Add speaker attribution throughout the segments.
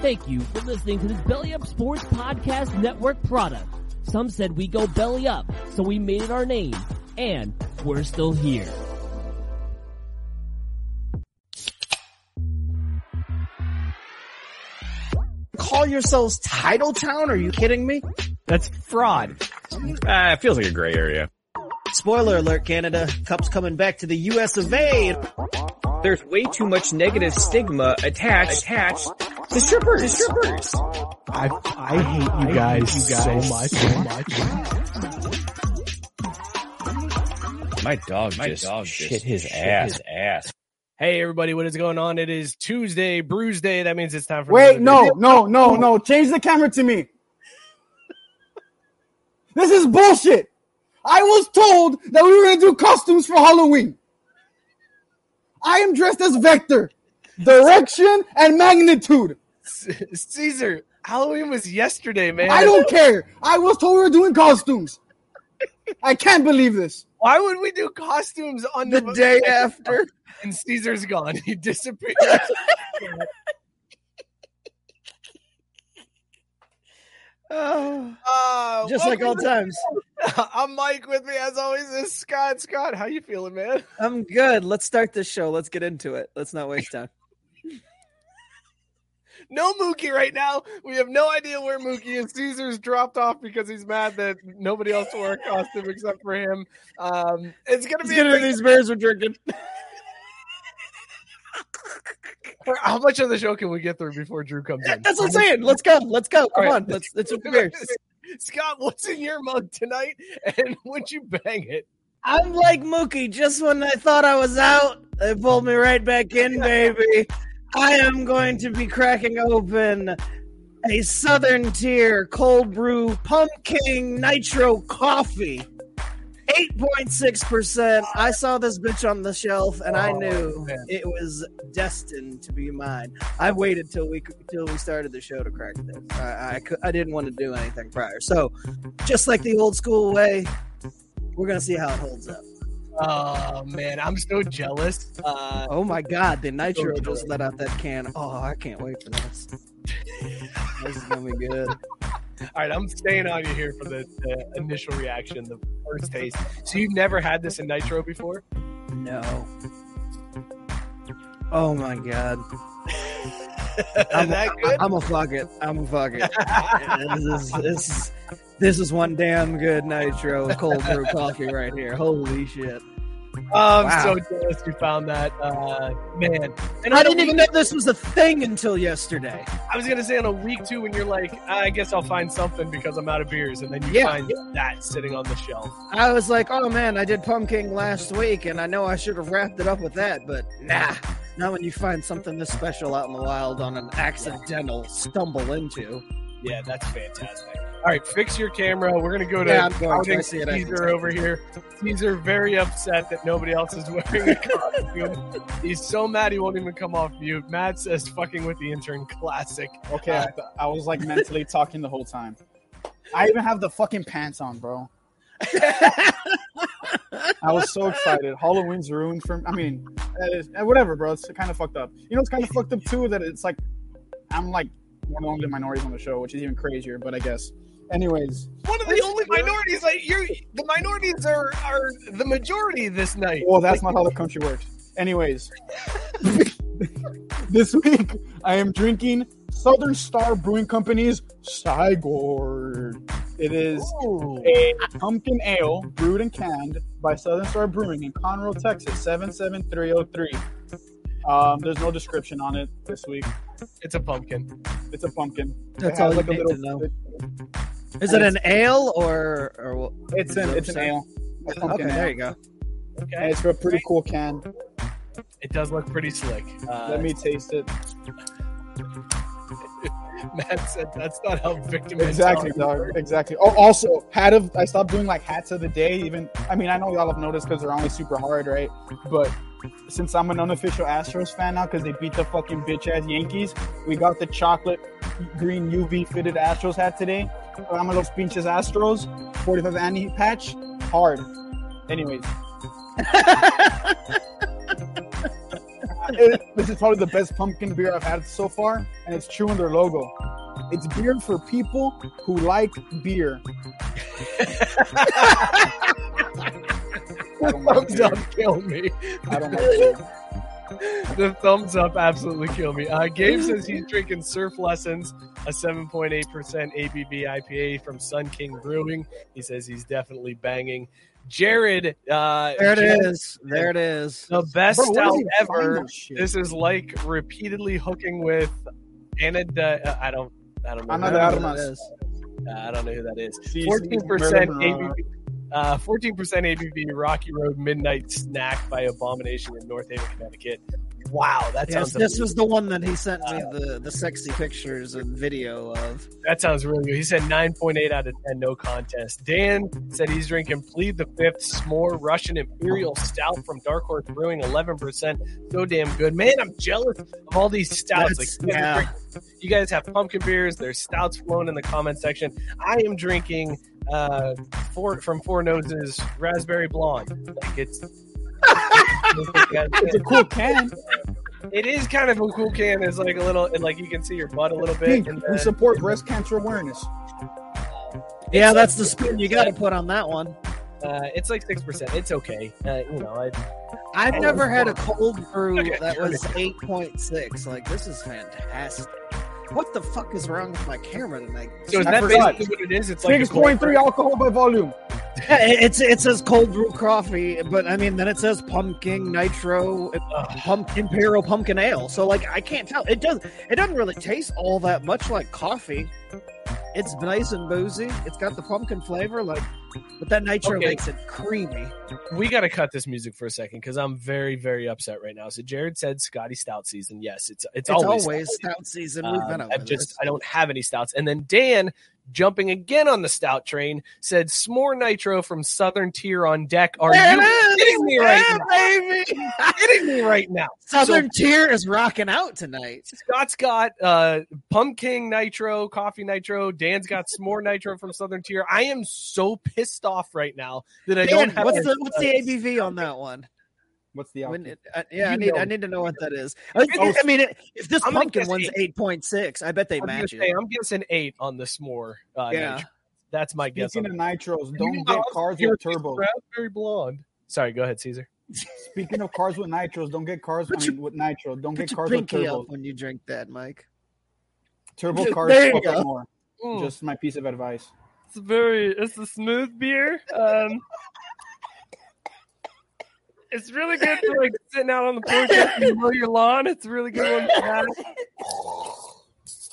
Speaker 1: Thank you for listening to this Belly Up Sports Podcast Network product. Some said we go belly up, so we made it our name, and we're still here.
Speaker 2: call yourselves Title Town? Are you kidding me?
Speaker 3: That's fraud. Uh, it feels like a gray area.
Speaker 2: Spoiler alert, Canada. Cup's coming back to the US of A.
Speaker 3: There's way too much negative stigma attached attached to strippers. To strippers.
Speaker 4: I, I hate you guys, so much.
Speaker 3: Oh, My dog just shit his ass. ass.
Speaker 5: Hey everybody, what is going on? It is Tuesday, Bruise Day. That means it's time for
Speaker 4: Wait,
Speaker 5: another
Speaker 4: no, no, no, no. Change the camera to me. This is bullshit. I was told that we were going to do costumes for Halloween. I am dressed as Vector, direction, and magnitude.
Speaker 5: video. Caesar. Halloween was yesterday, man.
Speaker 4: I don't care. I was told we were doing costumes. I can't believe this.
Speaker 5: Why would we do costumes on the, day after? And Caesar's gone. He disappeared. Uh,
Speaker 2: Just like all
Speaker 5: welcome
Speaker 2: times.
Speaker 5: to- I'm Mike. With me, as always, is Scott. Scott, how you feeling, man?
Speaker 6: I'm good. Let's start this show. Let's get into it. Let's not waste time.
Speaker 5: No Mookie right now. We have no idea where Mookie is. Caesar's dropped off because he's mad that nobody else wore a costume except for him. Um, it's gonna be a big
Speaker 3: these bears were drinking.
Speaker 5: How much of the show can we get through before Drew comes in?
Speaker 6: That's what I'm saying. Let's go. Let's go. Come
Speaker 5: right.
Speaker 6: on. Let's. It's a beer.
Speaker 5: Scott, what's in your mug tonight? And would you bang it?
Speaker 6: I'm like Mookie. Just when I thought I was out, they pulled me right back in, baby. I am going to be cracking open a Southern Tier cold brew pumpkin nitro coffee. 8.6%. I saw this bitch on the shelf and I
Speaker 5: Oh,
Speaker 6: knew
Speaker 5: man.
Speaker 6: it was destined to be mine. I waited till we till we started the show to crack this. I, I, cou- I didn't want to do anything prior. So, just like the old school way, we're going to see how it holds up.
Speaker 5: Oh man, I'm so jealous. Uh,
Speaker 6: Oh my god, the nitro
Speaker 5: good.
Speaker 6: just let out that can. Oh, I can't wait for this. this is gonna be good.
Speaker 5: all right, I'm staying on you here for the, the initial reaction, the first taste. So you've never had this in nitro before?
Speaker 6: No. Oh my god. I'm,
Speaker 5: that
Speaker 6: I, am a fuck it. I'm a fuck it. this, is, this, is, this is one damn good nitro cold brew coffee right here. Holy shit.
Speaker 5: I'm
Speaker 6: Wow.
Speaker 5: so jealous you found that, uh, man.
Speaker 6: And I didn't even know this was a thing until yesterday.
Speaker 5: I was gonna say on a week two when you're like, I guess I'll find something because I'm out of beers, and then you
Speaker 6: Yeah.
Speaker 5: find that sitting on the shelf.
Speaker 6: I was like, oh man, I did pumpkin last week, and I know I should have wrapped it up with that, but nah. Not when you find something this special out in the wild on an accidental stumble into.
Speaker 5: Yeah, that's fantastic. All right, fix your camera. We're gonna go to
Speaker 6: Yeah, I'm going to.
Speaker 5: outing
Speaker 6: I see it. I can
Speaker 5: Caesar
Speaker 6: see it.
Speaker 5: over here. Caesar very upset that nobody else is wearing a costume. He's so mad he won't even come off mute. Matt says "fucking with the intern" classic.
Speaker 4: Okay, I, I was like mentally talking the whole time. I even have the fucking pants on, bro. I was so excited. Halloween's ruined for. I mean, that is, eh, whatever, bro. It's kind of fucked up. You know, it's kind of fucked up too that it's like I'm like one of the only minorities on the show, which is even crazier. But I guess, anyways,
Speaker 5: One of the only minorities. Like you're, the minorities are are the majority this night.
Speaker 4: well, Oh, that's not how the country works. Anyways, this week I am drinking Southern Star Brewing Company's Stygord. It is
Speaker 6: Oh.
Speaker 4: a pumpkin ale brewed and canned by Southern Star Brewing in Conroe, Texas, 77303. Um, there's no description on it this week.
Speaker 5: It's a pumpkin.
Speaker 4: It's a pumpkin.
Speaker 6: That's
Speaker 4: It has
Speaker 6: all you need to know. Is it an ale or or what?
Speaker 4: It's an
Speaker 6: what I'm
Speaker 4: it's an
Speaker 6: saying?
Speaker 4: ale. A
Speaker 6: Okay,
Speaker 4: pumpkin ale.
Speaker 6: there you go.
Speaker 4: And it's a pretty cool can.
Speaker 5: It does look pretty slick. Uh,
Speaker 4: Let me taste it.
Speaker 5: Matt said that's not how victim
Speaker 4: Exactly,
Speaker 5: mentality
Speaker 4: dog. Exactly. Oh, also, hat of I stopped doing like hats of the day. Even I mean, I know y'all have noticed because they're only super hard, right? But since I'm an unofficial Astros fan now because they beat the fucking bitch ass Yankees, we got the chocolate green UV fitted Astros hat today. I'm a los pinches Astros 45 Annie patch, hard. Anyways. It- this is probably the best pumpkin beer I've had so far, and it's true in their logo. It's beer for people who like beer. I don't like
Speaker 5: Thumbs
Speaker 4: beer.
Speaker 5: up, kill me.
Speaker 4: I don't like beer.
Speaker 5: The thumbs up absolutely kill me. Uh, Gabe says he's drinking Surf Lessons, a 7.8% ABV IPA from Sun King Brewing. He says he's definitely banging. Jared, uh,
Speaker 6: There it
Speaker 5: Jared,
Speaker 6: is. There it is.
Speaker 5: The best
Speaker 4: Bro, where does
Speaker 5: stout
Speaker 4: he find
Speaker 5: ever.
Speaker 4: this shit?
Speaker 5: This is like repeatedly hooking with Anada. Uh, I don't. I don't know.
Speaker 4: Ana
Speaker 5: who
Speaker 4: de
Speaker 5: that
Speaker 4: Armas.
Speaker 5: is. Uh, I don't know who that is.
Speaker 4: She's
Speaker 5: Fourteen percent
Speaker 4: Marilyn Monroe.
Speaker 5: ABV. Uh, 14% ABV Rocky Road Midnight Snack by Abomination in North Haven, Connecticut. Wow, that
Speaker 6: Yes,
Speaker 5: sounds
Speaker 6: this
Speaker 5: amazing.
Speaker 6: was the one that he sent me the, the sexy pictures and video of.
Speaker 5: that sounds really good. He said 9.8 out of 10, no contest. Dan said he's drinking Plead the Fifth S'more Russian Imperial Stout from Dark Horse Brewing, 11%. So damn good. Man, I'm jealous of all these stouts.
Speaker 6: That's-
Speaker 5: like, you guys are
Speaker 6: yeah.
Speaker 5: drinking you guys have pumpkin beers. There's stouts flowing in the comment section. I am drinking uh, four from Four Noses raspberry blonde. Like it's,
Speaker 4: It's a cool can.
Speaker 5: it is kind of a cool can. There's like a little, and like you can see your butt a little bit.
Speaker 4: Pink,
Speaker 5: And
Speaker 4: we
Speaker 5: then,
Speaker 4: support breast cancer awareness.
Speaker 6: Yeah, that's the spoon you got to put on that one.
Speaker 5: uh, it's like six percent. It's okay. Uh, you know, I, Oh,
Speaker 6: I've never had a cold brew that was 8.6. Like, this is fantastic. What the fuck is wrong with my camera tonight?
Speaker 5: so is
Speaker 4: I
Speaker 5: that
Speaker 4: forgot.
Speaker 5: basically what it is? It's like a
Speaker 4: Six
Speaker 5: cold
Speaker 4: point three
Speaker 5: brew.
Speaker 4: alcohol by volume.
Speaker 6: Yeah, it- it's it says cold brew coffee, but I mean then it says pumpkin nitro, uh, pump imperial pumpkin ale. So like I can't tell. It does it doesn't really taste all that much like coffee. It's nice and boozy. It's got the pumpkin flavor, like, but that nitro
Speaker 5: Okay.
Speaker 6: makes it creamy.
Speaker 5: we got to cut this music for a second because I'm very, very upset right now. So Jared said Scotty Stout season. Yes, it's it's,
Speaker 6: It's always,
Speaker 5: always
Speaker 6: stout season. We've
Speaker 5: Um,
Speaker 6: been over
Speaker 5: I've just
Speaker 6: this.
Speaker 5: I don't have any stouts. And then Dan, jumping again on the stout train, said s'more nitro from Southern Tier on deck. Are
Speaker 6: There
Speaker 5: you
Speaker 6: it is!
Speaker 5: kidding me right
Speaker 6: Yeah,
Speaker 5: now?
Speaker 6: baby!
Speaker 5: Kidding me right now?
Speaker 6: Southern Tier is rocking out tonight.
Speaker 5: Scott's got uh, pumpkin nitro, coffee nitro. Dan's got s'more nitro from Southern Tier. I am so pissed off right now that I
Speaker 6: Dan,
Speaker 5: don't have.
Speaker 6: what's
Speaker 5: a-
Speaker 6: the what's the ABV on that one?
Speaker 4: What's the
Speaker 6: When
Speaker 4: alcohol?
Speaker 6: it, uh, yeah, I
Speaker 5: You
Speaker 6: need
Speaker 5: know.
Speaker 6: I need to know what that is. I,
Speaker 5: Oh,
Speaker 6: I mean, it, if this
Speaker 5: I'm gonna
Speaker 6: pumpkin
Speaker 5: guess
Speaker 6: one's eight point six, I bet they
Speaker 5: I'm, gonna
Speaker 6: match
Speaker 5: say,
Speaker 6: it.
Speaker 5: I'm guessing eight on the s'more. Uh,
Speaker 6: Yeah.
Speaker 5: nitro. that's my guess.
Speaker 4: Speaking
Speaker 5: on
Speaker 4: of
Speaker 5: it.
Speaker 4: nitros,
Speaker 5: You
Speaker 4: don't
Speaker 5: know,
Speaker 4: get cars
Speaker 5: you're
Speaker 4: with turbos.
Speaker 5: Raspberry blonde. Sorry, go ahead, Caesar.
Speaker 4: Speaking of cars with nitros, don't get cars. I
Speaker 6: Put your-
Speaker 4: mean, with nitro, don't
Speaker 6: Put
Speaker 4: get
Speaker 6: your
Speaker 4: cars with
Speaker 6: pinky up
Speaker 4: turbos.
Speaker 6: when you drink that, Mike.
Speaker 4: Turbo
Speaker 6: There
Speaker 4: cars
Speaker 6: you
Speaker 4: fuck up
Speaker 6: go. Mm.
Speaker 4: more. Just my piece of advice.
Speaker 5: It's very. It's a smooth beer. Um, it's really good for like sitting out on the porch and mow your lawn. It's a really good one. For that.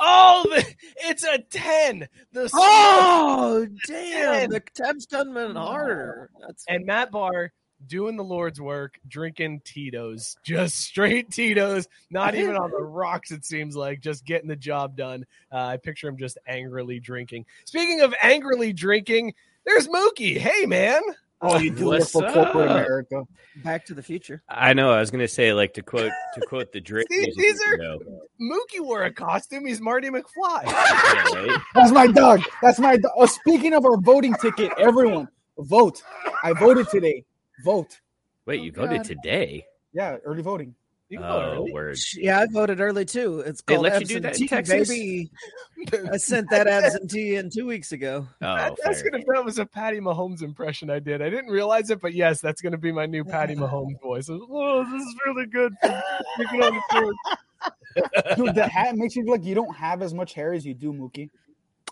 Speaker 5: Oh, the, it's a ten. The
Speaker 6: Oh damn!
Speaker 5: Man.
Speaker 6: The tab's done been harder. That's
Speaker 5: and Matt Barr doing the Lord's work, drinking Tito's, just straight Tito's, not even on the rocks, it seems like, just getting the job done. Uh, I picture him just angrily drinking. Speaking of angrily drinking, there's Mookie. Hey, man.
Speaker 4: Oh, you do work
Speaker 3: What's
Speaker 4: for corporate
Speaker 3: up?
Speaker 4: America.
Speaker 6: Back to the Future.
Speaker 3: I know. I was gonna say, like to quote to quote the Drake.
Speaker 5: See,
Speaker 3: music
Speaker 5: these are-
Speaker 3: video.
Speaker 5: Mookie wore a costume. He's Marty McFly.
Speaker 3: Yeah, right?
Speaker 4: That's my dog. That's my dog. Oh, speaking of our voting ticket, everyone vote. I voted today. Vote.
Speaker 3: Wait, you voted
Speaker 4: God.
Speaker 3: today?
Speaker 4: Yeah, early voting.
Speaker 3: Oh, word.
Speaker 6: Yeah, I voted early too. It's
Speaker 3: They
Speaker 6: called
Speaker 3: let you do that in
Speaker 6: absentee,
Speaker 3: Texas?
Speaker 6: baby. I sent that absentee in two weeks ago.
Speaker 3: Oh,
Speaker 5: that's
Speaker 3: fire.
Speaker 5: gonna that was a Patty Mahomes impression I did. I didn't realize it, but yes, that's gonna be my new Patty Mahomes voice. Oh, this is really good. for picking on the board.
Speaker 4: Dude, the hat makes you look like you don't have as much hair as you do, Mookie.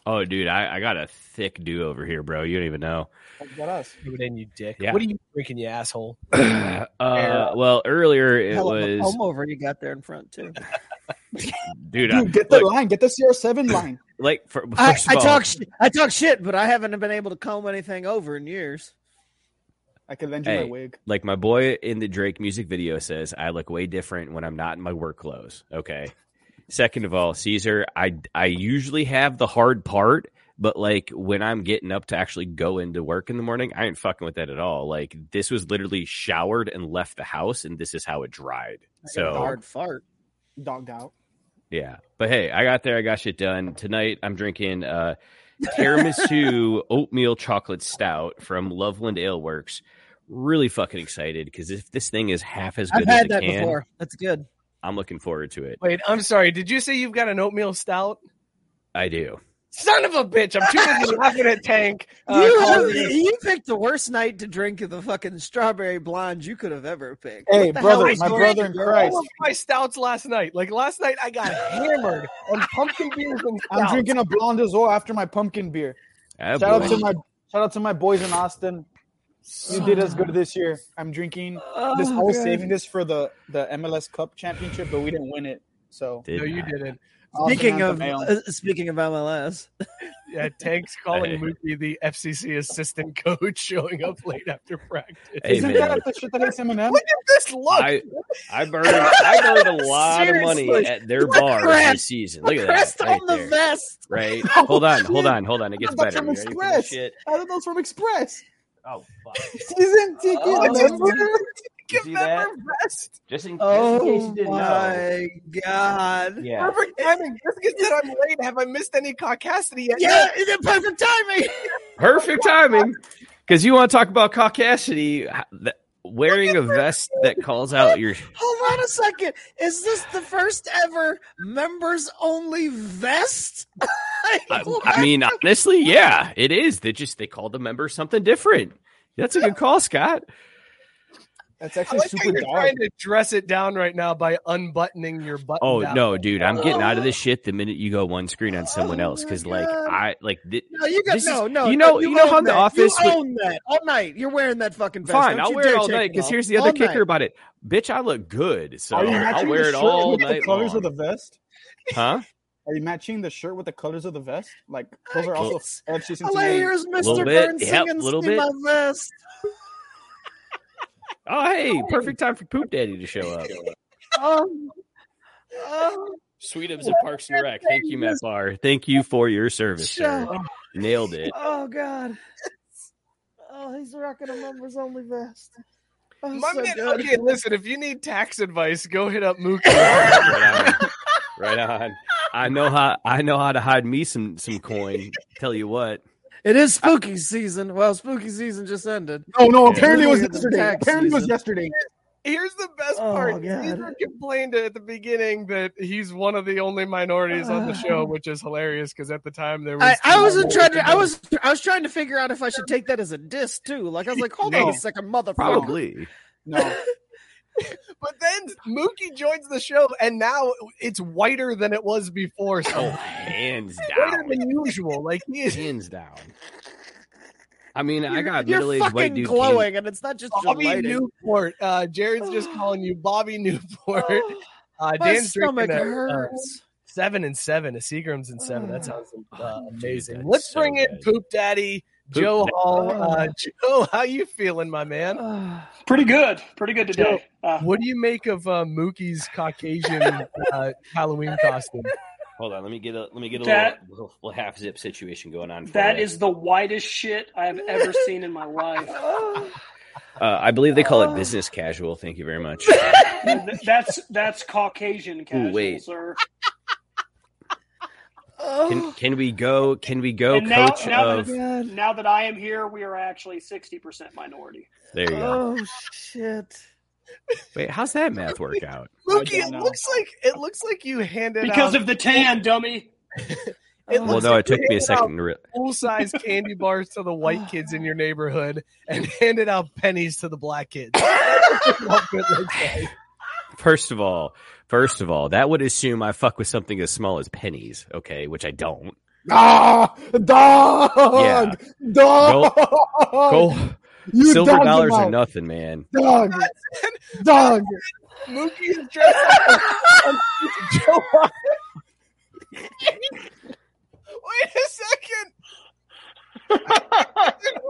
Speaker 3: Oh, dude, I, I got a thick do over here, bro. You don't even know.
Speaker 4: Like what us?
Speaker 5: Put it in, you dick.
Speaker 3: Yeah.
Speaker 5: What are you drinking, you asshole?
Speaker 3: Uh, well, earlier it
Speaker 6: Hell of a
Speaker 3: was,
Speaker 6: homeover you got there in front too.
Speaker 3: dude. I,
Speaker 4: Dude, get the
Speaker 3: look,
Speaker 4: line. Get the CR7 line.
Speaker 3: like for,
Speaker 6: I,
Speaker 3: first
Speaker 6: I
Speaker 3: of all,
Speaker 6: talk sh- I talk shit, but I haven't been able to comb anything over in years.
Speaker 4: I could lend you my
Speaker 3: Hey.
Speaker 4: wig.
Speaker 3: like my boy in the Drake music video says, I look way different when I'm not in my work clothes. Okay. Second of all, Caesar, I I usually have the hard part, but like when I'm getting up to actually go into work in the morning, I ain't fucking with that at all. Like this was literally showered and left the house, and this is how it dried. So
Speaker 6: Hard fart.
Speaker 4: Dogged out.
Speaker 3: yeah. But hey, I got there. I got shit done. Tonight, I'm drinking uh, tiramisu oatmeal chocolate stout from Loveland Ale Works. Really fucking excited because if this thing is half as good
Speaker 6: I've
Speaker 3: as
Speaker 6: had
Speaker 3: it
Speaker 6: that
Speaker 3: can,
Speaker 6: before. That's good.
Speaker 3: I'm looking forward to it.
Speaker 5: Wait, I'm sorry. Did you say you've got an oatmeal stout?
Speaker 3: I do.
Speaker 5: Son of a bitch! I'm too busy laughing at Tank. Uh,
Speaker 6: you,
Speaker 5: calling you-
Speaker 6: you picked the worst night to drink of the fucking strawberry blonde you could have ever picked.
Speaker 4: Hey,
Speaker 6: What the
Speaker 4: brother,
Speaker 6: hell is
Speaker 4: my
Speaker 6: going
Speaker 4: brother
Speaker 6: on,
Speaker 4: in
Speaker 6: girl?
Speaker 4: Christ.
Speaker 5: all of my stouts last night. Like last night, I got hammered on pumpkin beers and
Speaker 4: I'm
Speaker 5: stouts.
Speaker 4: drinking a blonde as well after my pumpkin beer.
Speaker 3: Ah,
Speaker 4: Shout out
Speaker 3: boy.
Speaker 4: to my shout out to my boys in Austin. You did us good this year. I'm drinking this. I was
Speaker 6: God.
Speaker 4: saving this for the the MLS Cup championship, but we didn't win it. So
Speaker 3: Did
Speaker 5: No, you
Speaker 3: not.
Speaker 5: didn't.
Speaker 4: Austin
Speaker 6: Speaking
Speaker 4: had
Speaker 6: of
Speaker 4: the mail.
Speaker 6: uh, speaking of MLS,
Speaker 5: Yeah, Tank's calling
Speaker 3: Hey.
Speaker 5: Mookie the FCC assistant coach, showing up late after practice.
Speaker 3: Hey,
Speaker 4: isn't
Speaker 3: man.
Speaker 4: that the shit that hits Eminem?
Speaker 5: Look at this look.
Speaker 3: I I burned I burned a lot of money
Speaker 6: Seriously.
Speaker 3: at their bar
Speaker 6: crest-
Speaker 3: this season. Look at
Speaker 6: crest
Speaker 3: that right
Speaker 6: on the Oh,
Speaker 3: there.
Speaker 6: vest.
Speaker 3: Right? Hold on, hold on, hold on. It gets
Speaker 4: thought
Speaker 3: better.
Speaker 4: that
Speaker 3: You
Speaker 4: was
Speaker 3: ready for
Speaker 4: Chris.
Speaker 3: this shit?
Speaker 4: I thought that was from Express.
Speaker 3: Oh, fuck.
Speaker 4: Season ticket.
Speaker 6: Oh,
Speaker 4: member.
Speaker 3: You see that? Just in, just in case
Speaker 6: Oh
Speaker 3: you didn't know.
Speaker 6: my god!
Speaker 3: Yeah.
Speaker 5: Perfect timing. Just because I'm late, have I missed any caucasity yet?
Speaker 6: Yeah, it's the perfect timing.
Speaker 3: Perfect timing. Because you want to talk about caucasity, h- th- wearing a vest that calls out your.
Speaker 6: Hold on a second. Is this the first ever members only vest?
Speaker 3: I, I mean, honestly, yeah, it is. They just they call the member something different. That's a good call, Scott.
Speaker 4: That's
Speaker 5: I
Speaker 4: actually
Speaker 5: like how
Speaker 4: super
Speaker 5: you're
Speaker 4: dark.
Speaker 5: trying to dress it down right now by unbuttoning your button.
Speaker 3: Oh
Speaker 5: down.
Speaker 3: no, dude, I'm getting out of this shit the minute you go one screen on someone else. Because like
Speaker 6: Oh, God.
Speaker 3: I like thi-
Speaker 6: no, you got
Speaker 3: this is-
Speaker 6: no, no.
Speaker 3: You know, you, know
Speaker 6: own
Speaker 3: how in the
Speaker 6: that.
Speaker 3: office.
Speaker 6: you
Speaker 3: would-
Speaker 6: own that all night. You're wearing that fucking vest.
Speaker 3: fine,
Speaker 6: Don't
Speaker 3: I'll
Speaker 6: you
Speaker 3: wear it
Speaker 6: dare
Speaker 3: all
Speaker 6: take
Speaker 3: night. Because
Speaker 6: off.
Speaker 3: here's the other
Speaker 6: All
Speaker 3: kicker
Speaker 6: night.
Speaker 3: about it, bitch. I look good, so
Speaker 4: Are you
Speaker 3: I'll
Speaker 4: matching
Speaker 3: wear
Speaker 4: the
Speaker 3: it
Speaker 4: shirt
Speaker 3: all
Speaker 4: with the
Speaker 3: night
Speaker 4: colors
Speaker 3: long.
Speaker 4: of the vest?
Speaker 3: Huh?
Speaker 4: Are you matching the shirt with the colors of the vest? Like those are
Speaker 3: Well,
Speaker 4: also FC
Speaker 6: All I hear
Speaker 4: Cincinnati.
Speaker 6: is Mr.
Speaker 3: Little bit,
Speaker 6: Burns
Speaker 3: yep,
Speaker 6: singing
Speaker 3: little
Speaker 6: "See
Speaker 3: bit.
Speaker 6: My Vest."
Speaker 3: Oh hey, perfect time for Poop Daddy to show up.
Speaker 6: Um, um,
Speaker 3: Sweetums at Parks and Rec. Thank you, Matt Barr. Thank you for your service, sir.
Speaker 6: Show.
Speaker 3: Nailed it.
Speaker 6: oh God. Oh, he's rocking a members only vest. Oh,
Speaker 5: My
Speaker 6: so
Speaker 5: man,
Speaker 6: good.
Speaker 5: okay, listen, if you need tax advice, go hit up Mookie.
Speaker 3: Right on. Right on. I know how I know how to hide me some some coin. Tell you what.
Speaker 6: It is spooky season. Well, spooky season just ended.
Speaker 4: No, Oh, no.
Speaker 3: Yeah.
Speaker 4: Apparently it was
Speaker 6: Tax
Speaker 4: yesterday. Apparently it was
Speaker 6: season.
Speaker 4: yesterday.
Speaker 5: Here's the best
Speaker 6: Oh,
Speaker 5: part.
Speaker 6: God.
Speaker 5: Caesar complained at the beginning that he's one of the only minorities on the show, which is hilarious because at the time there was.
Speaker 6: I, I wasn't trying to. I was. I was trying to figure out if I should take that as a diss too. Like I was like, hold on
Speaker 4: No.
Speaker 6: a second, motherfucker.
Speaker 3: Probably.
Speaker 4: No.
Speaker 5: But then Mookie joins the show, and now it's whiter than it was before.
Speaker 3: Oh,
Speaker 5: So
Speaker 3: hands
Speaker 5: whiter
Speaker 3: down.
Speaker 5: than usual. Like he
Speaker 6: Mm.
Speaker 5: is.
Speaker 3: Hands down. I mean, I
Speaker 6: You're-
Speaker 3: got
Speaker 6: you're
Speaker 3: middle aged white
Speaker 6: fucking
Speaker 3: dude.
Speaker 6: glowing, and it's not just your
Speaker 5: Bobby
Speaker 6: lighting.
Speaker 5: Newport. Uh, Jared's just calling you Bobby Newport.
Speaker 6: Oh,
Speaker 5: Uh,
Speaker 6: my
Speaker 5: Dan's
Speaker 6: stomach
Speaker 5: drinking a, uh,
Speaker 6: hurts.
Speaker 5: seven and seven. A Seagram's and seven. That sounds uh,
Speaker 3: Oh, dude,
Speaker 5: amazing.
Speaker 3: that's
Speaker 5: Let's
Speaker 3: so
Speaker 5: bring in
Speaker 3: good.
Speaker 5: Poop Daddy
Speaker 3: Poop
Speaker 5: Joe
Speaker 3: Daddy.
Speaker 5: Hall. Uh, Joe, how you feeling, my man?
Speaker 7: Pretty good. Pretty good today. Uh,
Speaker 5: What do you make of uh, Mookie's Caucasian uh, Halloween costume?
Speaker 3: Hold on, let me get a let me get a
Speaker 7: That-
Speaker 3: little, little, little half zip situation going on. for
Speaker 7: that
Speaker 3: you.
Speaker 7: is the whitest shit I've ever seen in my life.
Speaker 3: uh, I believe they call
Speaker 7: Oh.
Speaker 3: it business casual. Thank you very much.
Speaker 7: That's that's Caucasian casual,
Speaker 3: wait.
Speaker 7: sir.
Speaker 6: Oh,
Speaker 3: Can, can we go? Can we go,
Speaker 7: and now,
Speaker 3: coach
Speaker 7: now,
Speaker 3: of?
Speaker 7: that, now that I am here, we are actually 60% minority.
Speaker 3: There you go.
Speaker 6: Oh shit!
Speaker 3: Wait, how's that math work out?
Speaker 5: Mookie, it looks like it looks like you handed
Speaker 7: Because
Speaker 5: out
Speaker 7: of the tan, dummy.
Speaker 5: It
Speaker 3: Well,
Speaker 5: looks
Speaker 3: no,
Speaker 5: like
Speaker 3: it took
Speaker 5: you
Speaker 3: me a
Speaker 5: handed
Speaker 3: second
Speaker 5: out
Speaker 3: to re-
Speaker 5: Full size candy bars to the white kids in your neighborhood, and handed out pennies to the black kids.
Speaker 3: First of all, first of all, that would assume I fuck with something as small as pennies, okay, which I don't.
Speaker 4: Ah, dog,
Speaker 3: Yeah.
Speaker 4: dog,
Speaker 3: Gold,
Speaker 4: You
Speaker 3: silver
Speaker 4: dogged him
Speaker 3: dollars are
Speaker 4: out.
Speaker 3: nothing, man.
Speaker 4: dog, dog.
Speaker 5: Mookie is dressed like a, a Joe Biden. Wait a second. Look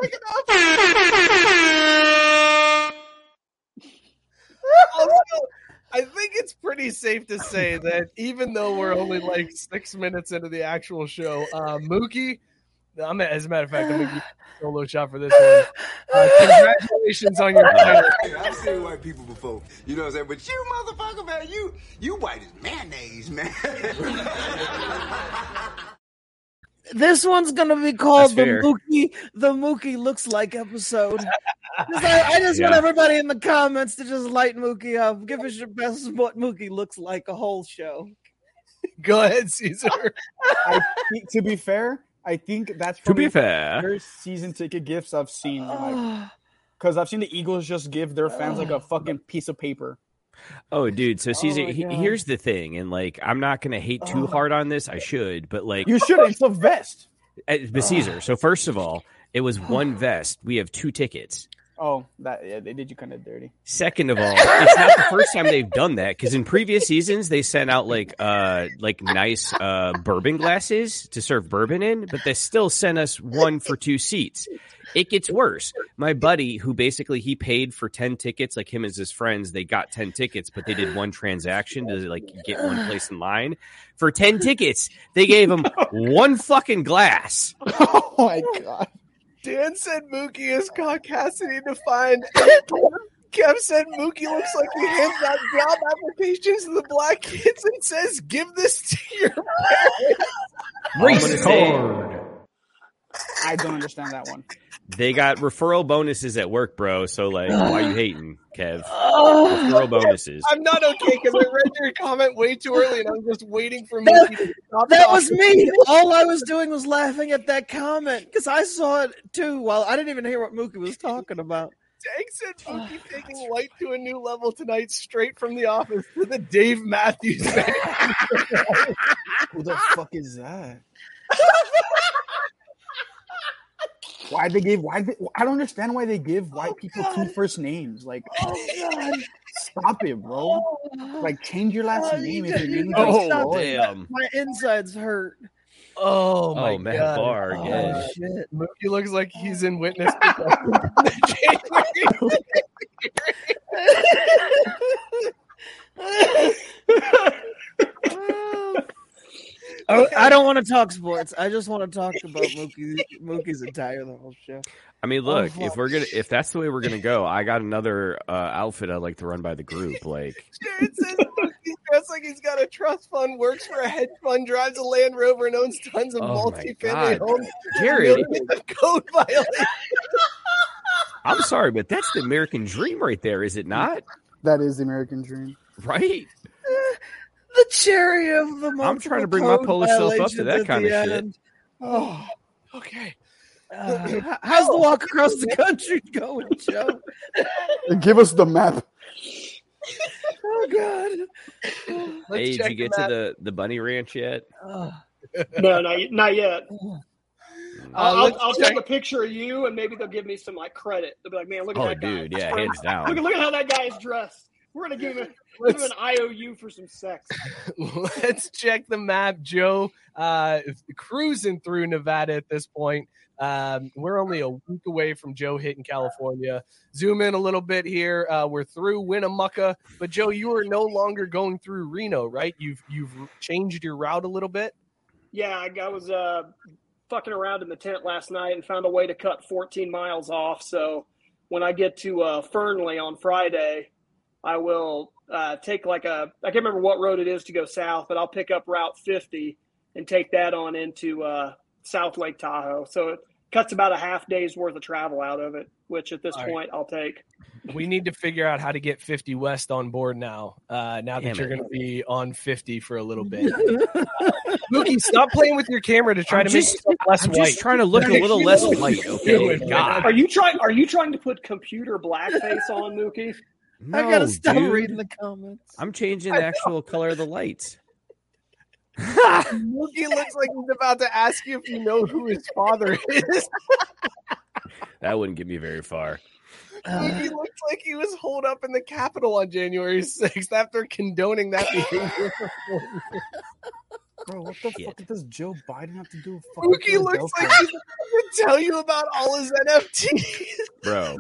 Speaker 5: it up. Also, I think it's pretty safe to say that even though we're only like six minutes into the actual show, uh, Mookie, I'm as a matter of fact, I'm gonna give you a solo shot for this one. Uh, congratulations on your title.
Speaker 8: I've seen white people before. You know what I'm saying? But you motherfucker, man, you you white as mayonnaise, man.
Speaker 6: This one's gonna be called
Speaker 8: That's
Speaker 6: the
Speaker 8: fair.
Speaker 6: Mookie. The Mookie looks like episode. 'Cause I, I just want
Speaker 3: Yeah.
Speaker 6: everybody in the comments to just light Mookie up. Give us your best what Mookie looks like a whole show.
Speaker 5: Go ahead, Caesar.
Speaker 4: I, think- to be fair, I think that's
Speaker 3: To be
Speaker 4: probably
Speaker 3: fair.
Speaker 4: the first season ticket gifts I've seen. Because I've seen the Eagles just give their fans like a fucking piece of paper.
Speaker 3: Oh, dude. So, Caesar,
Speaker 4: my
Speaker 3: he-
Speaker 4: God.
Speaker 3: here's the thing, and like, I'm not gonna hate too
Speaker 4: Oh.
Speaker 3: hard on this. I should, but like,
Speaker 4: You should. It's a vest.
Speaker 3: Uh, But Caesar. So, first of all, it was one vest. We have two tickets.
Speaker 4: Oh, that yeah, they did you kind of dirty.
Speaker 3: Second of all, it's not the first time they've done that because in previous seasons they sent out like uh like nice uh bourbon glasses to serve bourbon in, but they still sent us one for two seats. It gets worse. My buddy, who basically he paid for ten tickets, like him and his friends, they got ten tickets, but they did one transaction to like get one place in line for ten tickets. They gave him one fucking glass.
Speaker 4: Oh my god.
Speaker 5: Dan said Mookie is Caucasity defined. Kev said Mookie looks like he hands out job applications to the black kids and says, "Give this to your parents."
Speaker 3: Race
Speaker 4: I don't understand that one.
Speaker 3: They got referral bonuses at work, bro. So like, why you hating, Kev?
Speaker 5: Oh.
Speaker 3: referral bonuses.
Speaker 5: I'm not okay because I read your comment way too early, and I'm just waiting for
Speaker 6: That-
Speaker 5: Mookie. to stop
Speaker 6: That was
Speaker 5: talking.
Speaker 6: me. All I was doing was laughing at that comment because I saw it too. While I didn't even hear what Mookie was talking about.
Speaker 5: Tank said Mookie taking light to a new level tonight, straight from the office to the Dave Matthews Band.
Speaker 4: Who the fuck is that? Why they give? Why they, I don't understand why they give white people two first names. Like,
Speaker 6: Oh,
Speaker 4: stop it, bro. Like, change your last
Speaker 6: Oh,
Speaker 4: name
Speaker 6: you
Speaker 4: if
Speaker 6: d-
Speaker 4: your
Speaker 6: you
Speaker 4: name is
Speaker 6: don't
Speaker 4: like,
Speaker 6: stop
Speaker 4: Floyd.
Speaker 6: it. My insides hurt.
Speaker 5: Oh my
Speaker 3: Oh, Matt
Speaker 5: god!
Speaker 3: Barr,
Speaker 5: Oh,
Speaker 3: yeah.
Speaker 5: shit. Mookie looks like he's in witness.
Speaker 6: Oh, I don't want to talk sports. I just want to talk about Mookie, Mookie's attire the whole show.
Speaker 3: I mean, look,
Speaker 6: Oh,
Speaker 3: if we're gonna, if that's the way we're gonna go, I got another uh, outfit I'd like to run by the group. Like,
Speaker 5: Jared says Mookie's dressed like he's got a trust fund, works for a hedge fund, drives a Land Rover, and owns tons of
Speaker 3: Oh, my
Speaker 5: multifamily
Speaker 3: God.
Speaker 5: homes.
Speaker 3: Jared.
Speaker 5: code violation.
Speaker 3: I'm sorry, but that's the American dream right there, is it not?
Speaker 4: That is the American dream.
Speaker 3: Right?
Speaker 6: The cherry of the
Speaker 3: I'm trying to
Speaker 6: multiple
Speaker 3: bring my
Speaker 6: code
Speaker 3: Polish self up to
Speaker 6: violations
Speaker 3: that
Speaker 6: at
Speaker 3: kind
Speaker 6: the
Speaker 3: of shit.
Speaker 6: end. Oh,
Speaker 5: Okay.
Speaker 6: uh, oh. how's the walk across the country going, Joe?
Speaker 4: Give us the map.
Speaker 6: Oh God.
Speaker 3: hey, did you get to the the bunny ranch yet?
Speaker 7: No, not, y- not yet. I'll, I'll,
Speaker 5: let's
Speaker 7: I'll
Speaker 5: check-
Speaker 7: take a picture of you, and maybe they'll give me some like credit. They'll be like, "Man, look at
Speaker 3: Oh,
Speaker 7: that guy.
Speaker 3: dude, yeah, hands
Speaker 7: Look at
Speaker 3: down.
Speaker 7: look at how that guy is dressed. We're gonna give him, a, give him an IOU for some sex."
Speaker 5: Let's check the map, Joe. Uh, cruising through Nevada at this point. Um, we're only a week away from Joe hitting California. Zoom in a little bit here. Uh, we're through Winnemucca, but Joe, you are no longer going through Reno, right? You've you've changed your route a little bit.
Speaker 7: Yeah, I, I was uh, fucking around in the tent last night and found a way to cut 14 miles off. So when I get to uh, Fernley on Friday, I will uh, take like a I can't remember what road it is to go south, but I'll pick up Route 50 and take that on into uh, South Lake Tahoe. So it cuts about a half day's worth of travel out of it, which at this
Speaker 9: All right.
Speaker 7: point I'll take.
Speaker 9: we need to figure out how to get 50 West on board now. Uh, now
Speaker 7: Damn
Speaker 9: that you're
Speaker 7: it.
Speaker 9: going to be on 50 for a little bit, uh, Mookie, stop playing with your camera to try
Speaker 3: I'm
Speaker 9: to
Speaker 3: just-
Speaker 9: make yourself less
Speaker 3: I'm
Speaker 9: white.
Speaker 3: just trying to look a little less white, okay? God.
Speaker 7: Are you trying? Are you trying to put computer blackface on Mookie?
Speaker 3: I gotta No, stop dude. reading
Speaker 6: the comments.
Speaker 3: I'm changing
Speaker 7: I
Speaker 3: the
Speaker 7: know.
Speaker 3: actual color of the lights.
Speaker 9: Mookie looks like he's about to ask you if you know who his father is.
Speaker 3: That wouldn't get me very far.
Speaker 9: Mookie looks like he was holed up in the Capitol on January 6th after condoning that behavior.
Speaker 4: Bro, what the fuck does Joe Biden have to do with fucking
Speaker 9: Mookie looks like he's about to tell you about all his NFTs.
Speaker 3: Bro,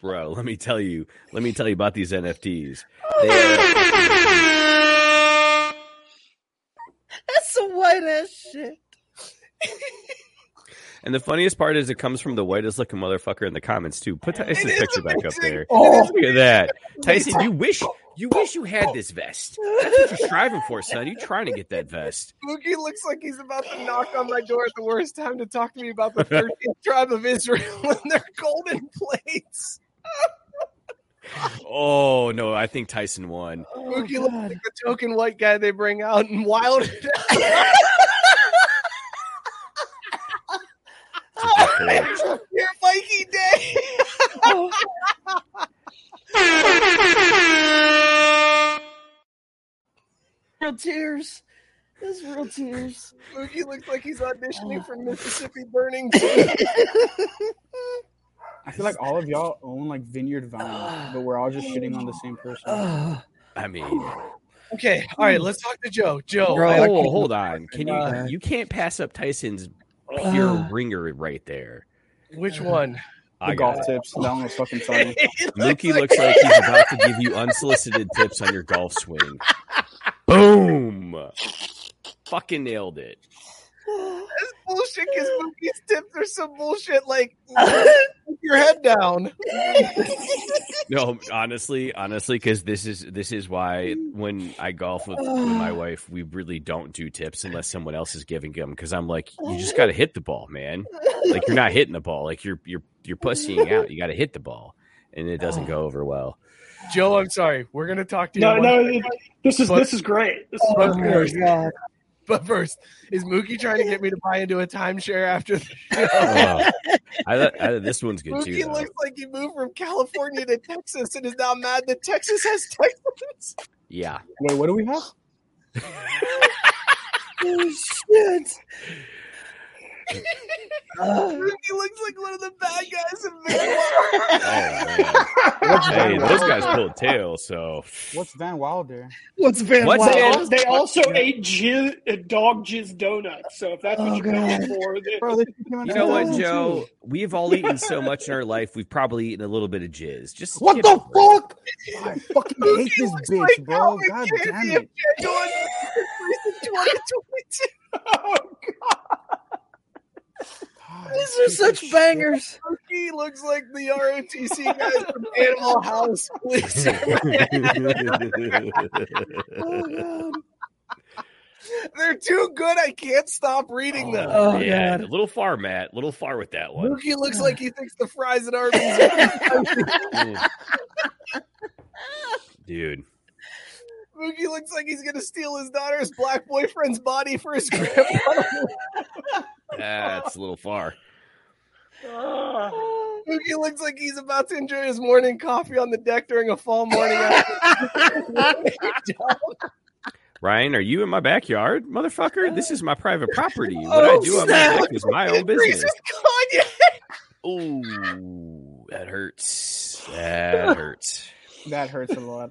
Speaker 3: bro, let me tell you. Let me tell you about these NFTs.
Speaker 6: That's some white ass shit.
Speaker 3: And the funniest part is it comes from the whitest looking motherfucker in the comments too. Put Tyson's picture back up there.
Speaker 6: Oh.
Speaker 3: look at that, Tyson! You wish you wish you had this vest. That's what you're striving for, son. You're trying to get that vest.
Speaker 9: Mookie looks like he's about to knock on my door at the worst time to talk to me about the 13th tribe of Israel and their golden plates.
Speaker 3: Oh no, I think Tyson won.
Speaker 9: Mookie looks like the token white guy they bring out and wild. it out. Your Mikey Day.
Speaker 6: real tears. That's real tears. Oh.
Speaker 9: Mookie looks like he's auditioning for Mississippi Burning.
Speaker 4: I feel like all of y'all own like Vineyard Vine, but we're all just shitting on the same person.
Speaker 3: I mean,
Speaker 9: okay, all right, let's talk to Joe. Joe,
Speaker 3: Bro,
Speaker 9: I-
Speaker 3: hold, Oh, hold on. Can you
Speaker 9: Uh,
Speaker 3: you can't pass up Tyson's pure ringer right there.
Speaker 9: which one?
Speaker 4: The
Speaker 3: got
Speaker 4: golf
Speaker 3: it.
Speaker 4: tips. That one was fucking funny.
Speaker 3: Um, Mookie looks like he's about to give you unsolicited tips on your golf swing. Boom! Fucking nailed it.
Speaker 9: That's bullshit because Mookie's tips are some bullshit like keep your head down.
Speaker 3: No, honestly, honestly, because this is this is why when I golf with, with my wife, we really don't do tips unless someone else is giving them. Because I'm like, you just got to hit the ball, man. Like you're not hitting the ball. Like you're you're you're pussying out. You got to hit the ball, and it doesn't go over well.
Speaker 9: Joe, I'm sorry. We're gonna talk to you.
Speaker 7: No,
Speaker 9: in one
Speaker 7: no,
Speaker 9: second.
Speaker 7: it- this is- this is great. This is
Speaker 9: but
Speaker 7: fucking
Speaker 9: first,
Speaker 7: great.
Speaker 9: but first, is Mookie trying to get me to buy into a timeshare after the show?
Speaker 3: Oh, I thought I, thought this one's good too.
Speaker 9: Mookie
Speaker 3: though.
Speaker 9: looks like he moved from California to Texas and is now mad that Texas has Texans.
Speaker 3: Yeah.
Speaker 4: Wait, what do we have?
Speaker 6: oh shit!
Speaker 9: Mookie looks like one of the bad guys in Van
Speaker 3: Hey, those guys pulled tail. So
Speaker 4: What's Van Wilder?
Speaker 6: What's Van
Speaker 3: What's Wilder?
Speaker 7: They,
Speaker 3: that?
Speaker 7: they also ate jizz, uh, dog jizz donuts. So if that's what
Speaker 4: Oh,
Speaker 7: you're going
Speaker 4: God.
Speaker 7: for, then-
Speaker 3: you know what,
Speaker 4: Oh,
Speaker 3: Joe? We've all eaten so much in our life. We've probably eaten a little bit of jizz. Just
Speaker 4: What
Speaker 3: get
Speaker 4: the
Speaker 3: over it.
Speaker 4: fuck? I fucking hate this bitch, bro.
Speaker 7: "Oh,
Speaker 4: God damn it.
Speaker 9: January 2022. Oh
Speaker 4: Ah,
Speaker 9: God!
Speaker 6: These are such bangers.
Speaker 9: Mookie looks like the ROTC guys from Animal House. Please.
Speaker 6: Oh god!
Speaker 9: They're too good. I can't stop reading them.
Speaker 6: Oh,
Speaker 3: yeah, a little far, Matt. A little far with that one.
Speaker 9: Mookie looks like he thinks the fries at Arby's. are-
Speaker 3: Dude.
Speaker 9: Mookie looks like he's gonna steal his daughter's black boyfriend's body for his grandfather.
Speaker 3: That's a little far.
Speaker 9: Mookie looks like he's about to enjoy his morning coffee on the deck during a fall morning.
Speaker 3: Ryan, are you in my backyard? Motherfucker, this is my private property. What I do on my deck is my own business. Ooh, that hurts. That hurts.
Speaker 4: That hurts a lot.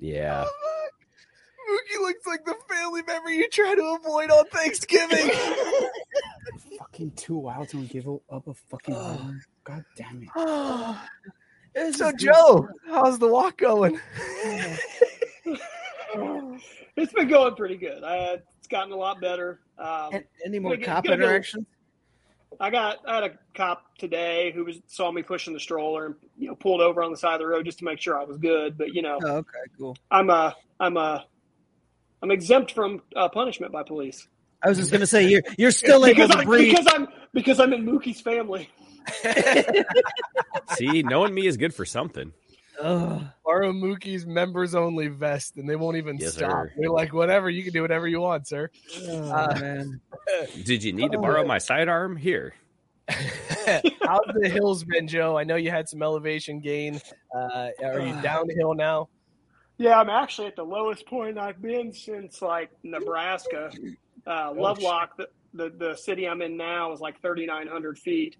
Speaker 3: Yeah.
Speaker 5: Mookie looks like the family member you try to avoid on Thanksgiving.
Speaker 4: fucking two wilds and give up a fucking winner. God damn it.
Speaker 5: so, Joe, how's the walk going?
Speaker 7: it's been going pretty good. Uh, it's gotten a lot better. Um,
Speaker 6: Any more
Speaker 7: gonna get-
Speaker 6: cop
Speaker 7: gonna go-
Speaker 6: interaction?
Speaker 7: I got I had a cop today who was saw me pushing the stroller and you know pulled over on the side of the road just to make sure I was good. But you know,
Speaker 6: Oh, okay, cool.
Speaker 7: I'm a I'm a I'm exempt from uh, punishment by police.
Speaker 6: I was just gonna say you're you're still able
Speaker 7: because
Speaker 6: to
Speaker 7: I'm,
Speaker 6: breathe.
Speaker 7: because I'm because I'm in Mookie's family.
Speaker 3: See, knowing me is good for something.
Speaker 6: Oh,
Speaker 5: Borrow Mookie's members only vest, and they won't even
Speaker 3: Yes,
Speaker 5: stop.
Speaker 3: sir.
Speaker 5: They're like, whatever, you can do whatever you want, sir. Uh,
Speaker 3: Did you need to borrow my sidearm? Here.
Speaker 5: How's the hills been, Joe? I know you had some elevation gain. Uh, are you downhill now?
Speaker 7: Yeah, I'm actually at the lowest point I've been since like Nebraska. Uh, Lovelock, the, the the city I'm in now, is like 3,900 feet,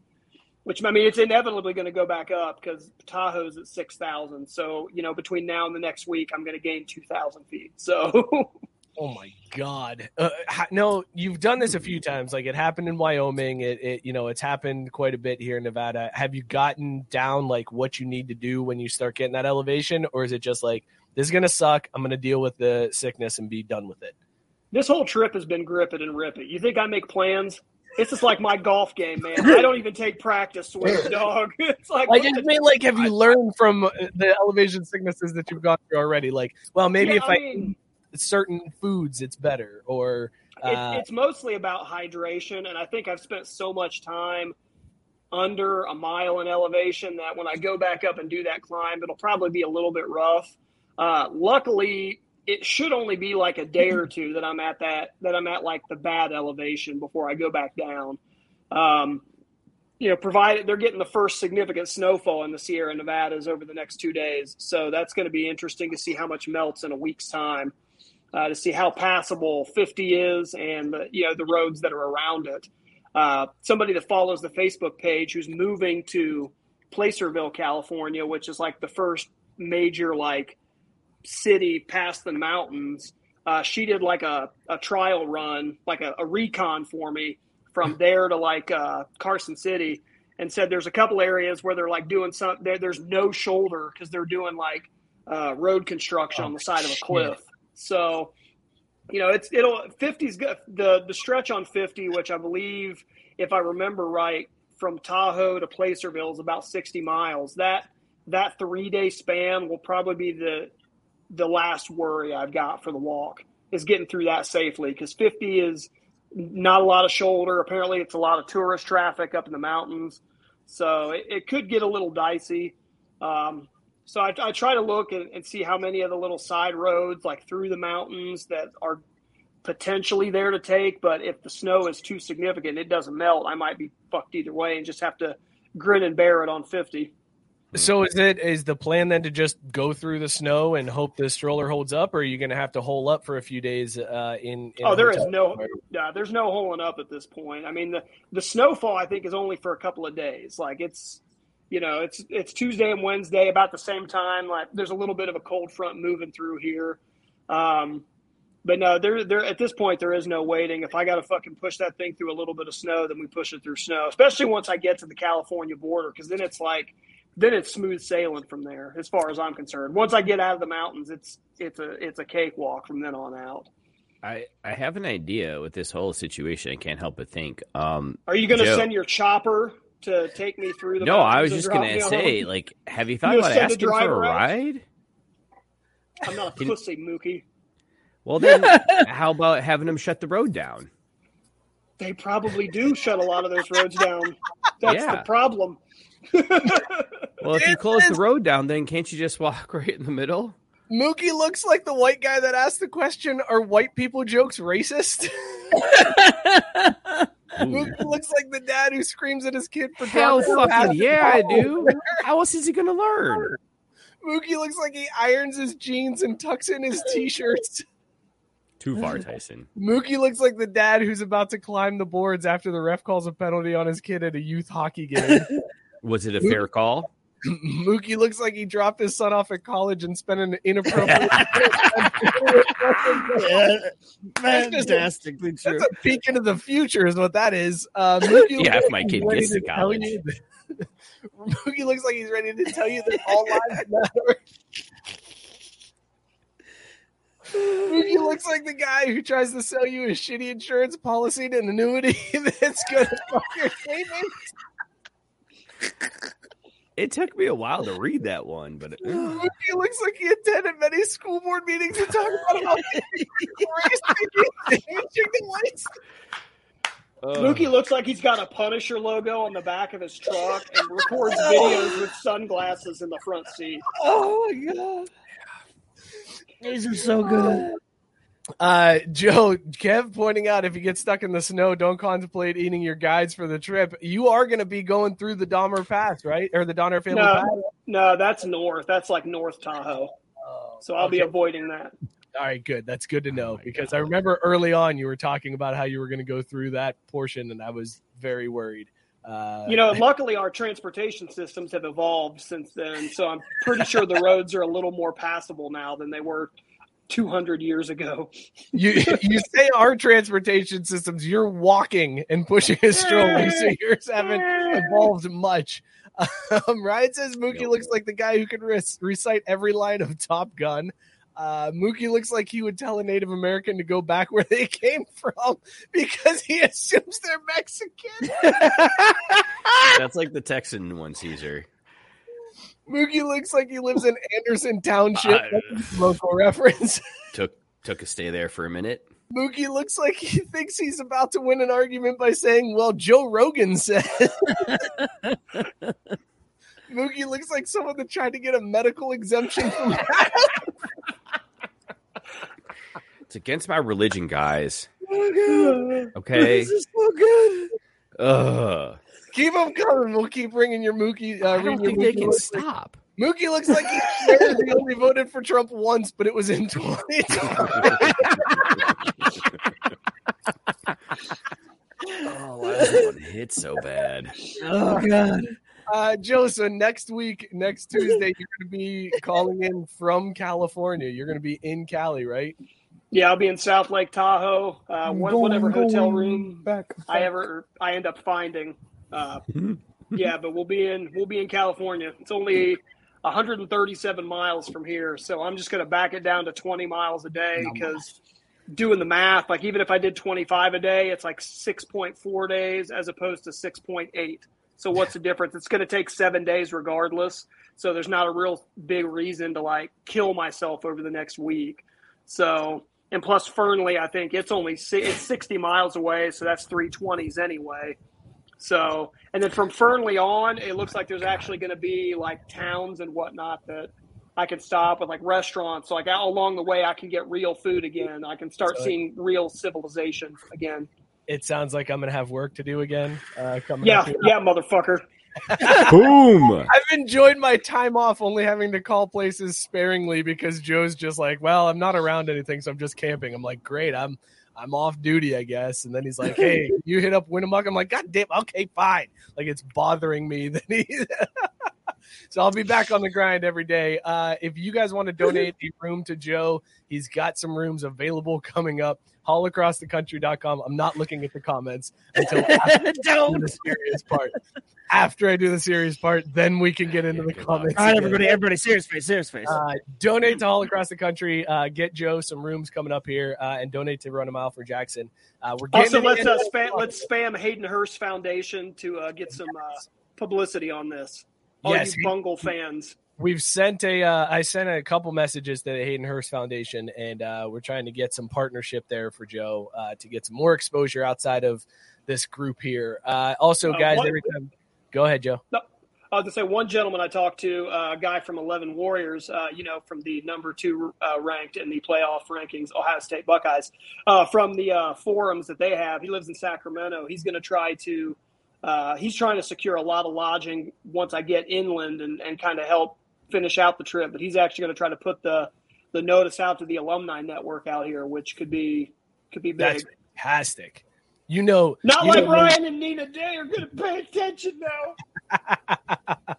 Speaker 7: which I mean it's inevitably going to go back up because Tahoe's at 6,000. So you know between now and the next week, I'm going to gain 2,000 feet. So
Speaker 5: Oh my God! Uh, ha- no, you've done this a few times. Like it happened in Wyoming. It, it, you know, it's happened quite a bit here in Nevada. Have you gotten down like what you need to do when you start getting that elevation, or is it just like this is gonna suck? I'm gonna deal with the sickness and be done with it.
Speaker 7: this whole trip has been grip it and rip it. You think I make plans? It's just like my golf game, man. I don't even take practice, swear dog. It's like
Speaker 5: I
Speaker 7: what the-
Speaker 5: just mean, like, have you learned from uh, the elevation sicknesses that you've gone through already? Like, well, maybe
Speaker 7: Yeah,
Speaker 5: if
Speaker 7: I
Speaker 5: I,
Speaker 7: mean-
Speaker 5: eat certain foods, it's better, or uh,
Speaker 7: it's, it's mostly about hydration and i think i've spent so much time under a mile in elevation that when i go back up and do that climb it'll probably be a little bit rough uh, luckily it should only be like a day or two that i'm at that that i'm at like the bad elevation before i go back down um, you know provided they're getting the first significant snowfall in the sierra nevadas over the next two days so that's going to be interesting to see how much melts in a week's time uh, to see how passable 50 is and the, you know the roads that are around it. Uh, somebody that follows the Facebook page who's moving to Placerville, California, which is like the first major like city past the mountains. Uh, she did like a, a trial run, like a, a recon for me from there to like uh, Carson City, and said there's a couple areas where they're like doing some. There, there's no shoulder because they're doing like uh, road construction on the side of a cliff. So, you know, it's it'll 50's go- the the stretch on 50, which I believe, if I remember right, from Tahoe to Placerville is about 60 miles. That that three day span will probably be the the last worry I've got for the walk is getting through that safely because 50 is not a lot of shoulder. Apparently, it's a lot of tourist traffic up in the mountains, so it, it could get a little dicey. Um, so I, I try to look and, and see how many of the little side roads, like through the mountains, that are potentially there to take. But if the snow is too significant, it doesn't melt. I might be fucked either way and just have to grin and bear it on 50.
Speaker 5: so is it is the plan then to just go through the snow and hope the stroller holds up, or are you going to have to hole up for a few days? Uh, in, in
Speaker 7: oh,
Speaker 5: a
Speaker 7: there is
Speaker 5: hotel?
Speaker 7: no, yeah, there's no holing up at this point. I mean, the the snowfall I think is only for a couple of days. Like it's, you know, it's it's Tuesday and Wednesday about the same time. Like there's a little bit of a cold front moving through here, um, but no, there there at this point there is no waiting. If I got to fucking push that thing through a little bit of snow, then we push it through snow. Especially once I get to the California border, because then it's like. Then it's smooth sailing from there, as far as I'm concerned. Once I get out of the mountains, it's it's a it's a cakewalk from then on out.
Speaker 3: I, I have an idea with this whole situation. I can't help but think. Um,
Speaker 7: Are you going to
Speaker 3: Joe-
Speaker 7: send your chopper to take me through the?
Speaker 3: No, I
Speaker 7: mountains
Speaker 3: was
Speaker 7: and
Speaker 3: just
Speaker 7: drop
Speaker 3: gonna
Speaker 7: me home?
Speaker 3: say, like, have you thought
Speaker 7: You
Speaker 3: about
Speaker 7: send a
Speaker 3: asking for a
Speaker 7: driver out?
Speaker 3: ride?
Speaker 7: I'm not a
Speaker 3: Can-
Speaker 7: pussy, Mookie.
Speaker 3: Well, then, how about having them shut the road down?
Speaker 7: They probably do shut a lot of those roads down. That's
Speaker 3: Yeah.
Speaker 7: the problem.
Speaker 3: Well, if you close the road down, then can't you just walk right in the middle?
Speaker 5: Mookie looks like the white guy that asked the question, are white people jokes racist? Mookie looks like the dad who screams at his kid for
Speaker 3: Hell
Speaker 5: dropping a
Speaker 3: fucking
Speaker 5: pass.
Speaker 3: yeah, I do. How else is he gonna learn?
Speaker 5: Mookie looks like he irons his jeans and tucks in his t-shirts.
Speaker 3: Too far, Tyson.
Speaker 5: Mookie looks like the dad who's about to climb the boards after the ref calls a penalty on his kid at a youth hockey game.
Speaker 3: Was it a fair call?
Speaker 5: Mookie looks like he dropped his son off at college and spent an inappropriate. That's just a-
Speaker 6: Fantastically true.
Speaker 5: That's a peek into the future, is what that is. Uh, Mookie looks
Speaker 3: Yeah, if
Speaker 5: like
Speaker 3: my
Speaker 5: he's
Speaker 3: kid
Speaker 5: ready
Speaker 3: gets to
Speaker 5: tell
Speaker 3: college.
Speaker 5: you that- Mookie looks like he's ready to tell you that all lives matter. Mookie looks like the guy who tries to sell you a shitty insurance policy and an annuity that's gonna fuck your savings.
Speaker 3: It took me a while to read that one, but
Speaker 5: Mookie looks like he attended many school board meetings to talk about how
Speaker 7: Mookie looks like he's got a Punisher logo on the back of his truck and records videos with sunglasses in the front seat.
Speaker 6: Oh my god. These are so good.
Speaker 5: Uh, Joe, Kev pointing out if you get stuck in the snow, don't contemplate eating your guides for the trip. You are going to be going through the Dahmer Pass, right? Or the Donner Family Pass?
Speaker 7: No, no, that's north. That's like North Tahoe.
Speaker 6: Oh.
Speaker 7: So I'll be
Speaker 5: okay.
Speaker 7: avoiding that.
Speaker 5: All right, good. That's good to know because I remember early on you were talking about how you were going to go through that portion, and I was very worried. Uh,
Speaker 7: You know, luckily our transportation systems have evolved since then, so I'm pretty sure the roads are a little more passable now than they were 200 years ago.
Speaker 5: you you say our transportation systems, you're walking and pushing a stroller, so yours haven't evolved much. Um, Ryan says Mookie looks like the guy who can re- recite every line of Top Gun. Uh, Mookie looks like he would tell a Native American to go back where they came from because he assumes they're Mexican.
Speaker 3: that's like the Texan one, Caesar.
Speaker 5: Mookie looks like he lives in Anderson Township.
Speaker 3: Uh,
Speaker 5: local reference.
Speaker 3: Took took a stay there for a minute.
Speaker 5: Mookie looks like he thinks he's about to win an argument by saying, "Well, Joe Rogan said." Mookie looks like someone that tried to get a medical exemption from.
Speaker 3: It's against my religion, guys.
Speaker 5: oh
Speaker 3: Okay.
Speaker 5: is so good.
Speaker 3: Ugh.
Speaker 5: Keep them coming. We'll keep bringing your Mookie. Uh,
Speaker 3: I don't think they can stop.
Speaker 5: Mookie looks like he, swears he only voted for Trump once, but it was in 2020.
Speaker 3: Oh, why does that one hit so bad?
Speaker 6: Oh god.
Speaker 5: Uh, Joe, so next week, next Tuesday, you're going to be calling in from California. You're going to be in Cali, right?
Speaker 7: Yeah, I'll be in South Lake Tahoe, uh, one, whatever hotel room
Speaker 4: back,
Speaker 7: I ever I end up finding. Uh, yeah, but we'll be in we'll be in California. It's only 137 miles from here, so I'm just going to back it down to 20 miles a day because doing the math, like even if I did 25 a day, it's like 6.4 days as opposed to 6.8. So what's the difference? It's going to take seven days regardless. So there's not a real big reason to like kill myself over the next week. So and plus Fernley, I think it's only si- it's 60 miles away, so that's 320s anyway. So and then from Fernley on, it looks like there's actually going to be like towns and whatnot that I can stop and like restaurants. So like out along the way, I can get real food again. I can start
Speaker 5: So-
Speaker 7: seeing real civilization again.
Speaker 5: It sounds like I'm going to have work to do again. Uh, coming
Speaker 7: Yeah,
Speaker 5: up here.
Speaker 7: yeah, motherfucker.
Speaker 3: Boom.
Speaker 5: I've enjoyed my time off only having to call places sparingly because Joe's just like, well, I'm not around anything, so I'm just camping. I'm like, great, I'm I'm off duty, I guess. And then he's like, hey, you hit up Winnemuck. I'm like, God damn, okay, fine. Like it's bothering me that he. so I'll be back on the grind every day. Uh, if you guys want to donate a room to Joe, he's got some rooms available coming up. Hallacrossthecountry.com. I'm not looking at the comments until after
Speaker 6: Don't.
Speaker 5: the serious part after I do the serious part, then we can get into the comments.
Speaker 6: All right,
Speaker 5: again.
Speaker 6: everybody, everybody, serious face, serious face.
Speaker 5: Uh, donate to all across the country. Uh, get Joe some rooms coming up here, uh, and donate to Run a Mile for Jackson. Uh, we're getting
Speaker 7: Also,
Speaker 5: to the
Speaker 7: let's
Speaker 5: end
Speaker 7: uh,
Speaker 5: of the
Speaker 7: spam,
Speaker 5: month.
Speaker 7: let's spam Hayden Hurst Foundation to uh, get some uh, publicity on this.
Speaker 6: uh,
Speaker 7: All
Speaker 5: Yes,
Speaker 7: you bungle fans.
Speaker 5: We've sent a. Uh, I sent a couple messages to the Hayden Hurst Foundation, and uh, we're trying to get some partnership there for Joe uh, to get some more exposure outside of this group here. Uh, also,
Speaker 7: Uh,
Speaker 5: guys,
Speaker 7: what-
Speaker 5: every time. Go ahead, Joe.
Speaker 7: I was gonna say one gentleman I talked to, uh, a guy from Eleven Warriors, uh, you know, from the number two uh, ranked in the playoff rankings, Ohio State Buckeyes, uh, from the uh, forums that they have. He lives in Sacramento. He's going to try to, uh, he's trying to secure a lot of lodging once I get inland and, and kind of help finish out the trip. But he's actually going to try to put the the notice out to the alumni network out here, which could be could be big.
Speaker 5: That's fantastic. You know,
Speaker 7: Not
Speaker 5: you
Speaker 7: like
Speaker 5: know when-
Speaker 7: Ryan and Nina Day are going to pay attention now.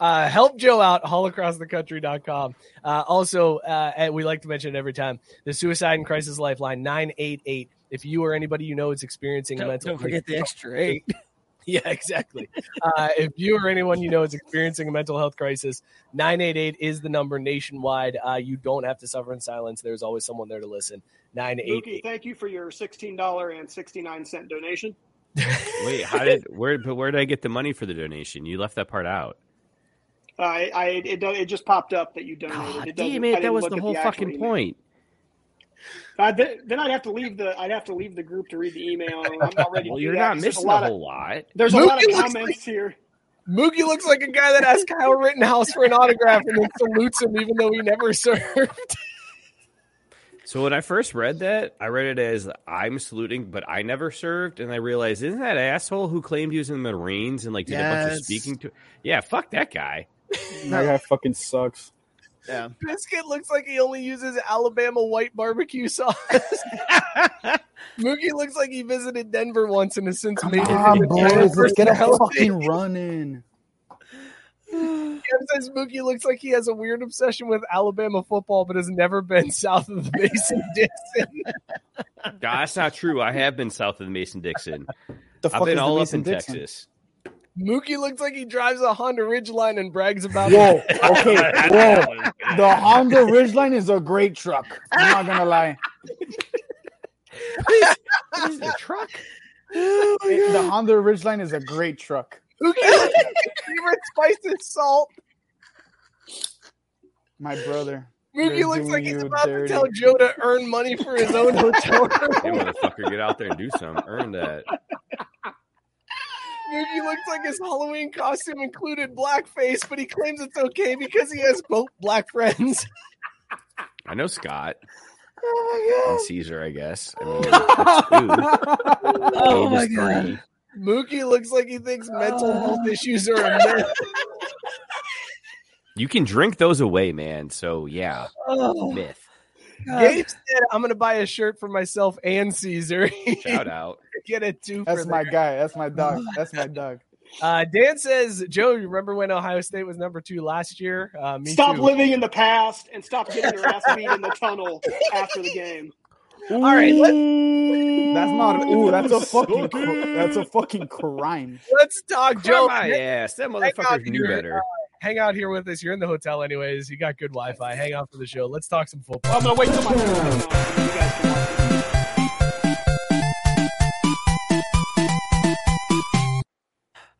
Speaker 5: uh, help Joe out, allacrossthecountry.com. Uh, also, uh, and we like to mention it every time the Suicide and Crisis Lifeline 988. If you or anybody you know is experiencing
Speaker 6: Don't-
Speaker 5: mental
Speaker 6: don't forget the extra eight.
Speaker 5: yeah, exactly. uh, if you or anyone you know is experiencing a mental health crisis, 988 is the number nationwide. Uh, you don't have to suffer in silence. There's always someone there to listen. 988.
Speaker 7: Mookie, thank you for your sixteen dollar and sixty nine cent donation.
Speaker 3: Wait, how did where? But where did I get the money for the donation? You left that part out.
Speaker 7: Uh, I, I it, do- it just popped up that you donated. it doesn't-
Speaker 3: Damn
Speaker 7: I
Speaker 3: it!
Speaker 7: didn't
Speaker 3: That was
Speaker 7: look
Speaker 3: the
Speaker 7: at
Speaker 3: whole
Speaker 7: actual
Speaker 3: fucking
Speaker 7: email.
Speaker 3: point.
Speaker 7: Uh, th- then I'd have to leave the I'd have to leave the group to read the email. and I'm not ready.
Speaker 3: Well,
Speaker 7: to do
Speaker 3: you're
Speaker 7: that
Speaker 3: not
Speaker 7: 'cause there's
Speaker 3: missing
Speaker 7: lot
Speaker 3: a
Speaker 7: of-
Speaker 3: whole lot.
Speaker 7: There's a
Speaker 5: Mookie
Speaker 7: lot of
Speaker 5: looks
Speaker 7: comments here.
Speaker 5: Mookie looks like a guy that asked Kyle Rittenhouse for an autograph and then salutes him even though he never served.
Speaker 3: So when I first read that, I read it as I'm saluting, but I never served, and I realized isn't that asshole who claimed he was in the Marines and like did a bunch of
Speaker 4: Yes.
Speaker 3: speaking to? Yeah, fuck that guy.
Speaker 4: That guy fucking sucks.
Speaker 6: Yeah.
Speaker 5: Biscuit looks like he only uses Alabama white barbecue sauce. Mookie looks like he visited Denver once and has since made it.
Speaker 4: Ah,
Speaker 5: into
Speaker 4: boys, let's get a
Speaker 5: personality.
Speaker 4: fucking running.
Speaker 5: Kev says Mookie looks like he has a weird obsession with Alabama football, but has never been south of the Mason Dixon.
Speaker 3: Nah, that's not true. I have been south of the Mason Dixon.
Speaker 4: The
Speaker 3: I've
Speaker 4: fuck is
Speaker 3: been
Speaker 4: the
Speaker 3: all up in
Speaker 4: Mason-Dixon?
Speaker 3: Texas.
Speaker 5: Mookie looks like he drives a Honda Ridgeline and brags about
Speaker 4: Whoa,
Speaker 5: it.
Speaker 4: okay, whoa. The Honda Ridgeline is a great truck. I'm not gonna lie.
Speaker 3: What is the truck? Oh
Speaker 4: It- the Honda Ridgeline is a great truck.
Speaker 5: Mookie looks like his favorite spice is salt.
Speaker 4: My brother.
Speaker 5: Mookie
Speaker 4: They're
Speaker 5: looks like
Speaker 4: doing
Speaker 5: he's
Speaker 4: you
Speaker 5: about to
Speaker 4: dirty.
Speaker 5: tell Joe to earn money for his own hotel room.
Speaker 3: Hey, motherfucker, get out there and do some. Earn that.
Speaker 5: Mookie looks like his Halloween costume included blackface, but he claims it's okay because he has both black friends.
Speaker 3: I know Scott
Speaker 5: Oh
Speaker 3: and Caesar. I guess. I mean, that's two.
Speaker 6: Oh
Speaker 3: Eight
Speaker 6: my
Speaker 3: is
Speaker 6: God.
Speaker 3: three.
Speaker 5: Mookie looks like he thinks mental health
Speaker 4: Ah.
Speaker 5: issues are a myth.
Speaker 3: You can drink those away, man. So yeah,
Speaker 6: Oh,
Speaker 3: myth.
Speaker 5: Gabe said, "I'm going to buy a shirt for myself and Caesar.
Speaker 3: Shout out.
Speaker 5: Get a two
Speaker 4: That's
Speaker 5: for
Speaker 4: my
Speaker 5: that."
Speaker 4: guy. That's my dog. That's my dog.
Speaker 5: Uh, Dan says, "Joe, you remember when Ohio State was number two last year? Uh, me
Speaker 7: Stop
Speaker 5: too.
Speaker 7: living in the past and stop getting your ass beat in the tunnel after the game.
Speaker 5: All right, let's,
Speaker 4: That's not. Ooh, that's a
Speaker 3: So
Speaker 4: fucking. cr-
Speaker 3: good.
Speaker 4: That's a fucking crime.
Speaker 5: let's talk,
Speaker 3: Joe,
Speaker 5: Joe.
Speaker 3: my ass. That
Speaker 5: out
Speaker 3: motherfucker knew
Speaker 5: here.
Speaker 3: better.
Speaker 5: hang out here with us. You're in the hotel, anyways. You got good Wi Fi. Hang out for the show. Let's talk some football.
Speaker 7: I'm gonna wait till my turn. You guys can watch it.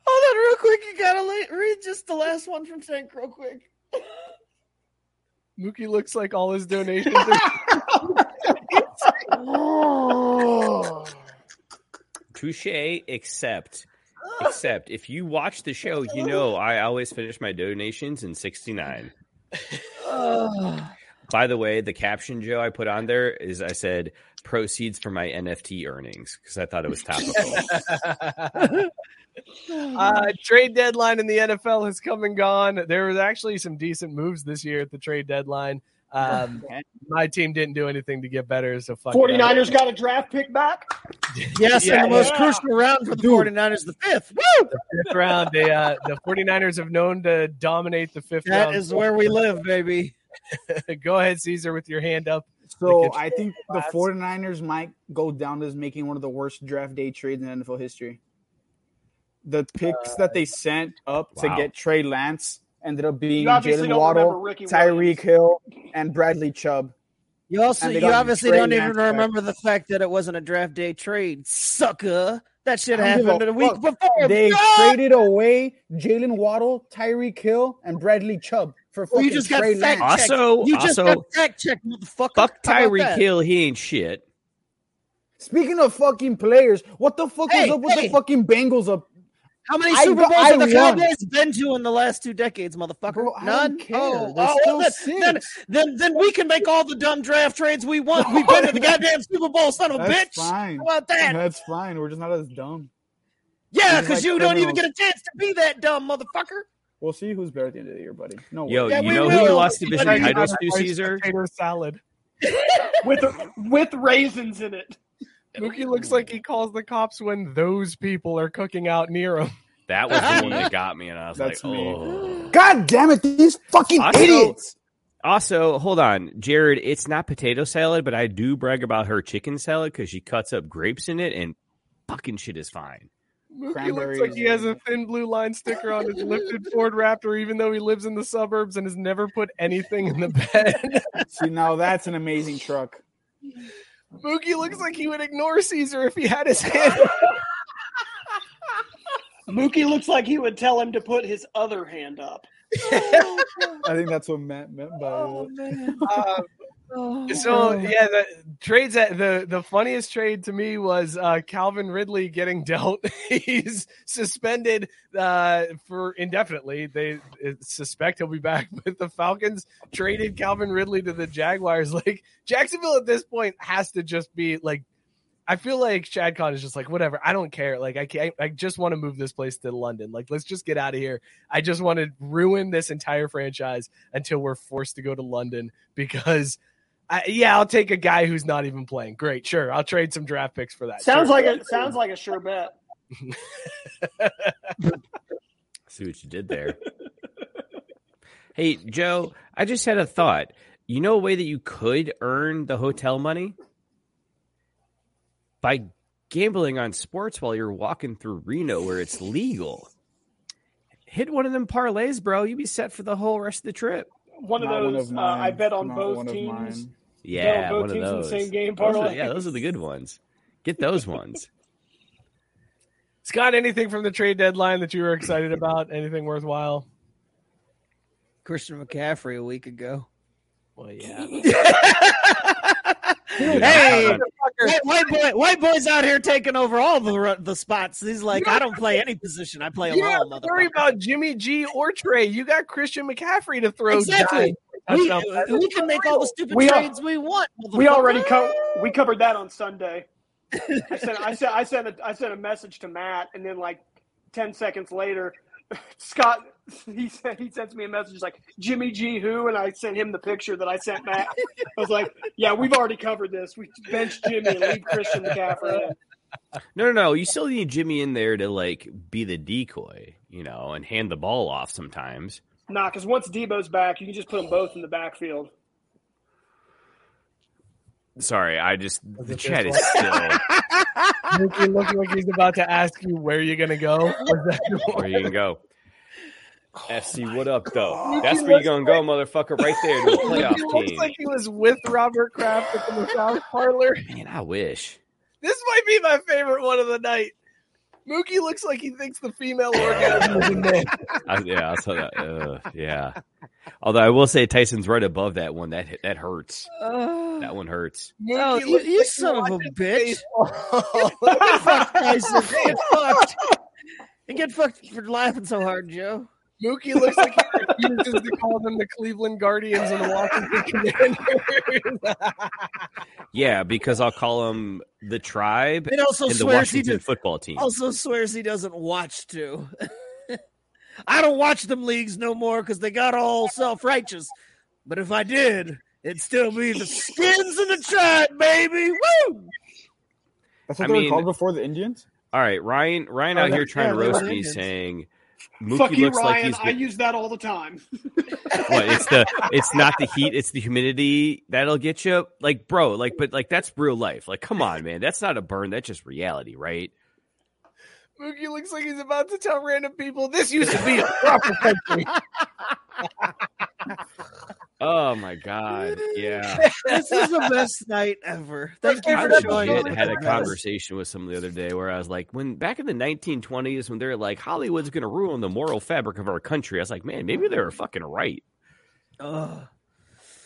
Speaker 6: Hold on, real quick. You gotta la- read just the last one from Tank, real quick.
Speaker 5: Mookie looks like all his donations. Are-
Speaker 3: Touche, except except if you watch the show, you know I always finish my donations in 69.
Speaker 6: Oh,
Speaker 3: By the way, the caption Joe I put on there is I said proceeds for my NFT earnings because I thought it was topical.
Speaker 5: uh, trade deadline in the NFL has come and gone. There was actually some decent moves this year at the trade deadline. Um, my team didn't do anything to get better, so fuck it up.
Speaker 7: 49ers got a draft pick back.
Speaker 6: yes, and
Speaker 5: Yeah.
Speaker 6: the most
Speaker 7: Yeah.
Speaker 6: crucial round for the
Speaker 4: Dude.
Speaker 6: 49ers, the fifth. Woo!
Speaker 5: fifth round. They, uh, the 49ers have known to dominate the fifth
Speaker 6: That
Speaker 5: round.
Speaker 6: is where we live, baby.
Speaker 5: Go ahead, Caesar, with your hand up.
Speaker 4: So
Speaker 5: Like, if-
Speaker 4: I think the
Speaker 5: Last-
Speaker 4: 49ers might go down as making one of the worst draft day trades in NFL history. The picks that they sent up to
Speaker 3: wow.
Speaker 4: get Trey Lance ended up being
Speaker 7: You obviously
Speaker 4: Jalen
Speaker 7: don't remember
Speaker 4: Waddle,
Speaker 7: Ricky
Speaker 4: Tyreek
Speaker 7: Williams.
Speaker 4: Hill, and Bradley Chubb.
Speaker 6: You also,
Speaker 4: And they
Speaker 6: you
Speaker 4: got
Speaker 6: obviously
Speaker 4: Trey
Speaker 6: don't even
Speaker 4: Lance back.
Speaker 6: remember the fact that it wasn't a draft day trade, sucker. That shit
Speaker 4: I don't give
Speaker 6: happened
Speaker 4: a
Speaker 6: a week
Speaker 4: fuck.
Speaker 6: before.
Speaker 4: They
Speaker 6: Oh, God!
Speaker 4: traded away Jalen Waddle, Tyreek Hill, and Bradley Chubb for
Speaker 6: Well,
Speaker 4: fucking
Speaker 6: you just got
Speaker 4: Trey
Speaker 6: fact
Speaker 4: Lance.
Speaker 6: checked.
Speaker 3: Also-
Speaker 6: you just
Speaker 3: also-
Speaker 6: got fact checked, motherfucker.
Speaker 3: Fuck
Speaker 6: How about
Speaker 3: Tyreek
Speaker 6: that?
Speaker 3: Hill, he ain't shit.
Speaker 4: Speaking of fucking players, what the fuck
Speaker 6: Hey,
Speaker 4: was up with
Speaker 6: hey.
Speaker 4: the fucking Bengals up
Speaker 6: How many
Speaker 4: I-
Speaker 6: Super Bowls
Speaker 4: I
Speaker 6: have the
Speaker 4: won.
Speaker 6: Cowboys been to in the last two decades, motherfucker?
Speaker 4: I
Speaker 6: None.
Speaker 4: don't care.
Speaker 6: Oh,
Speaker 4: They're
Speaker 6: oh,
Speaker 4: still
Speaker 6: well, then, then, then, then we can make all the dumb draft trades we want. We've been to the goddamn Super Bowl, son of a bitch.
Speaker 4: That's fine.
Speaker 6: How about that?
Speaker 4: That's fine. We're just not as dumb.
Speaker 6: Yeah,
Speaker 4: We're like
Speaker 6: because you don't even
Speaker 4: criminals.
Speaker 6: get a chance to be that dumb, motherfucker.
Speaker 4: We'll see who's better at the end of the year, buddy. No,
Speaker 3: Yo,
Speaker 4: worries.
Speaker 3: you know who you lost division titles to, Caesar?
Speaker 5: Potato salad.
Speaker 7: with with raisins in it.
Speaker 5: Mookie looks like he calls the cops when those people are cooking out near him.
Speaker 3: That was the one that got me, and I was
Speaker 5: That's
Speaker 3: like, oh.
Speaker 4: God damn it, these fucking
Speaker 3: Also-
Speaker 4: idiots.
Speaker 3: Also, hold on, Jared. It's not potato salad, but I do brag about her chicken salad because she cuts up grapes in it, and fucking shit is fine.
Speaker 5: Mookie looks like he has a thin blue line sticker on his lifted Ford Raptor, even though he lives in the suburbs and has never put anything in the bed.
Speaker 4: See, now that's an amazing truck.
Speaker 5: Mookie looks like he would ignore Caesar if he had his hand.
Speaker 7: Mookie looks like he would tell him to put his other hand up.
Speaker 4: I think that's what Matt meant by it.
Speaker 5: Um, so yeah, the trades at the the funniest trade to me was uh, Calvin Ridley getting dealt. He's suspended uh, for indefinitely. They uh, suspect he'll be back, but the Falcons traded Calvin Ridley to the Jaguars. Like Jacksonville at this point has to just be like. I feel like Shad Khan is just like whatever. I don't care. Like I can't. I just want to move this place to London. Like let's just get out of here. I just want to ruin this entire franchise until we're forced to go to London because, I, yeah, I'll take a guy who's not even playing. Great, sure. I'll trade some draft picks for that.
Speaker 7: Sounds
Speaker 5: Sure.
Speaker 7: like a sounds like a sure bet.
Speaker 3: See what you did there. hey, Joe. I just had a thought. You know a way that you could earn the hotel money by gambling on sports while you're walking through Reno, where it's legal. Hit one of them parlays, bro. You'd be set for the whole rest of the trip.
Speaker 7: One of
Speaker 4: Not one
Speaker 7: those.
Speaker 4: of
Speaker 7: uh, I
Speaker 4: mine.
Speaker 7: bet on
Speaker 4: Not
Speaker 7: both
Speaker 4: one of
Speaker 7: teams.
Speaker 4: mine.
Speaker 3: Yeah,
Speaker 7: both
Speaker 3: one of
Speaker 7: teams in the
Speaker 3: those.
Speaker 7: same game
Speaker 3: Those are-
Speaker 7: parlays.
Speaker 3: yeah, those are the good ones. Get those ones.
Speaker 5: Scott, anything from the trade deadline that you were excited about? Anything worthwhile?
Speaker 6: Christian McCaffrey a week ago.
Speaker 5: Well, yeah.
Speaker 6: hey,
Speaker 3: Dude,
Speaker 6: white, white boy, white boys out here taking over all the ru- the spots. He's like, I don't play any position. I play
Speaker 5: You
Speaker 6: them
Speaker 5: don't
Speaker 6: all,
Speaker 5: have to worry
Speaker 6: motherfucker.
Speaker 5: about Jimmy G or Trey. You got Christian McCaffrey to throw.
Speaker 6: Exactly.
Speaker 5: dimes.
Speaker 6: We,
Speaker 5: Touchdown passes.
Speaker 6: we can make all the stupid
Speaker 7: We are-
Speaker 6: trades we want.
Speaker 7: We
Speaker 6: motherfucker. Oh,
Speaker 7: already co- we covered that on Sunday. I sent I sent I sent a, I sent a message to Matt, and then like ten seconds later, Scott he sent he sends me a message like Jimmy G who, and I sent him the picture that I sent Matt. I was like, yeah, we've already covered this. We bench Jimmy and leave Christian McCaffrey. in.
Speaker 3: No, no, no. You still need Jimmy in there to like be the decoy, you know, and hand the ball off sometimes.
Speaker 7: Nah, because once Debo's back, you can just put them both in the backfield.
Speaker 3: Sorry, I just the
Speaker 5: it
Speaker 3: chat
Speaker 5: this
Speaker 3: is still
Speaker 5: Mookie looking like he's about to ask you where you're gonna go. Was that-
Speaker 3: where you can go. FC, what up
Speaker 7: Oh
Speaker 3: though? That's where you gonna go, motherfucker, right there to a
Speaker 5: He
Speaker 3: playoff
Speaker 5: looks
Speaker 3: team.
Speaker 5: like he was with Robert Kraft at the massage parlor.
Speaker 3: Man, I wish.
Speaker 5: This might be my favorite one of the night. Mookie looks like he thinks the female orgasm is in there.
Speaker 3: I, yeah, I saw that. Uh, yeah. Although I will say Tyson's right above that one. That hit- that hurts.
Speaker 6: Uh,
Speaker 3: That one hurts.
Speaker 6: Oh,
Speaker 5: Mookie
Speaker 6: you,
Speaker 5: looks
Speaker 6: you
Speaker 5: like
Speaker 6: son of a
Speaker 5: watches
Speaker 6: bitch.
Speaker 5: baseball.
Speaker 6: fuck Tyson. Get fucked. You get fucked for laughing so hard, Joe.
Speaker 5: Mookie looks like he refuses to call them the Cleveland Guardians and the Washington Commanders.
Speaker 3: Yeah, because I'll call him the tribe
Speaker 6: It also
Speaker 3: and the
Speaker 6: swears he
Speaker 3: Washington
Speaker 6: did-
Speaker 3: football team.
Speaker 6: Also swears he doesn't watch too. I don't watch them leagues no more because they got all self righteous. But if I did, it'd still be the skins of the tribe, baby. Woo!
Speaker 4: That's what
Speaker 3: I
Speaker 4: they were
Speaker 3: mean-
Speaker 4: called before the Indians.
Speaker 3: All right, Ryan. Ryan
Speaker 6: Oh,
Speaker 3: out
Speaker 6: that-
Speaker 3: here trying
Speaker 6: yeah,
Speaker 3: to
Speaker 6: they
Speaker 3: roast
Speaker 6: were
Speaker 3: me,
Speaker 6: Indians.
Speaker 3: saying Mookie
Speaker 7: Fuck you,
Speaker 3: looks like
Speaker 7: Ryan.
Speaker 3: he's
Speaker 7: I
Speaker 3: the,
Speaker 7: use that all the time.
Speaker 3: what? It's the it's not the heat, it's the humidity that'll get you. Like, bro, like, but like that's real life. Like, come on, man, that's not a burn. That's just reality, right?
Speaker 5: Mookie looks like he's about to tell random people this used to be a proper country.
Speaker 3: Oh my god, yeah.
Speaker 6: This is the best night ever. Thank you
Speaker 3: I
Speaker 6: for showing
Speaker 3: legit
Speaker 6: up.
Speaker 3: had a
Speaker 6: with us.
Speaker 3: conversation with someone the other day where I was like, when back in the 1920s, when they're like Hollywood's going to ruin the moral fabric of our country, I was like, man, maybe they were fucking right.
Speaker 6: Ugh.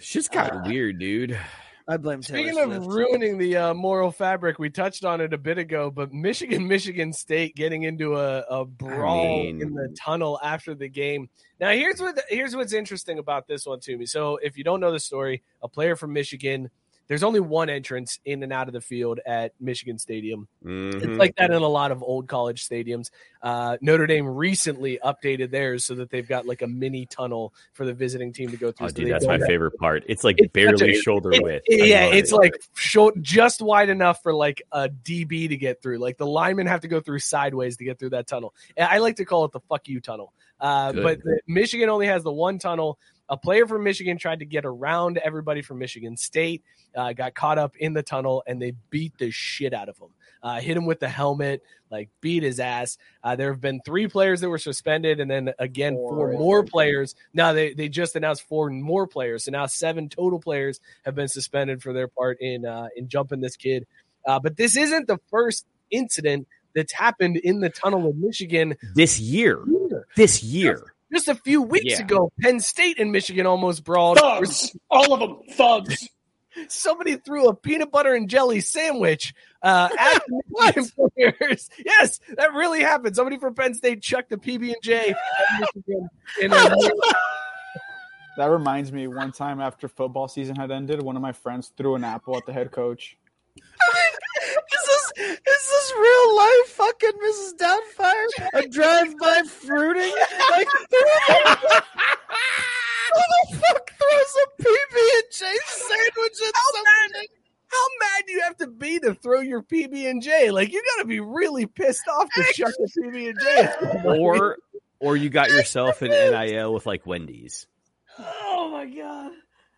Speaker 3: Shit's got weird, dude.
Speaker 6: I blame
Speaker 5: Speaking of ruining the uh, moral fabric, we touched on it a bit ago, but Michigan, Michigan State getting into a, a brawl
Speaker 3: mean-
Speaker 5: in the tunnel after the game. Now, here's what here's what's interesting about this one to me. So, if you don't know the story, a player from Michigan, there's only one entrance in and out of the field at Michigan Stadium.
Speaker 3: Mm-hmm.
Speaker 5: It's like that in a lot of old college stadiums. Uh, Notre Dame recently updated theirs so that they've got like a mini tunnel for the visiting team to go through.
Speaker 3: Oh,
Speaker 5: so
Speaker 3: dude,
Speaker 5: they
Speaker 3: that's
Speaker 5: go
Speaker 3: my
Speaker 5: back.
Speaker 3: favorite part. It's like
Speaker 5: It's such
Speaker 3: barely
Speaker 5: a-
Speaker 3: shoulder
Speaker 5: it-
Speaker 3: width. I
Speaker 5: Yeah,
Speaker 3: love
Speaker 5: it's
Speaker 3: it.
Speaker 5: like shou- just wide enough for like a DB to get through. Like the linemen have to go through sideways to get through that tunnel. And I like to call it the "fuck you" tunnel. Uh,
Speaker 3: Good.
Speaker 5: but the, Michigan only has the one tunnel. A player from Michigan tried to get around everybody from Michigan State, uh, got caught up in the tunnel, and they beat the shit out of him. Uh, hit him with the helmet, like beat his ass. Uh, there have been three players that were suspended, and then again four,
Speaker 6: Four, I
Speaker 5: more players. Now they they just announced four more players, so now seven total players have been suspended for their part in uh, in jumping this kid. Uh, but this isn't the first incident that's happened in the tunnel of Michigan
Speaker 3: this year. This year.
Speaker 5: just a few weeks
Speaker 3: Yeah.
Speaker 5: ago, Penn State and Michigan almost brawled.
Speaker 7: Thugs, all of them, thugs.
Speaker 5: Somebody threw a peanut butter and jelly sandwich uh, at the Michigan players. Yes, that really happened. Somebody from Penn State chucked a PB and J at Michigan. In a-
Speaker 4: That reminds me, one time after football season had ended, one of my friends threw an apple at the head coach.
Speaker 6: is this is this real life fucking Mrs. Downfire? A drive by fruiting? Like who the fuck throws a PB and J sandwich at somebody?
Speaker 5: How mad do you have to be to throw your PB and J? Like you got to be really pissed off to chuck a PB and J. at somebody.
Speaker 3: Or or you got yourself an NIL with like Wendy's.
Speaker 6: Oh my god.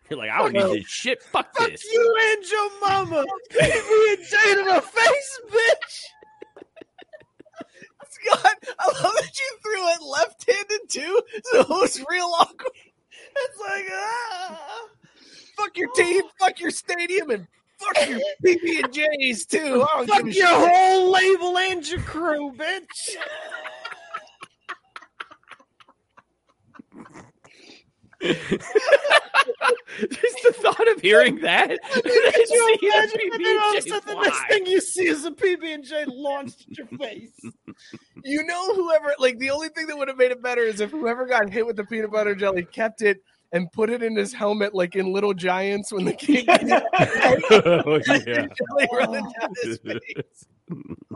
Speaker 3: You're like, I don't need this shit. Fuck this.
Speaker 6: You and your mama. PB and J to the face, bitch.
Speaker 5: Scott, I love that you threw it left-handed too, so it was real awkward. It's like, ah, fuck your team, fuck your stadium, and fuck your PB and J's too. I don't
Speaker 6: Fuck
Speaker 5: give a
Speaker 6: your
Speaker 5: shit.
Speaker 6: whole label and your crew, bitch.
Speaker 3: Just the thought of hearing that.
Speaker 6: Could you
Speaker 3: See that
Speaker 6: imagine? And then all of a
Speaker 3: PB&J
Speaker 6: sudden, the
Speaker 3: fly.
Speaker 6: next thing you see is a PB and J launched at your face.
Speaker 5: You know, whoever like the only thing that would have made it better is if whoever got hit with the peanut butter jelly kept it and put it in his helmet, like in Little Giants when the kid
Speaker 3: oh, yeah.
Speaker 5: jelly running down his face.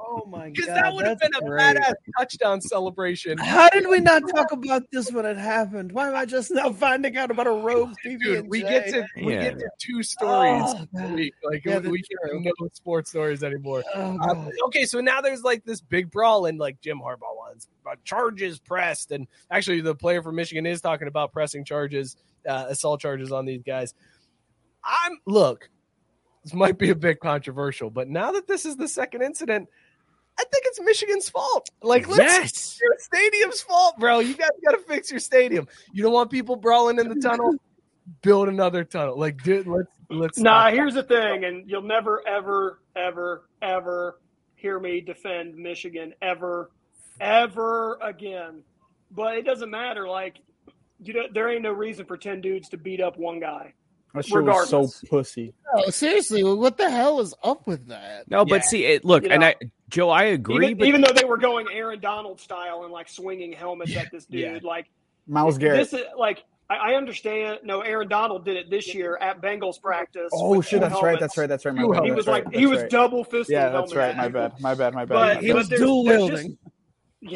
Speaker 6: Oh my god!
Speaker 5: Because that would have
Speaker 6: that's
Speaker 5: been a
Speaker 6: great.
Speaker 5: badass touchdown celebration.
Speaker 6: How did we not talk about this when it happened? Why am I just now finding out about a rogue PB
Speaker 5: dude,
Speaker 6: and
Speaker 5: we get to we
Speaker 3: Yeah.
Speaker 5: get to two stories
Speaker 6: Oh,
Speaker 5: a
Speaker 6: God.
Speaker 5: week. Like
Speaker 6: Yeah,
Speaker 5: we, we
Speaker 6: that's
Speaker 5: get
Speaker 6: true.
Speaker 5: no sports stories anymore.
Speaker 6: Oh,
Speaker 5: Uh,
Speaker 6: God.
Speaker 5: okay, so now there's like this big brawl, and like Jim Harbaugh wants uh, charges pressed, and actually the player from Michigan is talking about pressing charges, uh, assault charges on these guys. I'm look, this might be a bit controversial, but now that this is the second incident, I think it's Michigan's fault. Like, let's
Speaker 3: Yes.
Speaker 5: your stadium's fault, bro. You guys got to fix your stadium. You don't want people brawling in the tunnel. Build another tunnel. Like, dude, let's let's.
Speaker 7: Nah,
Speaker 5: stop.
Speaker 7: here's the thing, and you'll never, ever, ever, ever hear me defend Michigan ever, ever again. But it doesn't matter. Like, you know, there ain't no reason for ten dudes to beat up one guy.
Speaker 4: That shit was so
Speaker 7: Regardless.
Speaker 4: pussy.
Speaker 6: Oh, seriously, what the hell is up with that?
Speaker 3: No, but
Speaker 5: Yeah.
Speaker 3: see, it, look,
Speaker 7: You
Speaker 3: and
Speaker 7: know,
Speaker 3: I, Joe, I agree,
Speaker 7: Even,
Speaker 3: but
Speaker 7: even though they were going Aaron Donald style and like swinging helmets at this dude,
Speaker 5: Yeah.
Speaker 7: like
Speaker 4: Miles Garrett.
Speaker 7: this is like I, I understand. No, Aaron Donald did it this year at Bengals practice.
Speaker 4: oh
Speaker 7: with
Speaker 4: shit,
Speaker 7: two
Speaker 4: that's right,
Speaker 7: helmets.
Speaker 4: that's right, that's right. My
Speaker 5: Two
Speaker 4: bad,
Speaker 7: He
Speaker 4: that's
Speaker 7: was
Speaker 4: right,
Speaker 7: like he
Speaker 4: that's
Speaker 7: was
Speaker 4: right.
Speaker 7: double fisting.
Speaker 4: Yeah, that's right. My bad. My bad. My bad.
Speaker 7: But
Speaker 4: my
Speaker 7: he
Speaker 4: bad.
Speaker 7: was
Speaker 6: dual
Speaker 7: dual wielding.
Speaker 6: wielding.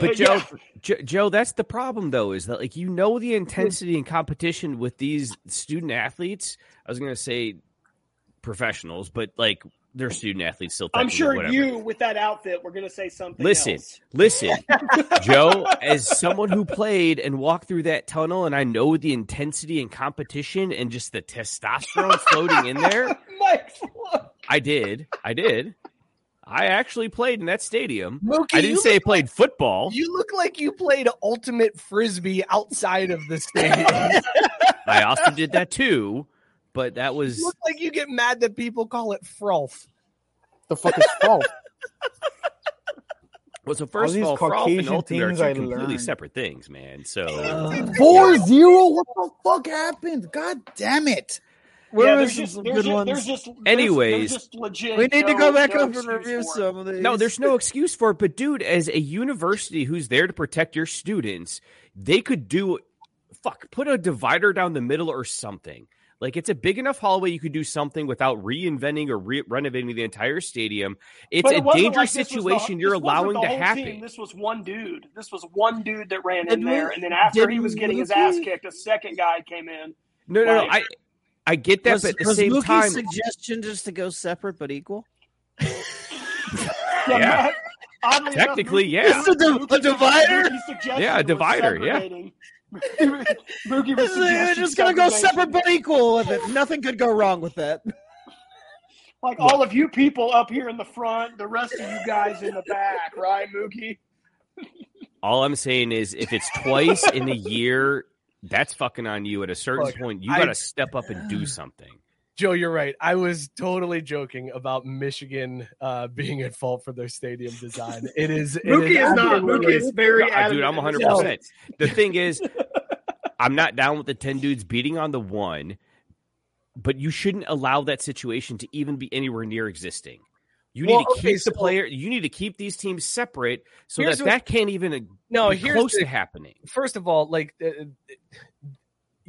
Speaker 3: But Joe, Jo- Joe, that's the problem though, is that like you know the intensity and competition with these student athletes. I was gonna say professionals, but like they're student athletes still.
Speaker 7: I'm
Speaker 3: technically,
Speaker 7: sure
Speaker 3: whatever.
Speaker 7: you with that outfit were going to say something.
Speaker 3: Listen,
Speaker 7: else.
Speaker 3: listen, Joe, as someone who played and walked through that tunnel, and I know the intensity and competition and just the testosterone floating in there.
Speaker 7: Mike's
Speaker 3: I did. I did. I actually played in that stadium.
Speaker 5: Mookie,
Speaker 3: I didn't
Speaker 5: you
Speaker 3: say I
Speaker 5: look
Speaker 3: played football.
Speaker 5: You look like you played ultimate frisbee outside of the stadium.
Speaker 3: I also did that too, but that was
Speaker 5: you look like you get mad that people call it frolf.
Speaker 4: The fuck is frolf?
Speaker 3: well. So
Speaker 4: All
Speaker 3: first of
Speaker 4: these
Speaker 3: all, Froth and
Speaker 4: Caucasian
Speaker 3: Ultimate are
Speaker 4: things
Speaker 3: two
Speaker 4: I
Speaker 3: completely
Speaker 4: learned.
Speaker 3: separate things, man. So
Speaker 4: Four zero. What the fuck happened? God damn it!
Speaker 7: Yeah,
Speaker 4: Where
Speaker 7: there's
Speaker 4: is
Speaker 7: just- there's just- there's just- there's-
Speaker 3: Anyways.
Speaker 7: there's just legit.
Speaker 6: We need to
Speaker 7: no-
Speaker 6: go back
Speaker 7: no
Speaker 6: up and
Speaker 7: excuse
Speaker 6: review
Speaker 7: for it.
Speaker 6: some of these.
Speaker 3: No, there's no excuse for it. But dude, as a university who's there to protect your students, they could do fuck put a divider down the middle or something. Like it's a big enough hallway, you could do something without reinventing or re- renovating the entire stadium. It's
Speaker 7: But it
Speaker 3: a
Speaker 7: wasn't
Speaker 3: dangerous
Speaker 7: like this was the-
Speaker 3: situation you're
Speaker 7: this wasn't
Speaker 3: allowing
Speaker 7: the
Speaker 3: to
Speaker 7: whole
Speaker 3: happen.
Speaker 7: Team. This was one dude. This was one dude that ran
Speaker 3: Did
Speaker 7: in there,
Speaker 3: Mookie-
Speaker 7: and then after
Speaker 3: did
Speaker 7: he was getting his
Speaker 3: Mookie-
Speaker 7: ass kicked, a second guy came in.
Speaker 3: No, no, no. I
Speaker 7: Like-
Speaker 3: I get that,
Speaker 6: was,
Speaker 3: but at the
Speaker 6: was
Speaker 3: same
Speaker 6: Mookie's
Speaker 3: time,
Speaker 6: suggestion just to go separate but equal.
Speaker 3: Yeah.
Speaker 7: Matt, oddly enough,
Speaker 3: Technically,
Speaker 7: Mookie-
Speaker 3: yeah. It's a di-
Speaker 7: Mookie-
Speaker 6: a divider?
Speaker 7: Mookie's suggestion
Speaker 3: Yeah, a
Speaker 7: was
Speaker 3: divider, yeah.
Speaker 7: segregating. Mookie was
Speaker 6: They're
Speaker 7: suggesting
Speaker 6: just gonna go
Speaker 7: segregation.
Speaker 6: separate but equal with it. Nothing could go wrong with that.
Speaker 7: Like all of you people up here in the front, the rest of you guys in the back, right, Mookie?
Speaker 3: all I'm saying is if it's twice in a year, that's fucking on you. At a certain
Speaker 5: Look,
Speaker 3: point, you
Speaker 5: I-
Speaker 3: got to step up and do something.
Speaker 5: Joe, you're right. I was totally joking about Michigan uh, being at fault for their stadium design. It is. it
Speaker 7: Mookie is not.
Speaker 5: absolutely-
Speaker 7: Mookie is very
Speaker 3: No, dude, I'm
Speaker 7: adamant.
Speaker 3: 100. percent The thing is, I'm not down with the ten dudes beating on the one, but you shouldn't allow that situation to even be anywhere near existing. You need
Speaker 5: Well,
Speaker 3: to keep
Speaker 5: okay,
Speaker 3: the player. You need to keep these teams separate so
Speaker 5: Here's
Speaker 3: that
Speaker 5: what-
Speaker 3: that can't even
Speaker 5: No,
Speaker 3: be
Speaker 5: here's
Speaker 3: close
Speaker 5: the-
Speaker 3: to happening.
Speaker 5: First of all, like. uh,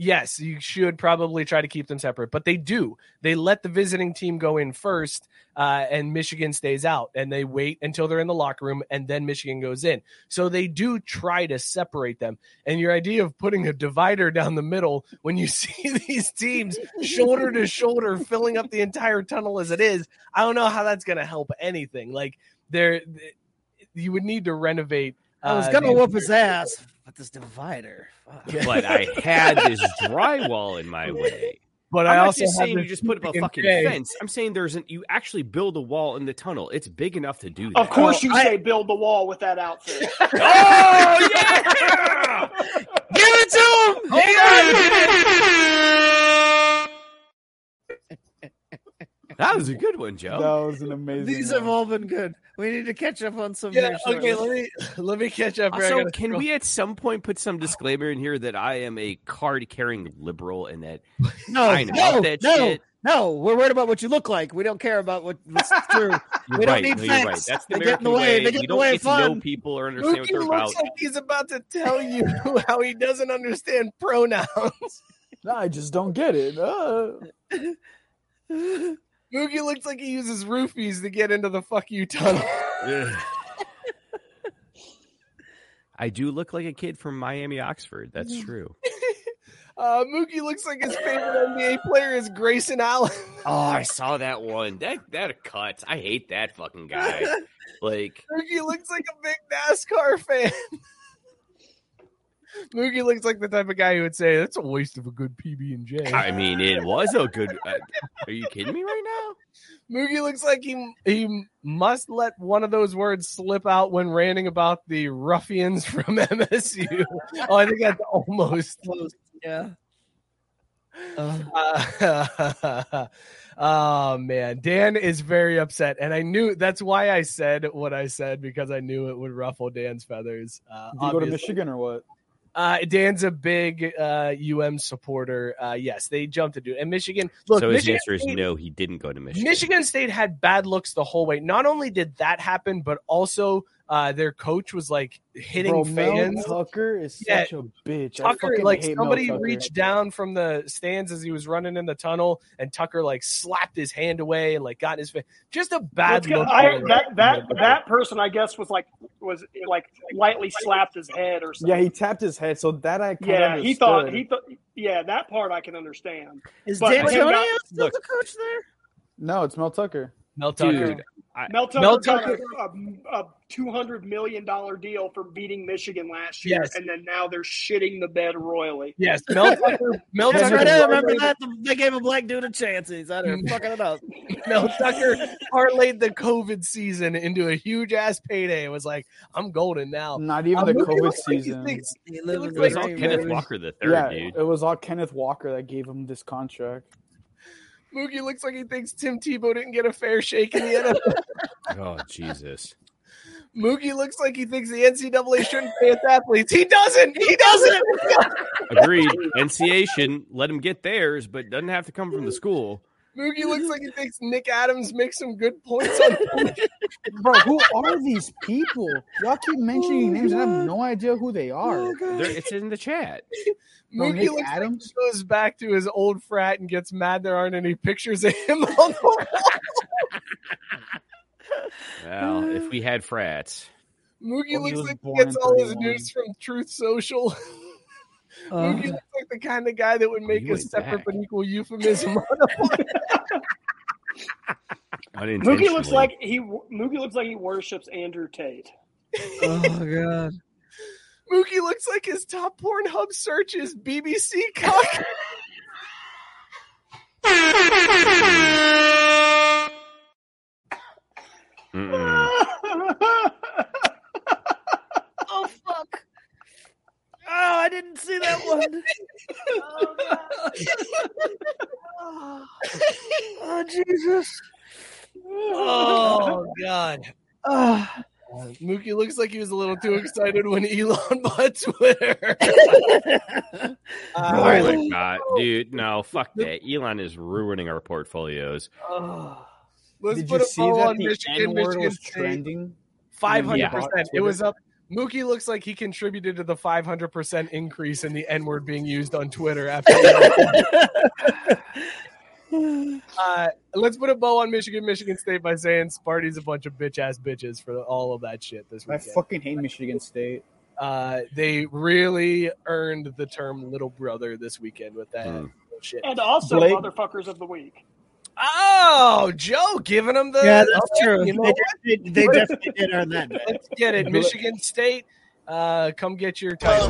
Speaker 5: Yes, you should probably try to keep them separate, but they do. They let the visiting team go in first, uh, and Michigan stays out, and they wait until they're in the locker room, and then Michigan goes in. So they do try to separate them. And your idea of putting a divider down the middle when you see these teams shoulder to shoulder filling up the entire tunnel as it is, I don't know how that's going to help anything. Like there, you would need to renovate.
Speaker 6: I was
Speaker 5: uh,
Speaker 6: gonna
Speaker 5: the
Speaker 6: whoop his
Speaker 5: entire-
Speaker 6: ass, but this divider. Fuck.
Speaker 3: But I had this drywall in my way.
Speaker 5: But
Speaker 3: I'm
Speaker 5: I
Speaker 3: not
Speaker 5: also
Speaker 3: just
Speaker 5: have
Speaker 3: saying you
Speaker 5: this
Speaker 3: just put up a
Speaker 5: freaking
Speaker 3: fucking
Speaker 5: tray.
Speaker 3: fence. I'm saying there's an you actually build a wall in the tunnel. It's big enough to do that.
Speaker 7: Of course, you say build the wall with that outfit.
Speaker 3: Oh,
Speaker 6: Give it to him.
Speaker 3: Oh, that was a good one, Joe.
Speaker 4: That was an amazing.
Speaker 6: These have all been good. We need to catch up on some.
Speaker 5: Yeah,
Speaker 6: here
Speaker 5: okay,
Speaker 6: shortly.
Speaker 5: let me let me catch up. here. I
Speaker 3: Also,
Speaker 5: gotta
Speaker 3: can
Speaker 5: scroll.
Speaker 3: we at some point put some disclaimer in here that I am a card carrying liberal and that
Speaker 6: No,
Speaker 3: I know
Speaker 6: no,
Speaker 3: that
Speaker 6: no,
Speaker 3: shit.
Speaker 6: no. We're worried about what you look like. We don't care about what, what's true.
Speaker 3: You're right.
Speaker 6: we don't need
Speaker 3: no,
Speaker 6: facts.
Speaker 3: you're right. That's the
Speaker 6: they get in
Speaker 3: American
Speaker 6: the way.
Speaker 3: way.
Speaker 6: They get
Speaker 3: you
Speaker 6: in the
Speaker 3: don't
Speaker 6: way
Speaker 3: get
Speaker 6: of
Speaker 3: to know
Speaker 6: fun.
Speaker 3: people or understand
Speaker 5: Mookie
Speaker 3: what they're
Speaker 5: looks
Speaker 3: about.
Speaker 5: like he's about to tell you how he doesn't understand pronouns.
Speaker 4: No, I just don't get it. Uh,
Speaker 5: Mookie looks like he uses roofies to get into the fuck you tunnel.
Speaker 3: I do look like a kid from Miami, Oxford. That's true.
Speaker 5: Uh, Mookie looks like his favorite NBA player is Grayson Allen.
Speaker 3: Oh, I saw that one. That that cuts. I hate that fucking guy. Like
Speaker 5: Mookie looks like a big NASCAR fan. Mookie looks like the type of guy who would say that's a waste of a good PB and J.
Speaker 3: I mean, it was a good. Uh, are you kidding me right
Speaker 5: Moogie looks like he he must let one of those words slip out when ranting about the ruffians from MSU. oh, I think that's almost.
Speaker 6: Yeah.
Speaker 5: Uh, oh man, Dan is very upset, and I knew that's why I said what I said because I knew it would ruffle Dan's feathers. Uh,
Speaker 4: do you go to
Speaker 5: obviously.
Speaker 4: Michigan or what?
Speaker 5: Uh, Dan's a big uh, UM supporter. Uh, yes, they jumped to do it. And Michigan,
Speaker 3: now?
Speaker 5: look,
Speaker 3: So his
Speaker 5: Michigan
Speaker 3: answer is
Speaker 5: State-
Speaker 3: no. He didn't go to Michigan.
Speaker 5: Michigan State had bad looks the whole way. Not only did that happen, but also Uh, their coach was like hitting
Speaker 4: Bro,
Speaker 5: fans.
Speaker 4: Mel Tucker is
Speaker 5: Yeah.
Speaker 4: such a bitch. I
Speaker 5: Tucker,
Speaker 4: fucking
Speaker 5: like
Speaker 4: hate
Speaker 5: somebody
Speaker 4: Mel Tucker.
Speaker 5: reached down from the stands as he was running in the tunnel, and Tucker like slapped his hand away and like got in his face. Just a bad
Speaker 7: Let's go-
Speaker 5: look.
Speaker 7: I,
Speaker 5: for
Speaker 7: that that
Speaker 5: Mel Tucker.
Speaker 7: that person, I guess, was like was like lightly slapped his head or something.
Speaker 4: Yeah, he tapped his head, so that I kind
Speaker 7: Yeah,
Speaker 4: of
Speaker 7: he thought
Speaker 4: understood.
Speaker 7: he thought. Yeah, that part I can understand.
Speaker 6: Is
Speaker 7: But him
Speaker 6: D'Antonio
Speaker 7: got-
Speaker 6: still the coach there?
Speaker 4: No, it's Mel Tucker.
Speaker 5: Mel
Speaker 4: Tucker.
Speaker 7: Mel Tucker,
Speaker 4: Mel
Speaker 7: got a, a, a two hundred million dollar deal for beating Michigan last year,
Speaker 5: Yes.
Speaker 7: and then now they're shitting the bed royally.
Speaker 5: Yes, Mel Tucker. Mel
Speaker 6: That's
Speaker 5: Tucker.
Speaker 6: right, I remember that. They gave a black dude a chance. He's out there fucking it up.
Speaker 5: Mel Tucker parlayed the COVID season into a huge ass payday and was like, "I'm golden now."
Speaker 4: Not even the COVID season.
Speaker 6: He
Speaker 5: It looks
Speaker 6: lives
Speaker 5: like
Speaker 6: in
Speaker 5: he's
Speaker 6: the
Speaker 5: Kenneth
Speaker 6: dream.
Speaker 3: Walker the third,
Speaker 4: yeah,
Speaker 3: dude.
Speaker 4: it was all Kenneth Walker that gave him this contract.
Speaker 5: Mookie looks like he thinks Tim Tebow didn't get a fair shake in the NFL.
Speaker 3: Oh Jesus.
Speaker 5: Mookie looks like he thinks the NCAA shouldn't pay its athletes. He doesn't. He doesn't.
Speaker 3: Agreed. NCA shouldn't let them get theirs, but doesn't have to come from the school.
Speaker 5: Mookie looks like he thinks Nick Adams makes some good points on.
Speaker 4: Oh, Bro, who are these people? Y'all keep mentioning names, and I have no idea who they are.
Speaker 3: There, it's in the chat.
Speaker 4: Bro,
Speaker 5: Mookie
Speaker 4: Nick
Speaker 5: looks
Speaker 4: Adams?
Speaker 5: like he goes back to his old frat and gets mad there aren't any pictures of him on the wall.
Speaker 3: Well, if we had frats,
Speaker 5: Mookie
Speaker 4: Well, Oh, he
Speaker 5: looks
Speaker 4: was
Speaker 5: like he
Speaker 4: born
Speaker 5: gets
Speaker 4: in
Speaker 5: all his
Speaker 4: 31.
Speaker 5: news from Truth Social. Mookie
Speaker 6: Uh.
Speaker 5: looks like the kind of guy that
Speaker 4: Oh,
Speaker 5: would make
Speaker 3: you
Speaker 5: a
Speaker 3: went
Speaker 5: separate
Speaker 3: back.
Speaker 5: but equal euphemism. on a line.
Speaker 7: Mookie
Speaker 3: unintentionally.
Speaker 7: looks like he Mookie looks like he worships Andrew Tate.
Speaker 6: Oh god.
Speaker 5: Mookie looks like his top Pornhub search is BBC cock.
Speaker 3: Mm-mm.
Speaker 6: Oh fuck. Oh, I didn't see that one. Oh, God. oh Jesus.
Speaker 5: oh God.
Speaker 6: Oh.
Speaker 5: Uh, Mookie looks like he was a little too excited when Elon bought Twitter.
Speaker 3: Oh
Speaker 5: Uh,
Speaker 6: Alright.
Speaker 3: my god, dude! No, fuck that. Elon is ruining our portfolios.
Speaker 5: let's
Speaker 4: Did
Speaker 5: put
Speaker 4: you
Speaker 5: a
Speaker 4: see
Speaker 5: ball
Speaker 4: that
Speaker 5: on
Speaker 4: the
Speaker 5: Michigan,
Speaker 4: N-word
Speaker 5: Michigan
Speaker 4: was
Speaker 5: State.
Speaker 4: trending?
Speaker 5: Five hundred
Speaker 4: Yeah.
Speaker 5: percent. It was up. Mookie looks like he contributed to the five hundred percent increase in the N word being used on Twitter. After uh, let's put a bow on Michigan, Michigan State by saying Sparty's a bunch of bitch ass bitches for all of that shit this
Speaker 4: I
Speaker 5: weekend.
Speaker 4: fucking hate Michigan State.
Speaker 5: uh, they really earned the term little brother this weekend with that
Speaker 3: Mm.
Speaker 5: bullshit.
Speaker 7: And also
Speaker 4: Blake-
Speaker 7: motherfuckers of the week.
Speaker 5: Oh, Joe giving them the
Speaker 6: Yeah, that's
Speaker 5: Okay,
Speaker 6: true.
Speaker 5: you know
Speaker 6: they,
Speaker 5: what?
Speaker 6: definitely, they definitely did earn that. back.
Speaker 5: Let's get it, Michigan State. Uh, come get your title.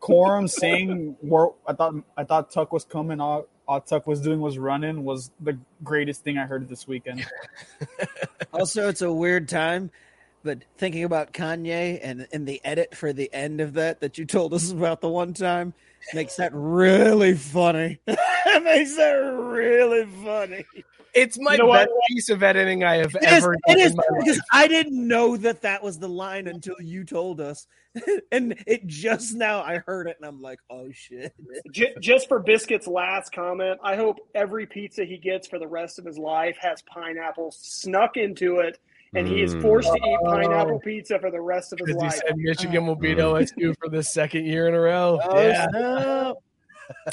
Speaker 4: Quorum saying where I thought I thought Tuck was coming, all, all Tuck was doing was running was the greatest thing I heard this weekend.
Speaker 6: Also, it's a weird time, but thinking about Kanye and in the edit for the end of that that you told us about the one time makes that really funny. it makes that really funny.
Speaker 5: It's my
Speaker 7: You know
Speaker 5: best
Speaker 7: what?
Speaker 5: piece of editing I have
Speaker 6: It is,
Speaker 5: ever
Speaker 6: it
Speaker 5: done.
Speaker 6: is
Speaker 5: in my life.
Speaker 6: because I didn't know that that was the line until you told us, and it just now I heard it and I'm like, oh shit.
Speaker 7: J- just for Biscuit's last comment, I hope every pizza he gets for the rest of his life has pineapple snuck into it, and he is forced to eat pineapple pizza for the rest of
Speaker 5: Mm.
Speaker 7: his
Speaker 5: Because he
Speaker 7: life.
Speaker 5: said Michigan will beat OSU for the second year in a row.
Speaker 6: Oh,
Speaker 5: yeah.
Speaker 6: snap.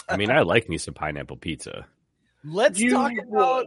Speaker 3: I mean, I like me some pineapple pizza.
Speaker 5: Let's
Speaker 7: You
Speaker 5: talk about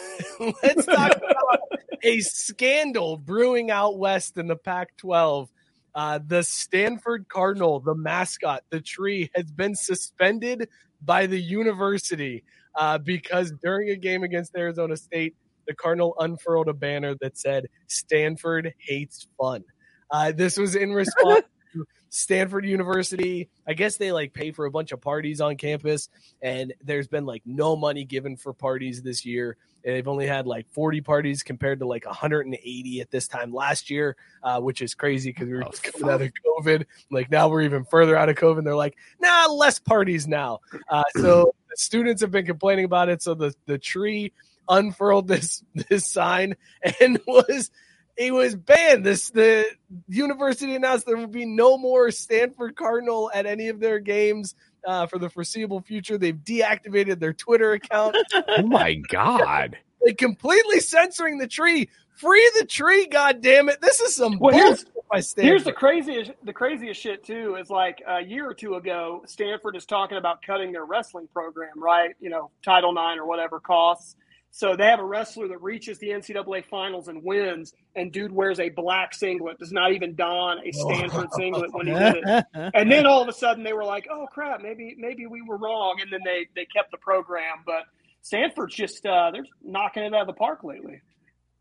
Speaker 5: let's talk about a scandal brewing out west in the Pac-12. Uh, the Stanford Cardinal, the mascot, the tree, has been suspended by the university uh, because during a game against Arizona State, the Cardinal unfurled a banner that said "Stanford hates fun." Uh, this was in response to Stanford University. I guess they like pay for a bunch of parties on campus and there's been like no money given for parties this year. And they've only had like 40 parties compared to like 180 at this time last year, uh, which is crazy because we were
Speaker 3: Oh,
Speaker 5: just coming out of COVID. Like now we're even further out of COVID. They're like, nah, less parties now. Uh, so the students have been complaining about it. So the the tree unfurled this this sign and was he was banned. This the university announced there would be no more Stanford Cardinal at any of their games uh, for the foreseeable future. They've deactivated their Twitter account.
Speaker 3: oh my god!
Speaker 5: They're completely censoring the tree. Free the tree, god damn it! This is some
Speaker 7: Well, here's-
Speaker 5: bullshit by Stanford.
Speaker 7: Here's the craziest the craziest shit too is like a year or two ago, Stanford is talking about cutting their wrestling program, right? You know, Title IX or whatever costs. So they have a wrestler that reaches the NCAA finals and wins, and dude wears a black singlet, does not even don a Stanford singlet when he did it. And then all of a sudden they were like, "Oh crap, maybe maybe we were wrong," and then they they kept the program. But Stanford's just uh, they're knocking it out of the park lately.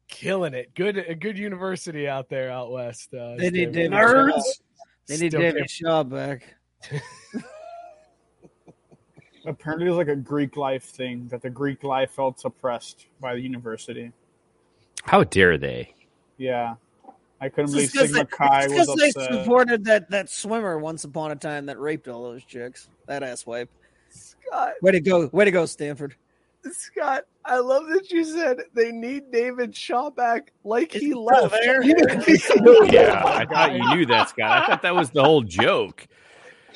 Speaker 5: killing it. Good, a good university out there out west. Uh,
Speaker 6: They need
Speaker 5: Stanford.
Speaker 6: David Shaw. They need
Speaker 5: Still
Speaker 6: David
Speaker 5: can't-
Speaker 6: Shaw back.
Speaker 4: Apparently, it's like a Greek life thing that the Greek life felt suppressed by the university.
Speaker 3: How dare they?
Speaker 4: Yeah, I couldn't believe
Speaker 6: It's because
Speaker 4: Sigma Chi was
Speaker 6: they
Speaker 4: upset.
Speaker 6: supported that, that swimmer once upon a time that raped all those chicks. That asswipe.
Speaker 5: Scott,
Speaker 6: Way to go. Way to go, Stanford.
Speaker 5: Scott, I love that you said they need David Shaw back like he
Speaker 6: still
Speaker 5: left.
Speaker 6: there?
Speaker 5: You didn't think he moved.
Speaker 3: Yeah, I thought you knew that, Scott. I thought that was the whole joke.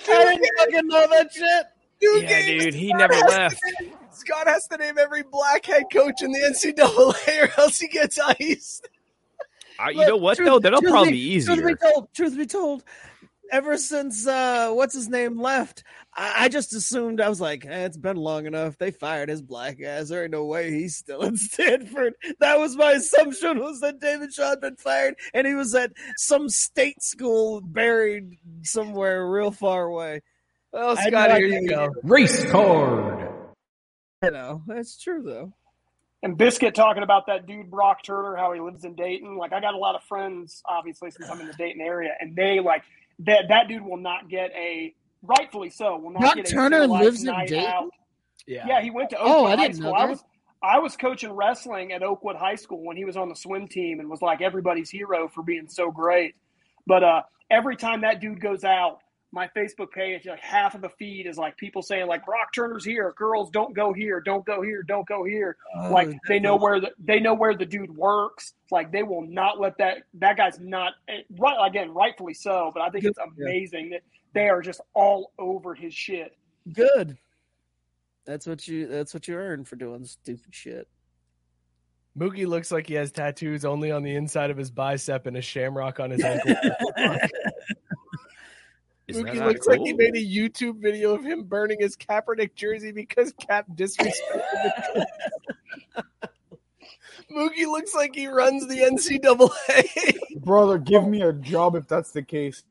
Speaker 6: I didn't fucking know that shit.
Speaker 5: Dude,
Speaker 3: Yeah,
Speaker 5: games-
Speaker 3: dude, he
Speaker 5: Scott
Speaker 3: never
Speaker 5: has to
Speaker 3: left.
Speaker 5: name- Scott has to name every black head coach in the NCAA or else he gets iced.
Speaker 3: I, you
Speaker 6: Look,
Speaker 3: know what
Speaker 6: truth-
Speaker 3: though? That'll
Speaker 6: truth
Speaker 3: probably be
Speaker 6: be- Truth
Speaker 3: easier.
Speaker 6: be told, truth be told, ever since uh, what's his name left, I, I just assumed I was like, eh, it's been long enough. They fired his black ass. There ain't no way he's still in Stanford. That was my assumption was that David Shaw had been fired and he was at some state school buried somewhere real far away.
Speaker 5: Well,
Speaker 6: I had
Speaker 5: Scott,
Speaker 6: no
Speaker 5: here
Speaker 6: idea.
Speaker 5: you go.
Speaker 10: Race card.
Speaker 6: You know, that's true though.
Speaker 7: And Biscuit talking about that dude Brock Turner, how he lives in Dayton. Like I got a lot of friends, obviously, since I'm in the Dayton area, and they like that that dude will not get a rightfully so will not
Speaker 11: Brock
Speaker 7: get a
Speaker 11: Turner
Speaker 7: full-life
Speaker 11: lives in
Speaker 7: night
Speaker 11: Dayton?
Speaker 7: out. Yeah. he went to Oakwood
Speaker 11: Oh, I
Speaker 7: High
Speaker 11: didn't know
Speaker 7: School. I
Speaker 11: that.
Speaker 7: was I was coaching wrestling at Oakwood High School when he was on the swim team and was like everybody's hero for being so great. But uh, every time that dude goes out, my Facebook page, like half of the feed is like people saying like Brock Turner's here, girls don't go here, don't go here, don't go here.
Speaker 4: Uh,
Speaker 6: Oh,
Speaker 7: like they
Speaker 6: definitely.
Speaker 7: know where the they know where the dude works. Like they will not let that that guy's not eh, right again, rightfully so. But I think it's amazing that they are just all over his shit.
Speaker 6: Good. That's what you that's what you earn for doing stupid shit.
Speaker 5: Mookie looks like he has tattoos only on the inside of his bicep and a shamrock on his ankle.
Speaker 3: Isn't that
Speaker 5: Mookie
Speaker 3: not
Speaker 5: looks like he
Speaker 3: cool?
Speaker 5: made a YouTube video of him burning his Kaepernick jersey because Cap disrespected the Mookie looks like he runs the NCAA.
Speaker 4: Brother, give me a job if that's the case.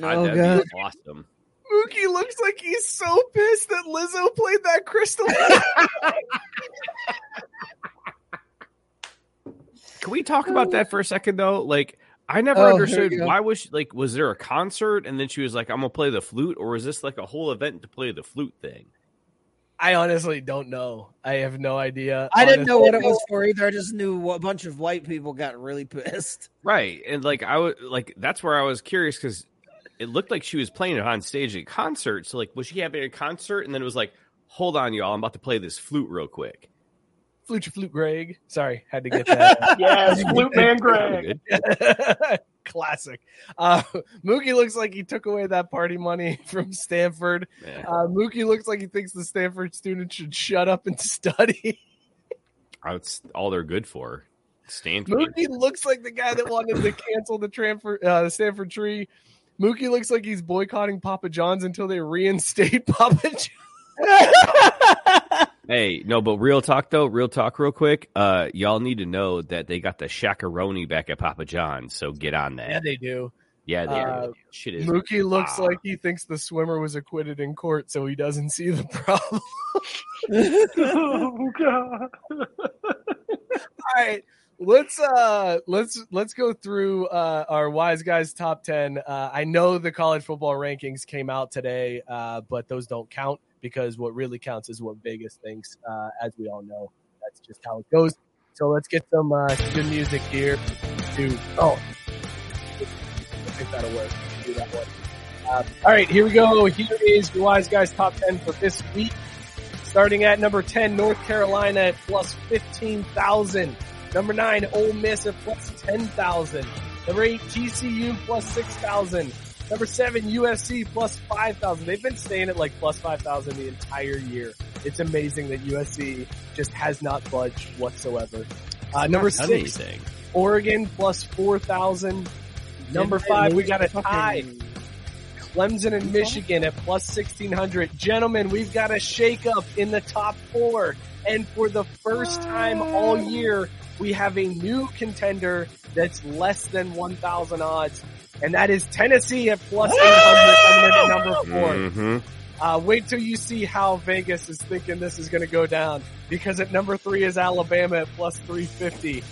Speaker 3: God,
Speaker 4: Oh,
Speaker 3: that'd
Speaker 4: God.
Speaker 3: be awesome.
Speaker 5: Mookie looks like he's so pissed that Lizzo played that crystal.
Speaker 3: Can we talk about that for a second though? Like I never
Speaker 6: Oh, here
Speaker 3: understood
Speaker 6: we go.
Speaker 3: why was she, like was there a concert and then she was like I'm gonna play the flute or was this like a whole event to play the flute thing?
Speaker 5: I honestly don't know. I have no idea.
Speaker 6: I didn't know what
Speaker 5: Honestly.
Speaker 6: it was for either. I just knew a bunch of white people got really pissed.
Speaker 3: Right. And like I was like that's where I was curious because it looked like she was playing it on stage at a concert. So like was she having a concert and then it was like, hold on, y'all, I'm about to play this flute real quick.
Speaker 5: Flute your flute, Greg. Sorry, had to get that.
Speaker 7: Yes, Flute Man Greg.
Speaker 5: Greg. Classic. Uh, Mookie looks like he took away that party money from Stanford.
Speaker 3: Man,
Speaker 5: Uh, Mookie looks like he thinks the Stanford students should shut up and study.
Speaker 3: that's all they're good for. Stanford.
Speaker 5: Mookie looks like the guy that wanted to cancel the Tranford, uh, Stanford tree. Mookie looks like he's boycotting Papa John's until they reinstate Papa John's.
Speaker 3: Hey, no, but real talk though, real talk, real quick. Uh, y'all need to know that they got the shakaroni back at Papa John's, so get on that.
Speaker 5: Yeah, they do.
Speaker 3: Yeah, they
Speaker 5: Uh,
Speaker 3: do. Shit is
Speaker 5: Mookie looks
Speaker 3: Ah.
Speaker 5: like he thinks the swimmer was acquitted in court, so he doesn't see the problem.
Speaker 7: oh god.
Speaker 5: All right, let's uh let's let's go through uh our wise guys top 10 uh i know the college football rankings came out today uh but those don't count because what really counts is what vegas thinks uh as we all know that's just how it goes so let's get some uh good music here to oh i think that'll work do that one uh, all right here we go here is your wise guys top 10 for this week starting at number 10 north carolina at plus 15000 Number nine, Ole Miss at plus 10,000. Number eight, TCU plus 6,000. Number seven, USC plus 5,000. They've been staying at like plus 5,000 the entire year. It's amazing that USC just has not budged whatsoever. Uh, number
Speaker 10: Not done
Speaker 5: six,
Speaker 10: anything.
Speaker 5: Oregon plus 4,000. Number
Speaker 10: Didn't they
Speaker 5: five, we
Speaker 10: lose
Speaker 5: got a
Speaker 10: fucking-
Speaker 5: tie. Clemson and Michigan at plus 1600. Gentlemen, we've got a shakeup in the top four. And for the first time all year, we have a new contender that's less than 1000 odds. And that is Tennessee at plus 800 coming in at number four.
Speaker 3: Mm-hmm.
Speaker 5: Uh, wait till you see how Vegas is thinking this is going to go down because at number three is Alabama at plus 350,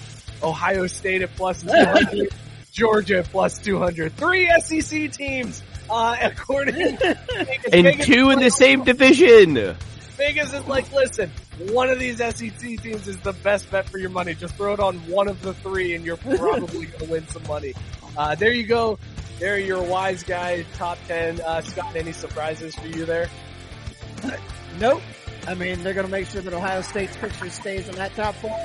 Speaker 5: Ohio State at plus 200, Georgia at plus 200. Three SEC teams, uh, according to Vegas.
Speaker 3: And
Speaker 5: Vegas
Speaker 3: two
Speaker 5: is
Speaker 3: in the
Speaker 5: like-
Speaker 3: same division.
Speaker 5: Vegas is like, listen, one of these SEC teams is the best bet for your money. Just throw it on one of the three and you're probably going to win some money. Uh, there you go. There are your wise guy top 10. Uh, Scott, any surprises for you there?
Speaker 6: Nope. I mean, they're going to make sure that Ohio State's picture stays in that top four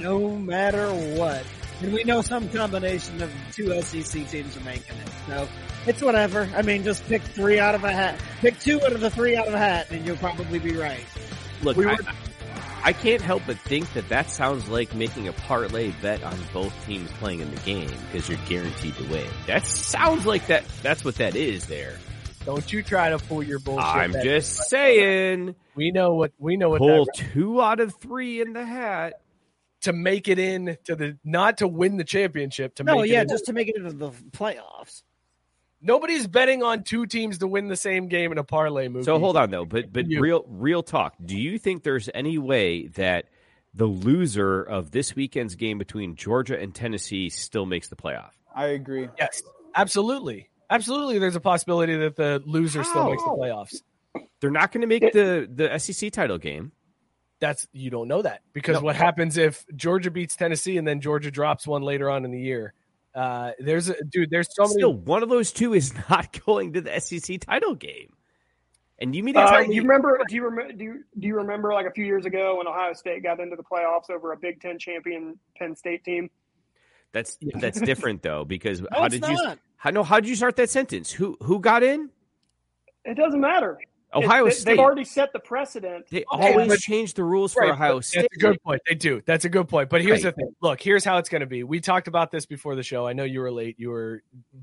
Speaker 6: no matter what. And we know some combination of two SEC teams are making it. So it's whatever. I mean, just pick three out of a hat. Pick two out of the three out of a hat and you'll probably be right.
Speaker 3: Look,
Speaker 6: We
Speaker 3: I,
Speaker 6: were-
Speaker 3: I can't help but think that that sounds like making a parlay bet on both teams playing in the game because you're guaranteed to win. That sounds like that. That's what that is there.
Speaker 5: Don't you try to pull your bullshit.
Speaker 3: I'm
Speaker 5: back.
Speaker 3: just saying.
Speaker 5: We know what we know what
Speaker 3: Pull
Speaker 5: that-
Speaker 3: two out of three in the hat
Speaker 5: to make it in to the not to win the championship to
Speaker 6: No,
Speaker 5: make
Speaker 6: yeah,
Speaker 5: it in.
Speaker 6: just to make it into the playoffs.
Speaker 5: nobody's betting on two teams to win the same game in a parlay movie.
Speaker 3: So hold on though, but but
Speaker 5: You.
Speaker 3: real real talk. Do you think there's any way that the loser of this weekend's game between Georgia and Tennessee still makes the playoff?
Speaker 4: I agree.
Speaker 5: Yes, absolutely, absolutely. There's a possibility that the loser still makes the
Speaker 3: How?
Speaker 5: playoffs.
Speaker 3: They're not going to make the the SEC title game.
Speaker 5: That's you don't know that because
Speaker 3: No.
Speaker 5: what happens if Georgia beats Tennessee and then Georgia drops one later on in the year? Uh, there's a dude. There's so many.
Speaker 3: Still, one of those two is not going to the SEC title game. And you mean to
Speaker 7: Uh,
Speaker 3: tell
Speaker 7: do
Speaker 3: me-
Speaker 7: you remember? Do you remember? Do you, do you remember like a few years ago when Ohio State got into the playoffs over a Big Ten champion Penn State team?
Speaker 3: that's that's different though? Because how
Speaker 7: it's
Speaker 3: did you?
Speaker 7: not.
Speaker 3: How, no, how did you start that sentence? Who who got in?
Speaker 7: It doesn't matter.
Speaker 3: Ohio
Speaker 7: It's- they-
Speaker 3: State.
Speaker 7: They've already set the precedent.
Speaker 3: They
Speaker 7: Okay,
Speaker 3: always
Speaker 7: but-
Speaker 3: change the rules for
Speaker 5: Right, but
Speaker 3: Ohio State.
Speaker 5: That's a good point. They do. That's a good point. But here's
Speaker 3: Right.
Speaker 5: the thing. Look, here's how it's going to be. We talked about this before the show. I know you were late. You were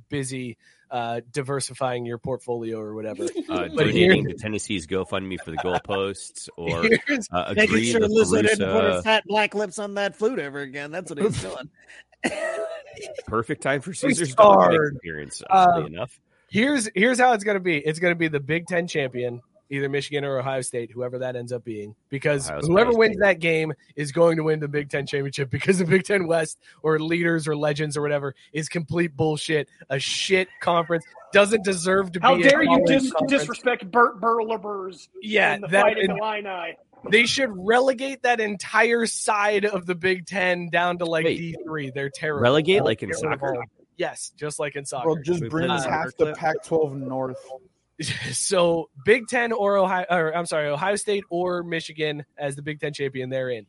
Speaker 5: busy uh, diversifying your portfolio or whatever.
Speaker 3: uh,
Speaker 5: but here,
Speaker 3: donating to Tennessee's GoFundMe for the goalposts or
Speaker 5: Here's-
Speaker 3: uh,
Speaker 6: Making
Speaker 3: agree
Speaker 6: sure
Speaker 3: the
Speaker 6: Lizzo didn't put her
Speaker 3: Perusa.
Speaker 6: fat black lips on that food ever again. That's what he's doing.
Speaker 3: Perfect time for
Speaker 5: Three
Speaker 3: Caesar's Dominic
Speaker 5: starred.
Speaker 3: appearance,
Speaker 5: Uh,
Speaker 3: oddly enough.
Speaker 5: here's here's how it's going to be. It's going to be the Big Ten champion, either Michigan or Ohio State, whoever that ends up being, because
Speaker 3: Ohio
Speaker 5: whoever
Speaker 3: State.
Speaker 5: wins that game is going to win the Big Ten championship because the Big Ten West or leaders or legends or whatever is complete bullshit, a shit conference, doesn't deserve to
Speaker 7: How
Speaker 5: be. a
Speaker 7: dare you
Speaker 5: college
Speaker 7: dis-
Speaker 5: conference.
Speaker 7: disrespect Burt Burlabers?
Speaker 5: Yeah,
Speaker 7: and the
Speaker 5: that-
Speaker 7: fighting
Speaker 5: and-
Speaker 7: Illini.
Speaker 5: They should relegate that entire side of the Big Ten down to like D three. They're terrible.
Speaker 3: Relegate, like in
Speaker 5: Get rid of
Speaker 3: soccer?
Speaker 5: all- Yes, just like in soccer.
Speaker 4: Bro, just bring
Speaker 5: Uh,
Speaker 4: half the Pac-12 North.
Speaker 5: so Big Ten or Ohio, or I'm sorry, Ohio State or Michigan as the Big Ten champion. They're in.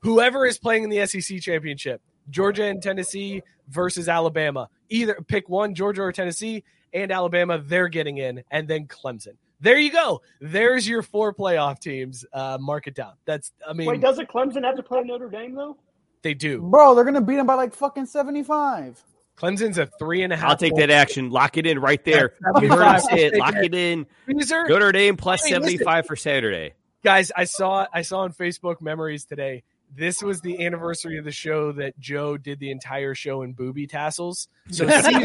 Speaker 5: Whoever is playing in the SEC championship, Georgia and Tennessee versus Alabama. Either pick one, Georgia or Tennessee, and Alabama. They're getting in, and then Clemson. There you go. There's your four playoff teams. Uh, mark it down. That's I mean
Speaker 7: Wait, doesn't Clemson have to play Notre Dame though?
Speaker 5: they do.
Speaker 4: Bro, they're gonna beat him by like fucking seventy-five.
Speaker 5: Clemson's a three and a half.
Speaker 3: I'll take that action. Lock it in right there.
Speaker 5: That's
Speaker 3: You heard
Speaker 5: 75.
Speaker 3: him say it.
Speaker 5: I'll
Speaker 3: Lock
Speaker 5: take
Speaker 3: it in.
Speaker 5: Loser.
Speaker 3: Go Notre Dame plus
Speaker 5: Hey, listen.
Speaker 3: 75 for Saturday.
Speaker 5: guys i saw i saw on facebook memories today this was the anniversary of the show that joe did the entire show in booby tassels so Caesar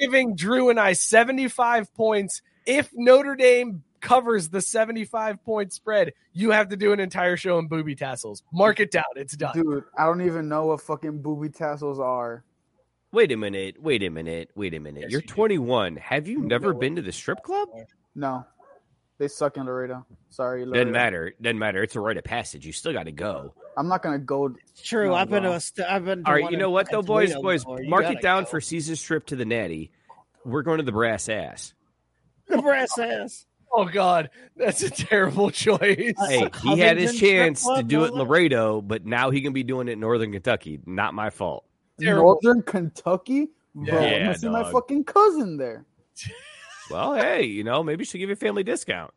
Speaker 5: giving drew and i 75 points if notre dame covers the 75 point spread you have to do an entire show in booby tassels mark it down it's done
Speaker 4: Dude, I don't even know what fucking booby tassels are.
Speaker 3: Wait a minute. Wait a minute. Wait a minute. You're 21. Have you never been to the strip club?
Speaker 4: No, they suck in Laredo. Sorry, Laredo.
Speaker 3: Doesn't matter. Doesn't matter. It's a rite of passage. You still got to go.
Speaker 4: I'm not gonna go.
Speaker 6: True,
Speaker 4: No,
Speaker 6: I've been
Speaker 4: bro.
Speaker 6: to a st- I've been. To
Speaker 3: All right,
Speaker 6: one
Speaker 3: you
Speaker 6: in
Speaker 3: know what though,
Speaker 6: fucking
Speaker 3: boys,
Speaker 6: Toledo
Speaker 3: boys,
Speaker 6: before. Oh, You
Speaker 3: mark
Speaker 6: gotta
Speaker 3: it down
Speaker 6: go.
Speaker 3: for Caesar's trip to the Natty. We're going to the brass ass.
Speaker 6: the brass ass.
Speaker 5: oh god that's a terrible choice
Speaker 3: Hey, he had his chance to do it in Laredo, but now he can be doing it in Northern Kentucky. Not my fault.
Speaker 4: Northern Kentucky. Bro, I'm
Speaker 3: Yeah,
Speaker 4: gonna see my
Speaker 3: dog.
Speaker 4: fucking cousin there.
Speaker 3: Well, hey, you know, maybe she give you a family discount.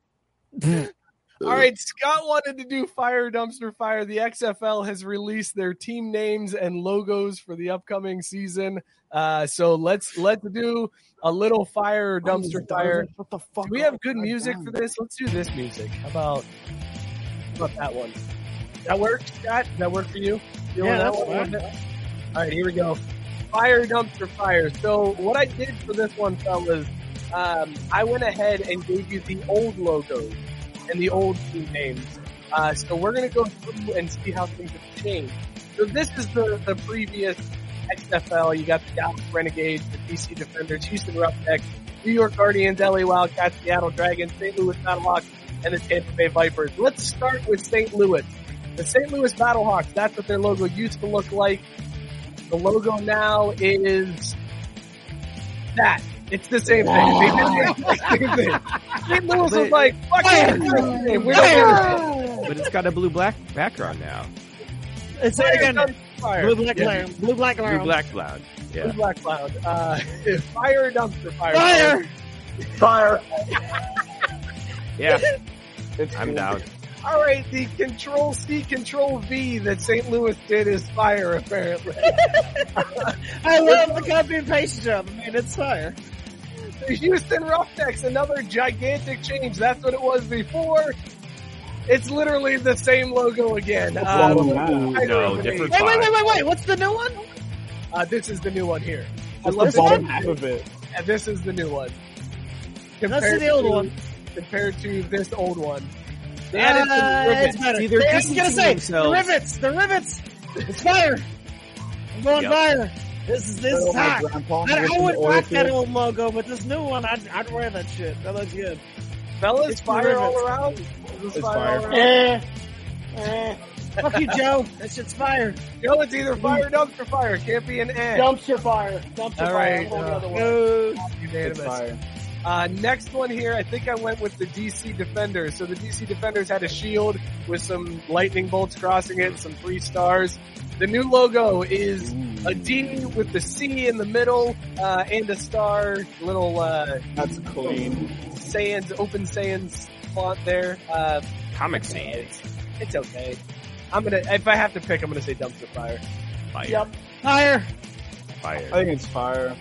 Speaker 5: All right, Scott wanted to do Fire Dumpster Fire. The XFL has released their team names and logos for the upcoming season. Uh, so let's let's do a little Fire Dumpster Fire.
Speaker 4: What the fuck?
Speaker 5: Do we have good music for this? Let's do this music. How about, how about that one? That work, Scott? Does that work for you? You
Speaker 6: Yeah,
Speaker 5: want that
Speaker 6: that's
Speaker 5: one?
Speaker 6: fine.
Speaker 5: All right, here we go. Fire dumpster fire. So what I did for this one, fellas, um, I went ahead and gave you the old logos and the old team names. Uh, so we're gonna go through and see how things have changed. So this is the the previous XFL. You got the Dallas Renegades, the DC Defenders, Houston Roughnecks, New York Guardians, LA Wildcats, Seattle Dragons, St. Louis Battlehawks, and the Tampa Bay Vipers. Let's start with St. Louis. The St. Louis Battlehawks, that's what their logo used to look like. The logo now is that. It's the same thing. They did the exact same thing. St. Louis was like, fuck it, fuck it, we're not doing it."
Speaker 3: But it's got a blue black background now.
Speaker 6: It's again.
Speaker 5: Fire.
Speaker 6: Blue black
Speaker 5: Yeah.
Speaker 6: clown. Blue black clown.
Speaker 3: Blue black cloud.
Speaker 5: Blue
Speaker 3: Yeah.
Speaker 5: Black Cloud. Uh, fire dumpster fire.
Speaker 6: Fire!
Speaker 5: Fire.
Speaker 3: Yeah. I'm down.
Speaker 5: All right, the Control C, Control V that St. Louis did is fire, apparently.
Speaker 6: I love the copy and paste job. Man, it's fire.
Speaker 5: The Houston Roughnecks, another gigantic change. That's what it was before. It's literally the same logo again. Uh,
Speaker 4: wrong with
Speaker 5: I
Speaker 4: that?
Speaker 5: don't
Speaker 3: No,
Speaker 5: know.
Speaker 3: different
Speaker 6: Wait, wait, wait, wait, wait. What's the new one?
Speaker 5: Uh, this is the new one here. I love
Speaker 4: Just the
Speaker 5: this.
Speaker 4: bottom half of it.
Speaker 5: Yeah, this is the new one.
Speaker 6: Let's see the old
Speaker 5: to-
Speaker 6: one.
Speaker 5: Compared to this old one. They added some
Speaker 6: Uh,
Speaker 5: ribbons.
Speaker 6: it's better.
Speaker 3: See, they're
Speaker 6: I was gonna
Speaker 3: distancing
Speaker 6: say the
Speaker 3: themselves.
Speaker 6: rivets. The rivets. It's fire. I'm going
Speaker 3: Yep.
Speaker 6: fire. This is this
Speaker 4: Oh,
Speaker 6: is
Speaker 4: my
Speaker 6: hot.
Speaker 4: grandpa
Speaker 6: I,
Speaker 4: worked
Speaker 6: I
Speaker 4: in
Speaker 6: would
Speaker 4: the oil
Speaker 6: rock that
Speaker 4: field.
Speaker 6: old logo, but this new one, I'd, I'd wear that shit. That looks good.
Speaker 5: Fellas,
Speaker 6: It's
Speaker 5: fire all
Speaker 6: terrific.
Speaker 5: around. This is
Speaker 4: It's
Speaker 5: fire all
Speaker 4: fire.
Speaker 5: around.
Speaker 6: Eh. Fuck you, Joe. That shit's fire.
Speaker 5: No, it's either fire dumpster fire. It can't be an and.
Speaker 10: Dumpster fire. Dumpster
Speaker 5: All
Speaker 10: fire.
Speaker 5: right,
Speaker 10: I'm going the
Speaker 5: uh,
Speaker 10: other way.
Speaker 6: Oh,
Speaker 4: It's
Speaker 5: Unanimous.
Speaker 4: fire.
Speaker 5: Uh, next one here, I think I went with the DC Defenders. So the DC Defenders had a shield with some lightning bolts crossing it, some three stars. The new logo is a D with the C in the middle, uh, and a star, little, uh,
Speaker 4: That's clean.
Speaker 5: Sans, open Sans font there. Uh,
Speaker 3: Comic Sans.
Speaker 5: it's okay. I'm gonna, if I have to pick, I'm gonna say dumpster fire.
Speaker 3: Fire.
Speaker 10: Yep.
Speaker 6: fire.
Speaker 4: I
Speaker 3: Fire.
Speaker 4: think it's fire.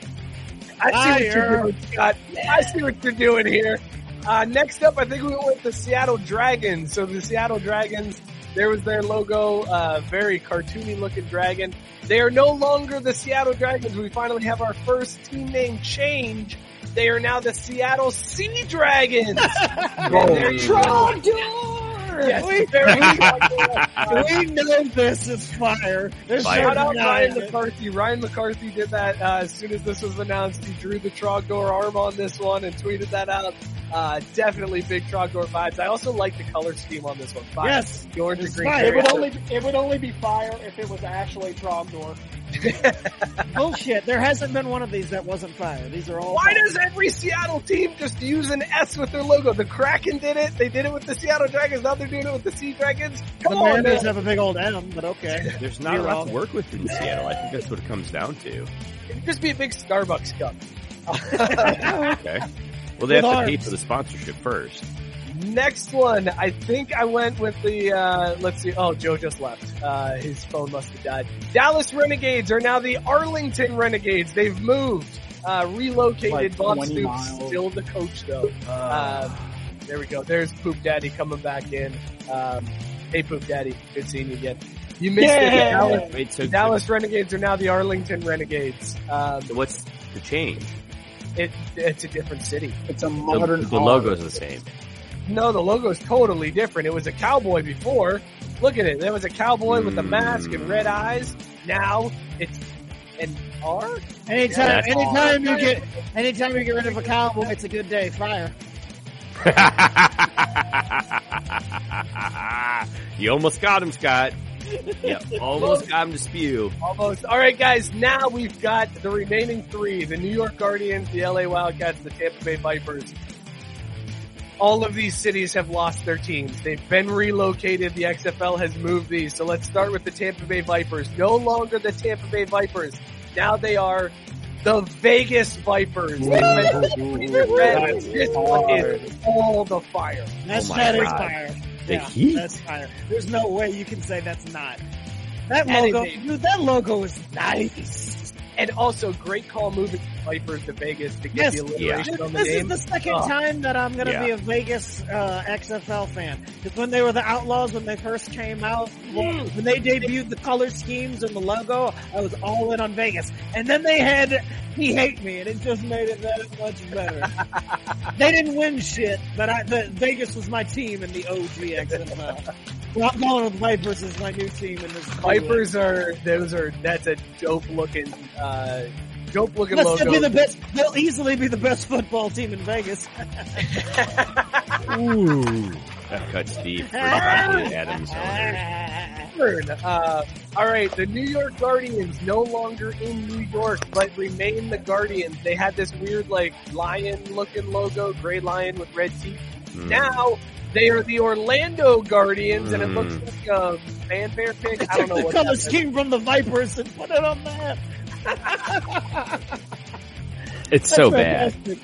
Speaker 5: I see what
Speaker 6: Liar.
Speaker 5: you're doing, Scott. I see what you're doing here. Uh, next up, I think we went with the Seattle Dragons. So the Seattle Dragons, there was their logo, uh, very cartoony looking dragon. They are no longer the Seattle Dragons. We finally have our first team name change. They are now the Seattle Sea Dragons. They're trying- Yes,
Speaker 6: We,
Speaker 5: very
Speaker 6: we know this is fire. There's
Speaker 3: Fire.
Speaker 6: no
Speaker 5: Shout out
Speaker 6: denying
Speaker 5: Ryan
Speaker 6: it.
Speaker 5: McCarthy. Ryan McCarthy did that uh, as soon as this was announced. He drew the Trogdor arm on this one and tweeted that out. Uh, definitely big Trogdor vibes. I also like the color scheme on this one. Fire.
Speaker 6: Yes.
Speaker 5: The orange and
Speaker 6: It's
Speaker 5: green.
Speaker 6: fire.
Speaker 5: Very
Speaker 10: It would
Speaker 5: nice.
Speaker 10: only it would only be fire if it was actually Trogdor.
Speaker 6: Bullshit. There hasn't been one of these that wasn't fire. These are all.
Speaker 5: Why
Speaker 6: fire.
Speaker 5: does every Seattle team just use an S with their logo? The Kraken did it. They did it with the Seattle Dragons. Now they're doing it with the Sea Dragons. Come
Speaker 6: the
Speaker 5: on,
Speaker 6: Mariners
Speaker 5: man.
Speaker 6: have a big old M? But okay.
Speaker 3: There's not a lot to work with in Seattle. I think that's what it comes down to.
Speaker 5: It'd just be a big Starbucks cup.
Speaker 3: Okay. Well, they have to pay
Speaker 6: arms.
Speaker 3: for the sponsorship first.
Speaker 5: Next one, I think I went with the, uh, let's see, oh, Joe just left. Uh, his phone must have died. Dallas Renegades are now the Arlington Renegades. They've moved, uh, relocated.
Speaker 4: Like
Speaker 5: Bob
Speaker 4: 20
Speaker 5: Stoops,
Speaker 4: miles. Uh.
Speaker 5: still the coach though. Um, there we go. There's Poop Daddy coming back in. Um, hey Poop Daddy, good seeing you again. You missed it. The
Speaker 10: Yeah.
Speaker 5: Dallas,
Speaker 3: Wait, so
Speaker 5: the Dallas Renegades are now the Arlington Renegades. Um,
Speaker 3: so what's the change?
Speaker 5: it, it's a different city.
Speaker 4: It's a
Speaker 3: The,
Speaker 4: modern.
Speaker 3: the
Speaker 4: R.
Speaker 3: logo's the same.
Speaker 5: No, the logo's totally different. It was a cowboy before. Look at it. There was a cowboy with a mask and red eyes. Now it's an R.
Speaker 6: Anytime,
Speaker 3: That's
Speaker 6: anytime you get, anytime you get rid of a cowboy, it's a good day. Fire.
Speaker 3: you almost got him, Scott. You almost got him to spew.
Speaker 5: Almost. All right, guys. Now we've got the remaining three: the New York Guardians, the LA Wildcats, the Tampa Bay Vipers. All of these cities have lost their teams. They've been relocated. The XFL has moved these. So let's start with the Tampa Bay Vipers. No longer the Tampa Bay Vipers. Now they are The Vegas Vipers. They went the red. This one is all the fire.
Speaker 6: That's
Speaker 3: Oh my
Speaker 6: that is
Speaker 3: God.
Speaker 6: fire.
Speaker 3: The
Speaker 6: yeah,
Speaker 3: heat.
Speaker 6: That's fire. There's no way you can say that's not. That
Speaker 5: Anything.
Speaker 6: logo, dude, that logo is nice.
Speaker 5: And also, great call moving the Vipers to Vegas to get
Speaker 6: Yes,
Speaker 5: the alliteration
Speaker 6: dude,
Speaker 5: on the
Speaker 6: this
Speaker 5: name.
Speaker 6: is the second
Speaker 5: Oh.
Speaker 6: time that I'm gonna
Speaker 5: Yeah.
Speaker 6: be a Vegas uh, XFL fan. It's when they were the Outlaws when they first came out.
Speaker 5: Hmm.
Speaker 6: When they debuted the color schemes and the logo, I was all in on Vegas. And then they had He Hate Me, and it just made it that much better. they didn't win shit, but I, the, Vegas was my team in the OG XFL. well, I'm going with Vipers as my new team in this.
Speaker 5: Vipers are those are that's a dope looking uh dope looking
Speaker 6: Must
Speaker 5: logo.
Speaker 6: still be the best. They'll easily be the best football team in Vegas.
Speaker 3: Ooh. That cuts deep for Devontae Adams owners.
Speaker 6: Ah.
Speaker 5: Third, Uh, all right, the New York Guardians no longer in New York, but remain the Guardians. They had this weird like lion looking logo, gray lion with red teeth.
Speaker 3: Hmm.
Speaker 5: Now they are the Orlando Guardians, and it
Speaker 3: Mm.
Speaker 5: looks like a fanfare pick. I
Speaker 6: Took
Speaker 5: don't know
Speaker 6: the
Speaker 5: what
Speaker 6: color
Speaker 5: that is.
Speaker 6: scheme from the Vipers and put it on that.
Speaker 3: It's
Speaker 5: That's
Speaker 3: so bad.
Speaker 5: fantastic.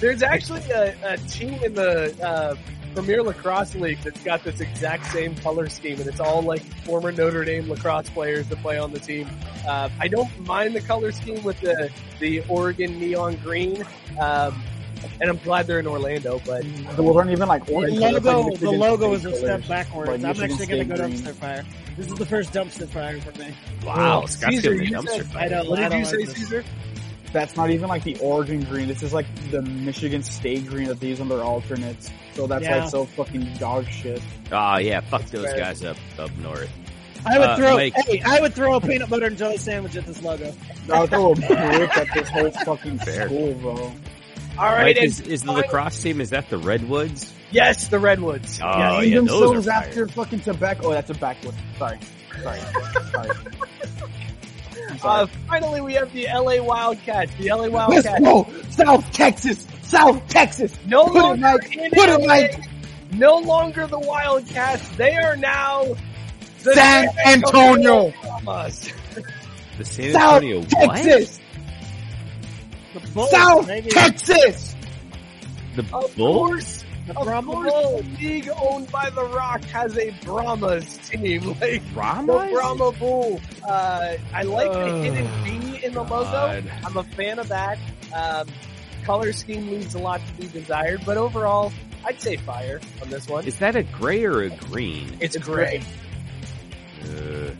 Speaker 5: There's actually a, a team in the uh, Premier Lacrosse League that's got this exact same color scheme, and it's all like former Notre Dame lacrosse players that play on the team. Uh, I don't mind the color scheme with the the Oregon neon green, um, and I'm glad they're in Orlando. But
Speaker 4: The weren't even like
Speaker 6: The
Speaker 4: orange.
Speaker 6: logo, the logo is a step backwards.
Speaker 4: Like
Speaker 6: I'm
Speaker 4: Michigan
Speaker 6: actually going to go
Speaker 4: State green.
Speaker 6: dumpster fire. This is the first dumpster fire for me.
Speaker 3: Wow, Scott's
Speaker 4: Caesar,
Speaker 3: giving a
Speaker 4: you
Speaker 3: dumpster
Speaker 4: said-
Speaker 3: fire.
Speaker 6: I don't-
Speaker 4: What
Speaker 6: I
Speaker 4: did you
Speaker 6: don't
Speaker 4: say,
Speaker 6: this.
Speaker 5: Caesar?
Speaker 4: That's not even like the Oregon green. This is like the Michigan State green that they use on their alternates. So that's
Speaker 6: Yeah.
Speaker 4: like so fucking dog shit.
Speaker 3: Oh yeah, fuck those guys up up north.
Speaker 6: I would
Speaker 3: Uh,
Speaker 6: throw,
Speaker 3: Mike,
Speaker 6: hey, I would throw a peanut butter and jelly sandwich at this logo.
Speaker 4: I'll throw a brick at this whole fucking school,
Speaker 3: Oh,
Speaker 4: bro.
Speaker 5: all
Speaker 3: Mike,
Speaker 5: right, and
Speaker 3: is, is the lacrosse team? Is that the Redwoods?
Speaker 5: yes, the Redwoods.
Speaker 3: Oh yeah,
Speaker 4: Feed
Speaker 3: those
Speaker 4: themselves
Speaker 3: are fire.
Speaker 4: after fucking tobacco. Oh, that's a backwood. Sorry, sorry, sorry.
Speaker 5: Uh, finally, we have the LA Wildcats. The LA
Speaker 4: Let's
Speaker 5: Wildcats.
Speaker 4: go, South Texas, South Texas.
Speaker 5: No
Speaker 4: put it
Speaker 5: longer
Speaker 4: like,
Speaker 5: in
Speaker 4: put it
Speaker 5: LA.
Speaker 4: like
Speaker 5: No longer the Wildcats. They are now the
Speaker 4: San Antonio.
Speaker 5: Llamas.
Speaker 3: The San
Speaker 4: South
Speaker 3: Antonio what?
Speaker 4: Texas,
Speaker 6: The Bulls,
Speaker 4: South
Speaker 6: baby.
Speaker 4: Texas.
Speaker 3: The
Speaker 5: Of
Speaker 3: Bulls?
Speaker 5: course,
Speaker 6: The
Speaker 5: of
Speaker 6: Brahma
Speaker 5: course,
Speaker 6: Bulls.
Speaker 5: the league owned by The Rock has a Brahmas team. Like
Speaker 3: Brahmas?
Speaker 5: the Brahma Bull. Uh, I like
Speaker 3: Oh,
Speaker 5: the hidden V in the logo.
Speaker 3: God.
Speaker 5: I'm a fan of that. Um, color scheme leaves a lot to be desired, but overall, I'd say fire on this one.
Speaker 3: Is that a gray or a green?
Speaker 5: It's, great.
Speaker 3: Uh,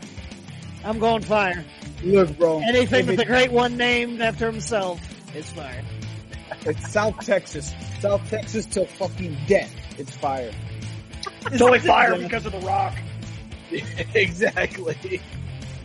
Speaker 6: I'm going fire.
Speaker 4: Look, bro.
Speaker 6: Anything
Speaker 4: if
Speaker 6: with the
Speaker 4: it-
Speaker 6: great one named after himself is fire.
Speaker 4: It's South Texas, South Texas till fucking death. It's fire.
Speaker 10: It's only fire because of the rock.
Speaker 5: exactly.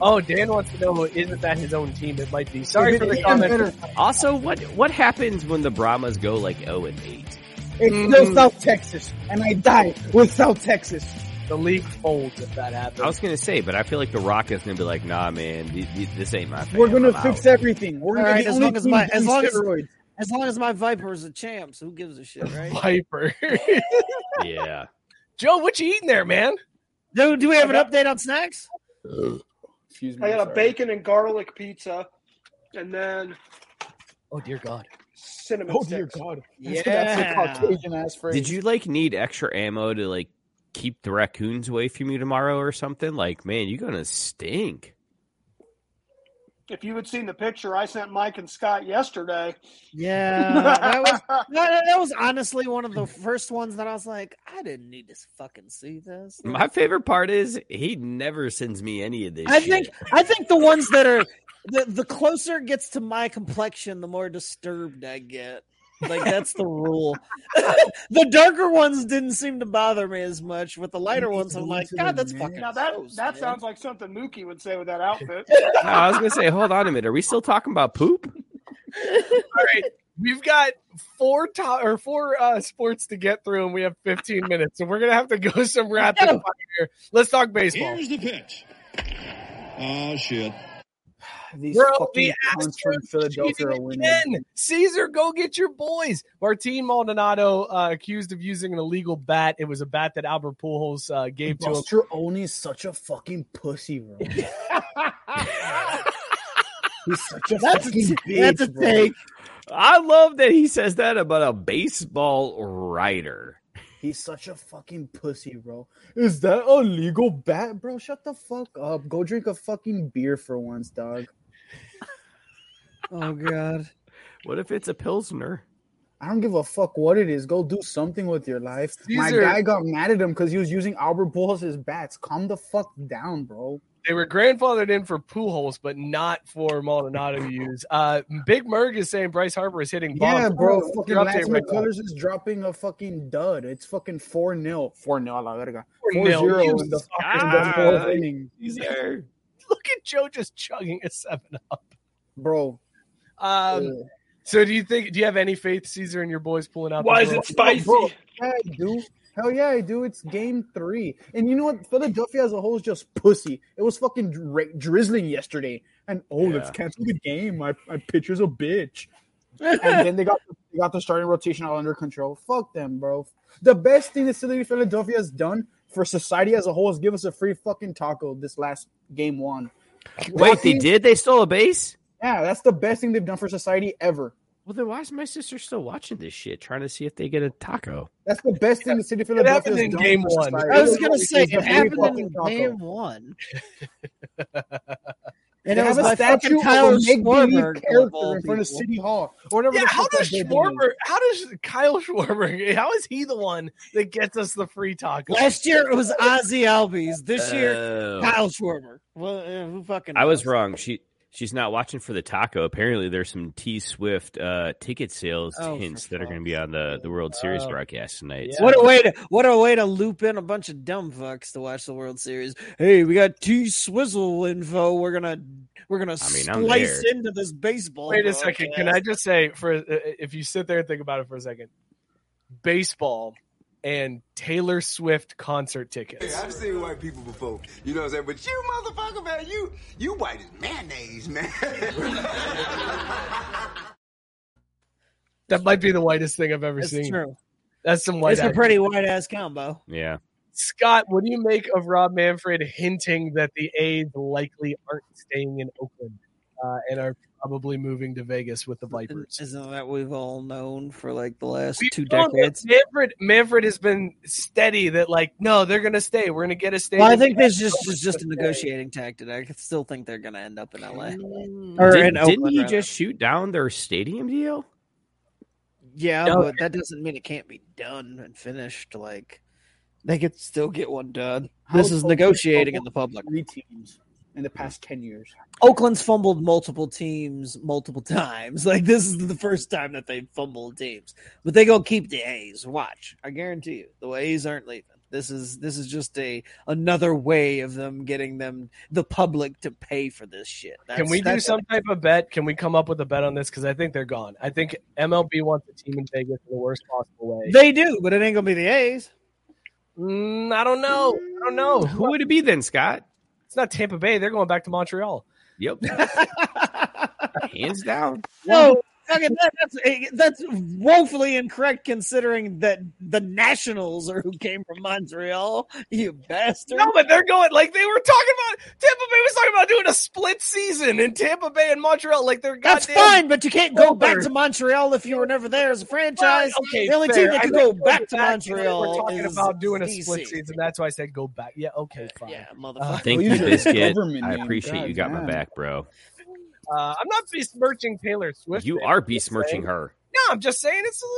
Speaker 5: Oh, Dan wants to know isn't that his own team? It might be. Sorry
Speaker 4: If
Speaker 5: for
Speaker 4: it
Speaker 5: the
Speaker 4: isn't
Speaker 5: comment.
Speaker 4: better,
Speaker 3: also, what what happens when the Brahmas go like zero and eight?
Speaker 4: It's
Speaker 6: Mm-hmm.
Speaker 4: still South Texas, and I die with South Texas.
Speaker 5: The league folds if that happens.
Speaker 3: I was gonna say, but I feel like the Rock is gonna be like, nah, man, th- th- this ain't my. Fam.
Speaker 4: We're gonna
Speaker 3: I'm
Speaker 4: fix
Speaker 3: out.
Speaker 4: everything. We're gonna
Speaker 6: All right,
Speaker 4: be the
Speaker 6: as
Speaker 4: only
Speaker 6: long as
Speaker 4: team
Speaker 6: my-
Speaker 4: doing
Speaker 6: as long as-
Speaker 4: steroids.
Speaker 6: As long as my Vipers are champs, who gives a shit, right?
Speaker 5: Viper.
Speaker 3: Yeah.
Speaker 5: Joe, what you eating there, man?
Speaker 6: Dude, do we have an update on snacks?
Speaker 4: Excuse me.
Speaker 10: I got a
Speaker 4: sorry.
Speaker 10: bacon and garlic pizza, and then
Speaker 5: Oh dear God.
Speaker 10: cinnamon
Speaker 4: Oh dear
Speaker 10: sticks.
Speaker 4: God!
Speaker 6: Yeah.
Speaker 4: that's a Caucasian ass phrase.
Speaker 3: Did you like need extra ammo to like keep the raccoons away from you tomorrow or something? Like, man, you're gonna stink.
Speaker 10: If you had seen the picture I sent Mike and Scott yesterday,
Speaker 6: Yeah, that was no, no, that was honestly one of the first ones that I was like, I didn't need to fucking see this.
Speaker 3: My favorite part is he never sends me any of this.
Speaker 6: I
Speaker 3: shit.
Speaker 6: think I think the ones that are the the closer it gets to my complexion, the more disturbed I get. Like that's the rule. the darker ones didn't seem to bother me as much. With the lighter ones, I'm like, God, that's fucking.
Speaker 10: now that
Speaker 6: gross,
Speaker 10: that
Speaker 6: man."
Speaker 10: sounds like something Mookie would say with that outfit.
Speaker 3: No, I was gonna say, hold on a minute. Are we still talking about poop?
Speaker 5: All right. We've got four to- or four uh, sports to get through, and we have 15 minutes, so we're gonna have to go some rapid fire. here. Let's talk baseball.
Speaker 11: Here's the pitch. Oh shit.
Speaker 4: These
Speaker 5: Bro,
Speaker 4: fucking
Speaker 5: the
Speaker 4: clowns from
Speaker 5: Astros
Speaker 4: Philadelphia are
Speaker 5: cheated
Speaker 4: winning.
Speaker 5: again. Caesar, go get your boys. Martin Maldonado uh, accused of using an illegal bat. It was a bat that Albert Pujols uh, gave to him.
Speaker 4: Buster Olney is such a fucking pussy, bro. He's such a
Speaker 6: That's a
Speaker 4: fucking
Speaker 6: t-
Speaker 4: bitch,
Speaker 6: that's a
Speaker 4: bro.
Speaker 6: take.
Speaker 3: I love that he says that about a baseball writer.
Speaker 4: He's such a fucking pussy, bro. Is that a legal bat, bro? Shut the fuck up. Go drink a fucking beer for once, dog.
Speaker 6: oh god.
Speaker 3: What if it's a pilsner?
Speaker 4: I don't give a fuck what it is. Go do something with your life. My
Speaker 5: Caesar.
Speaker 4: guy got mad at him because he was using Albert Pujols as bats. Calm the fuck down, bro.
Speaker 5: They were grandfathered in for Pujols, but not for Maldonado use. Uh, Big Merg is saying Bryce Harper is hitting bombs.
Speaker 4: Yeah, bro.
Speaker 5: What's
Speaker 4: Fucking
Speaker 5: your update,
Speaker 4: Lance
Speaker 5: Rick?
Speaker 4: McCullers is dropping a fucking dud. It's fucking 4 0. 4 0. I gotta go. 4
Speaker 5: nil.
Speaker 4: 0
Speaker 5: You
Speaker 4: in the
Speaker 5: suck.
Speaker 4: in the fourth
Speaker 5: Ah,
Speaker 4: inning.
Speaker 3: Caesar.
Speaker 5: Look at Joe just chugging a seven up,
Speaker 4: bro.
Speaker 5: Um,
Speaker 4: Ugh.
Speaker 5: So, do you think? Do you have any faith, Caesar, and your boys pulling out? the draw?
Speaker 4: Bro, yeah, I do. Hell yeah, I do. It's game three. And you know what? Philadelphia as a whole is just pussy. It was fucking dri- drizzling yesterday. And oh, let's
Speaker 3: Yeah.
Speaker 4: cancel the game. My, my pitcher's a bitch. and then they got they got the starting rotation all under control. Fuck them, bro. The best thing the city of Philadelphia has done for society as a whole is give us a free fucking taco this last game one.
Speaker 3: Wait, they did? They stole a base?
Speaker 4: Yeah, that's the best thing they've done for society ever.
Speaker 3: Well, then why is my sister still watching this shit, trying to see if they get a taco?
Speaker 4: That's the best thing the city of Philadelphia
Speaker 3: happened
Speaker 4: has
Speaker 3: in
Speaker 4: done
Speaker 3: game
Speaker 4: for
Speaker 3: one.
Speaker 4: society.
Speaker 6: I was gonna say
Speaker 4: It's a
Speaker 6: it
Speaker 4: free
Speaker 6: happened
Speaker 4: fucking
Speaker 6: in
Speaker 4: taco.
Speaker 6: game one.
Speaker 4: And
Speaker 6: And it
Speaker 4: have
Speaker 6: was
Speaker 4: a
Speaker 6: by
Speaker 4: statue
Speaker 6: fucking
Speaker 4: of
Speaker 6: Tyler
Speaker 4: a make-believe
Speaker 6: Schwarberg of all
Speaker 4: character in front of
Speaker 6: people.
Speaker 4: City Hall. Or whatever
Speaker 5: Yeah,
Speaker 4: the
Speaker 5: how
Speaker 4: fuck that
Speaker 5: does
Speaker 4: building
Speaker 5: Schwarber?
Speaker 4: is.
Speaker 5: How does Kyle Schwarber? How is he the one that gets us the free taco?
Speaker 6: Last year it was Ozzy Albies. This year
Speaker 3: Oh.
Speaker 6: Kyle Schwarber. Well, uh, who fucking?
Speaker 3: I was
Speaker 6: knows?
Speaker 3: wrong. She she's not watching for the taco. Apparently, there's some T Swift uh, ticket sales
Speaker 6: Oh, for
Speaker 3: hints that are going to be on the, the World Series
Speaker 6: Oh.
Speaker 3: broadcast tonight.
Speaker 6: What a way to what a way to loop in a bunch of dumb fucks to watch the World Series. Hey, we got T Swizzle info. We're gonna we're gonna
Speaker 3: I mean, I'm
Speaker 6: splice
Speaker 3: there.
Speaker 6: into this baseball.
Speaker 5: Wait a second. Can I
Speaker 6: broadcast.
Speaker 5: just say, for uh, if you sit there and think about it for a second, baseball and Taylor Swift concert
Speaker 8: Hey,
Speaker 5: tickets.
Speaker 8: I've seen white people before. You know what I'm saying? But you motherfucker, man, you you white as mayonnaise, man.
Speaker 5: That might be the whitest thing I've ever
Speaker 6: That's
Speaker 5: seen.
Speaker 6: true.
Speaker 5: That's some white.
Speaker 6: It's a
Speaker 5: action.
Speaker 6: pretty white ass combo.
Speaker 3: Yeah.
Speaker 5: Scott, what do you make of Rob Manfred hinting that the A's likely aren't staying in Oakland uh, and are probably moving to Vegas with the Vipers?
Speaker 6: Isn't that we've all known for like the last
Speaker 5: We've
Speaker 6: two
Speaker 5: known that
Speaker 6: decades?
Speaker 5: Manfred, Manfred has been steady that like, no, they're gonna stay. We're gonna get a stay.
Speaker 6: Well, I think this just is just a negotiating tactic. I still think they're gonna end up in LA. Or
Speaker 3: Didn't-
Speaker 6: in
Speaker 3: didn't
Speaker 6: Oakland,
Speaker 3: he
Speaker 6: rather.
Speaker 3: just shoot down their stadium deal?
Speaker 6: Yeah,
Speaker 3: No.
Speaker 6: but that doesn't mean it can't be done and finished. Like they could still get one done.
Speaker 4: How
Speaker 6: This is
Speaker 4: Oakland
Speaker 6: negotiating in
Speaker 4: fumbled
Speaker 6: the public.
Speaker 4: Three teams in the past ten years.
Speaker 6: Oakland's fumbled multiple teams multiple times. Like this is the first time that they've fumbled teams. But they gonna keep the A's. Watch. I guarantee you. The A's aren't leaving. This is this is just a another way of them getting them the public to pay for this shit.
Speaker 5: Can
Speaker 6: That's-
Speaker 5: we do
Speaker 6: that's-
Speaker 5: some type of bet? Can we come up with a bet on this? Because I think they're gone. I think MLB wants a team in Vegas in the worst possible way.
Speaker 6: They do, but it ain't gonna be the A's.
Speaker 5: Mm, I don't know. I don't know.
Speaker 3: Who would it be then, Scott?
Speaker 5: It's not Tampa Bay. They're going back to Montreal.
Speaker 3: Yep. Hands down.
Speaker 6: No, fucking that, that's eh, that's woefully incorrect considering that the Nationals are who came from Montreal. You bastard!
Speaker 5: No, but they're going like they were talking about. Tampa Bay was talking about doing a split season in Tampa Bay and Montreal. Like they're
Speaker 6: that's
Speaker 5: goddamn-
Speaker 6: fine, but you can't go back to
Speaker 5: Well,
Speaker 6: Montreal if you were never there as a franchise.
Speaker 5: okay,
Speaker 6: the only
Speaker 5: fair.
Speaker 6: team that
Speaker 5: I
Speaker 6: could
Speaker 5: think
Speaker 6: go
Speaker 5: going
Speaker 6: back to
Speaker 5: back, you know,
Speaker 6: Montreal
Speaker 5: We're talking
Speaker 6: is
Speaker 5: about doing a
Speaker 6: DC.
Speaker 5: split season. That's why I said go back. Yeah, okay, fine.
Speaker 6: Yeah,
Speaker 5: Uh,
Speaker 6: motherfucker.
Speaker 3: Thank
Speaker 4: Well,
Speaker 3: you,
Speaker 4: you said
Speaker 3: Biscuit.
Speaker 4: government
Speaker 3: I
Speaker 4: name.
Speaker 3: appreciate you got my
Speaker 4: Goddamn.
Speaker 3: back, bro.
Speaker 5: uh, I'm not besmirching Taylor Swift.
Speaker 3: You
Speaker 5: man.
Speaker 3: are besmirching her.
Speaker 5: No, I'm just saying it's. You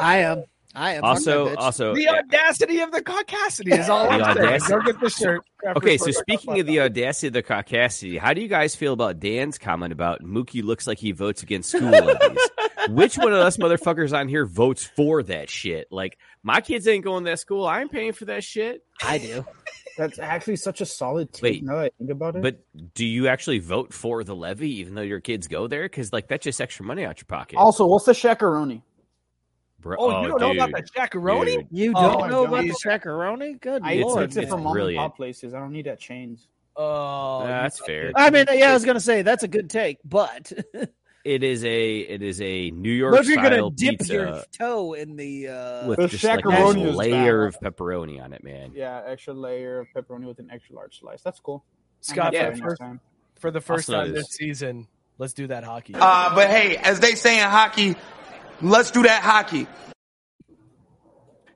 Speaker 5: know,
Speaker 6: I am. I am. Fuck
Speaker 3: Also-
Speaker 6: that bitch.
Speaker 3: also-
Speaker 5: the
Speaker 3: Oh, yeah.
Speaker 5: audacity of the caucasity is all
Speaker 3: The
Speaker 5: I'm saying.
Speaker 3: audacity.
Speaker 5: Go get the shirt.
Speaker 3: Okay, so speaking of the audacity of the caucasity, how do you guys feel about Dan's comment about Mookie looks like he votes against school levies? Which one of us motherfuckers on here votes for that shit? Like, my kids ain't going to that school. I ain't paying for that shit.
Speaker 6: I do.
Speaker 4: That's actually such a solid team.
Speaker 3: Wait.
Speaker 4: now that I think about it,
Speaker 3: But do you actually vote for the levy even though your kids go there? Because, like, that's just extra money out your pocket.
Speaker 4: also, what's the chaperone?
Speaker 3: Bro,
Speaker 5: Oh, you don't know about
Speaker 3: dude.
Speaker 5: the chacaroni?
Speaker 3: Dude.
Speaker 6: You
Speaker 5: Oh,
Speaker 6: don't
Speaker 5: my
Speaker 6: know
Speaker 5: God.
Speaker 6: about the chacaroni? Good
Speaker 4: I
Speaker 6: lord!
Speaker 4: it's it
Speaker 3: it's
Speaker 4: from mom and
Speaker 3: brilliant.
Speaker 4: pop places. I don't need that chains.
Speaker 5: Oh,
Speaker 3: Nah, that's fair.
Speaker 6: I mean, yeah, I was gonna say that's a good take, but
Speaker 3: It is a it is a New York
Speaker 6: what if you're gonna
Speaker 3: style
Speaker 6: dip
Speaker 3: pizza
Speaker 6: your toe in the uh,
Speaker 3: with
Speaker 4: The
Speaker 3: just like a
Speaker 4: chacaroni is
Speaker 3: layer
Speaker 4: bad.
Speaker 3: of pepperoni on it, man.
Speaker 4: Yeah, extra layer of pepperoni with an extra large slice. That's cool. I'm
Speaker 5: Scott
Speaker 4: not
Speaker 5: yeah,
Speaker 4: buying
Speaker 5: for,
Speaker 4: next time.
Speaker 5: for the first
Speaker 3: Also
Speaker 5: time
Speaker 3: noticed.
Speaker 5: this season, Let's do that hockey.
Speaker 12: Uh, but hey, as they say in hockey, let's do that hockey.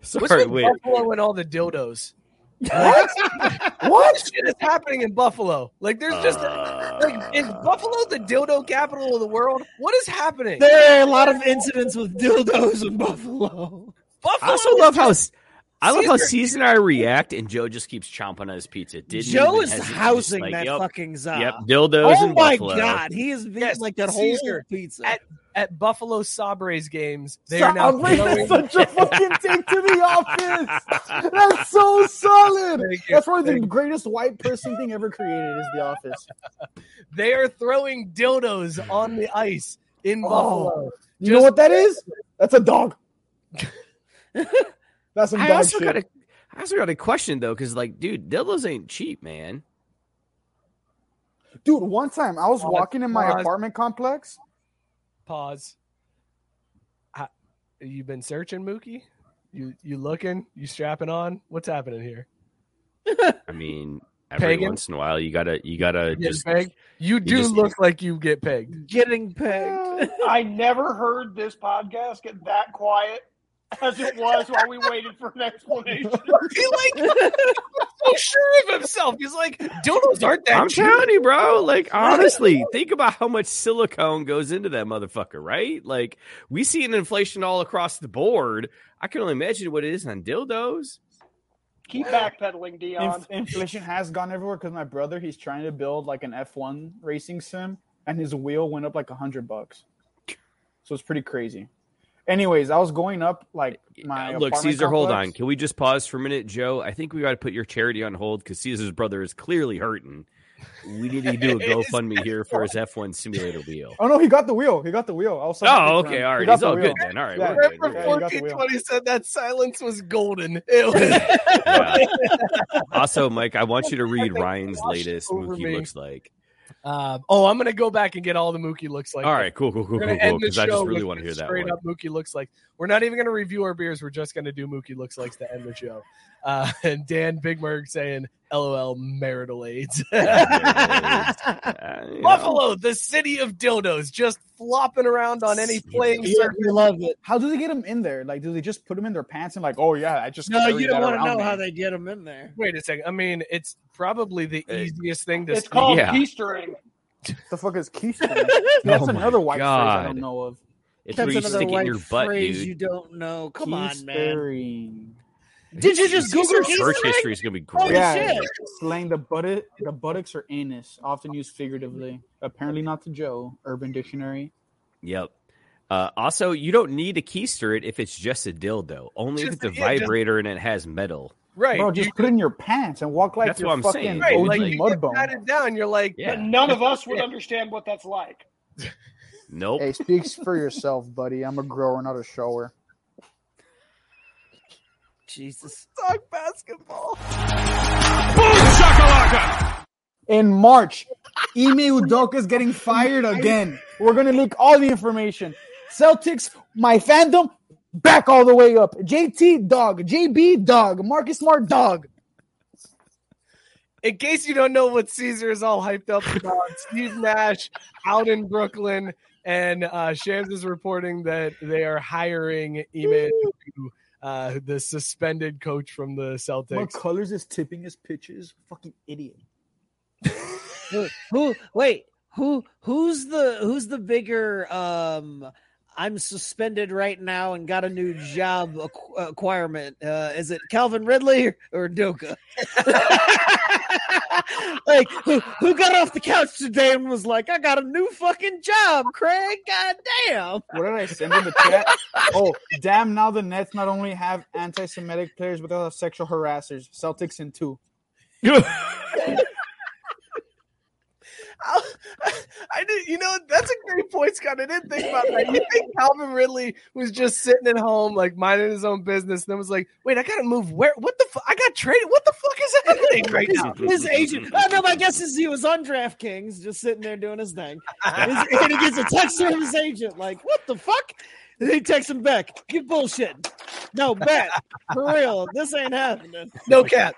Speaker 5: What's
Speaker 3: Sorry,
Speaker 5: with
Speaker 3: wait.
Speaker 5: Buffalo and all the dildos? what? what shit is happening in Buffalo? Like, there's just
Speaker 3: Uh,
Speaker 5: like is Buffalo the dildo capital of the world? What is happening?
Speaker 6: There are a lot of incidents with dildos in Buffalo.
Speaker 3: I also love how I love how Caesar and I react, and Joe just keeps chomping on his pizza. Didn't
Speaker 6: Joe
Speaker 3: even
Speaker 6: is
Speaker 3: hesitate, just
Speaker 6: housing
Speaker 3: like,
Speaker 6: that
Speaker 3: yep,
Speaker 6: fucking za.
Speaker 3: Yep, dildos.
Speaker 6: Oh
Speaker 3: and
Speaker 6: my
Speaker 3: buffalo.
Speaker 6: god, he is being like that whole
Speaker 5: Caesar.
Speaker 6: pizza.
Speaker 5: At, at Buffalo Sabres games, they are now
Speaker 6: Sabres is
Speaker 5: throwing-
Speaker 6: such a
Speaker 4: fucking take to the office. That's so solid.
Speaker 5: Thank you.
Speaker 4: That's probably
Speaker 5: Thank
Speaker 4: the
Speaker 5: you.
Speaker 4: greatest white person thing ever created is the office.
Speaker 5: they are throwing dildos on the ice
Speaker 4: Oh.
Speaker 5: in Buffalo.
Speaker 4: You know what that is? That's a dog. That's some
Speaker 3: I
Speaker 4: dog
Speaker 3: also
Speaker 4: shit.
Speaker 3: got a, I also got a question though, because like, dude, dildos ain't cheap, man.
Speaker 4: Dude, one time I was
Speaker 5: Oh,
Speaker 4: walking in my
Speaker 5: God.
Speaker 4: apartment complex.
Speaker 5: Pause. I, you been searching, Mookie? You you looking? You strapping on? What's happening here?
Speaker 3: I mean, every
Speaker 5: Pagan?
Speaker 3: once in a while, you gotta, you gotta
Speaker 5: Getting
Speaker 3: just.
Speaker 5: pegged? You do
Speaker 3: just-
Speaker 5: look like you get pegged.
Speaker 6: Getting pegged.
Speaker 10: I never heard this podcast get that quiet as it was while we waited for an explanation.
Speaker 5: he like so sure of himself. He's like, dildos aren't that
Speaker 3: I'm
Speaker 5: cheap.
Speaker 3: telling you, bro. Like, honestly, think about how much silicone goes into that motherfucker, right? Like, we see an inflation all across the board. I can only imagine what it is on dildos.
Speaker 10: Keep backpedaling, Dion.
Speaker 4: Inf- inflation has gone everywhere because my brother he's trying to build like an F1 racing sim, and his wheel went up like a hundred bucks. So it's pretty crazy. Anyways, I was going up like my
Speaker 3: Look,
Speaker 4: apartment
Speaker 3: Caesar, hold
Speaker 4: complex.
Speaker 3: on. Can we just pause for a minute, Joe? I think we got to put your charity on hold because Caesar's brother is clearly hurting. We need to do a GoFundMe here for his F1 simulator wheel.
Speaker 4: Oh no, he got the wheel. He got the wheel. I was so
Speaker 3: Oh,
Speaker 4: happy for
Speaker 3: okay,
Speaker 4: him.
Speaker 3: all right.
Speaker 4: He got
Speaker 3: He's
Speaker 4: the
Speaker 3: all
Speaker 4: wheel.
Speaker 3: good then. All right,
Speaker 4: Yeah,
Speaker 3: we're good,
Speaker 4: yeah,
Speaker 5: Remember,
Speaker 4: he got the wheel.
Speaker 5: 1420 said that silence was golden. It was-
Speaker 3: Also, Mike, I want you to read Ryan's latest
Speaker 5: over
Speaker 3: Mookie
Speaker 5: me.
Speaker 3: looks like.
Speaker 5: Um, oh, I'm gonna go back and get all the Mookie looks like.
Speaker 3: All right, cool, cool, cool,
Speaker 5: We're gonna
Speaker 3: cool, cool.
Speaker 5: end the
Speaker 3: Because I
Speaker 5: show
Speaker 3: just really
Speaker 5: with
Speaker 3: want to hear that
Speaker 5: straight
Speaker 3: one.
Speaker 5: up Mookie looks like. We're not even gonna review our beers. We're just gonna do Mookie looks likes to end the show. Uh, and Dan Big Merg saying, "LOL, marital aids."
Speaker 3: Uh, you know.
Speaker 5: Buffalo, the city of dildos, just flopping around on any playing surface.
Speaker 6: love it.
Speaker 4: How do they get him in there? Like, do they just put him in their pants and like, oh yeah, I just
Speaker 6: No,
Speaker 4: carry
Speaker 6: you don't
Speaker 4: that
Speaker 6: want
Speaker 4: around
Speaker 6: to know
Speaker 4: me.
Speaker 6: how they get him in there.
Speaker 5: Wait a second. I mean, it's probably the easiest thing to.
Speaker 10: It's called
Speaker 3: Yeah.
Speaker 10: keystering.
Speaker 4: the fuck is Keystone? That's
Speaker 3: Oh my
Speaker 4: another white phrase I
Speaker 3: God.
Speaker 4: don't know of.
Speaker 3: It's where you stick it in your butt,
Speaker 6: phrase
Speaker 3: dude.
Speaker 6: you don't know. Come on, man.
Speaker 4: Keystering.
Speaker 6: Did you just Google
Speaker 3: Search
Speaker 6: Keystering?
Speaker 3: history is gonna be
Speaker 6: Holy
Speaker 3: great.
Speaker 4: yeah,
Speaker 6: shit.
Speaker 4: slang the buttock, the buttocks or anus, often used figuratively. Apparently not to Joe. Urban Dictionary.
Speaker 3: Yep. Uh, also, you don't need to keister it if it's just a dildo. Only
Speaker 5: Just-
Speaker 3: if it's a
Speaker 5: yeah, just-
Speaker 3: vibrator and it has metal.
Speaker 5: Right.
Speaker 4: Bro, just
Speaker 5: you-
Speaker 4: put it in your pants and walk like
Speaker 3: That's
Speaker 4: you're
Speaker 3: what I'm
Speaker 4: fucking
Speaker 3: saying.
Speaker 5: right.
Speaker 4: OG
Speaker 5: Like, you get
Speaker 4: mudbone.
Speaker 5: patted down. You're like,
Speaker 3: Yeah.
Speaker 10: But none of us would understand what that's like.
Speaker 3: Nope.
Speaker 4: Hey, speaks for yourself, buddy. I'm a grower, not a shower.
Speaker 6: Jesus.
Speaker 5: talk basketball.
Speaker 4: In March, Ime Udoka is getting fired again. We're gonna leak all the information. Celtics, my fandom, back all the way up. JT dog, JB dog, Marcus Smart dog.
Speaker 5: In case you don't know what Caesar is all hyped up about, Steve Nash out in Brooklyn, and uh, Shams is reporting that they are hiring Ime, Udoka, uh, the suspended coach from the Celtics.
Speaker 4: colors is tipping his pitches? Fucking idiot.
Speaker 6: Who- who wait who who's the who's the bigger um i'm suspended right now and got a new job acqu- acquirement uh is it calvin ridley or doka like who, who got off the couch today and was like i got a new fucking job craig god damn
Speaker 4: What did I send in the chat? Oh, damn! Now the Nets not only have anti-Semitic players, but they have sexual harassers. Celtics in two.
Speaker 5: I I did, you know, that's a great point, Scott. I didn't think about that. You think Calvin Ridley was just sitting at home, like minding his own business, and then was like, "Wait, I gotta move. Where? What the? Fu- I got traded. What the fuck is happening right now?"
Speaker 6: his agent. Oh, no, my guess is he was on DraftKings, just sitting there doing his thing. His- and he gets a text from his agent, like, "What the fuck?" And he texts him back, "You bullshit." No bet. For real, this ain't happening.
Speaker 5: No cap.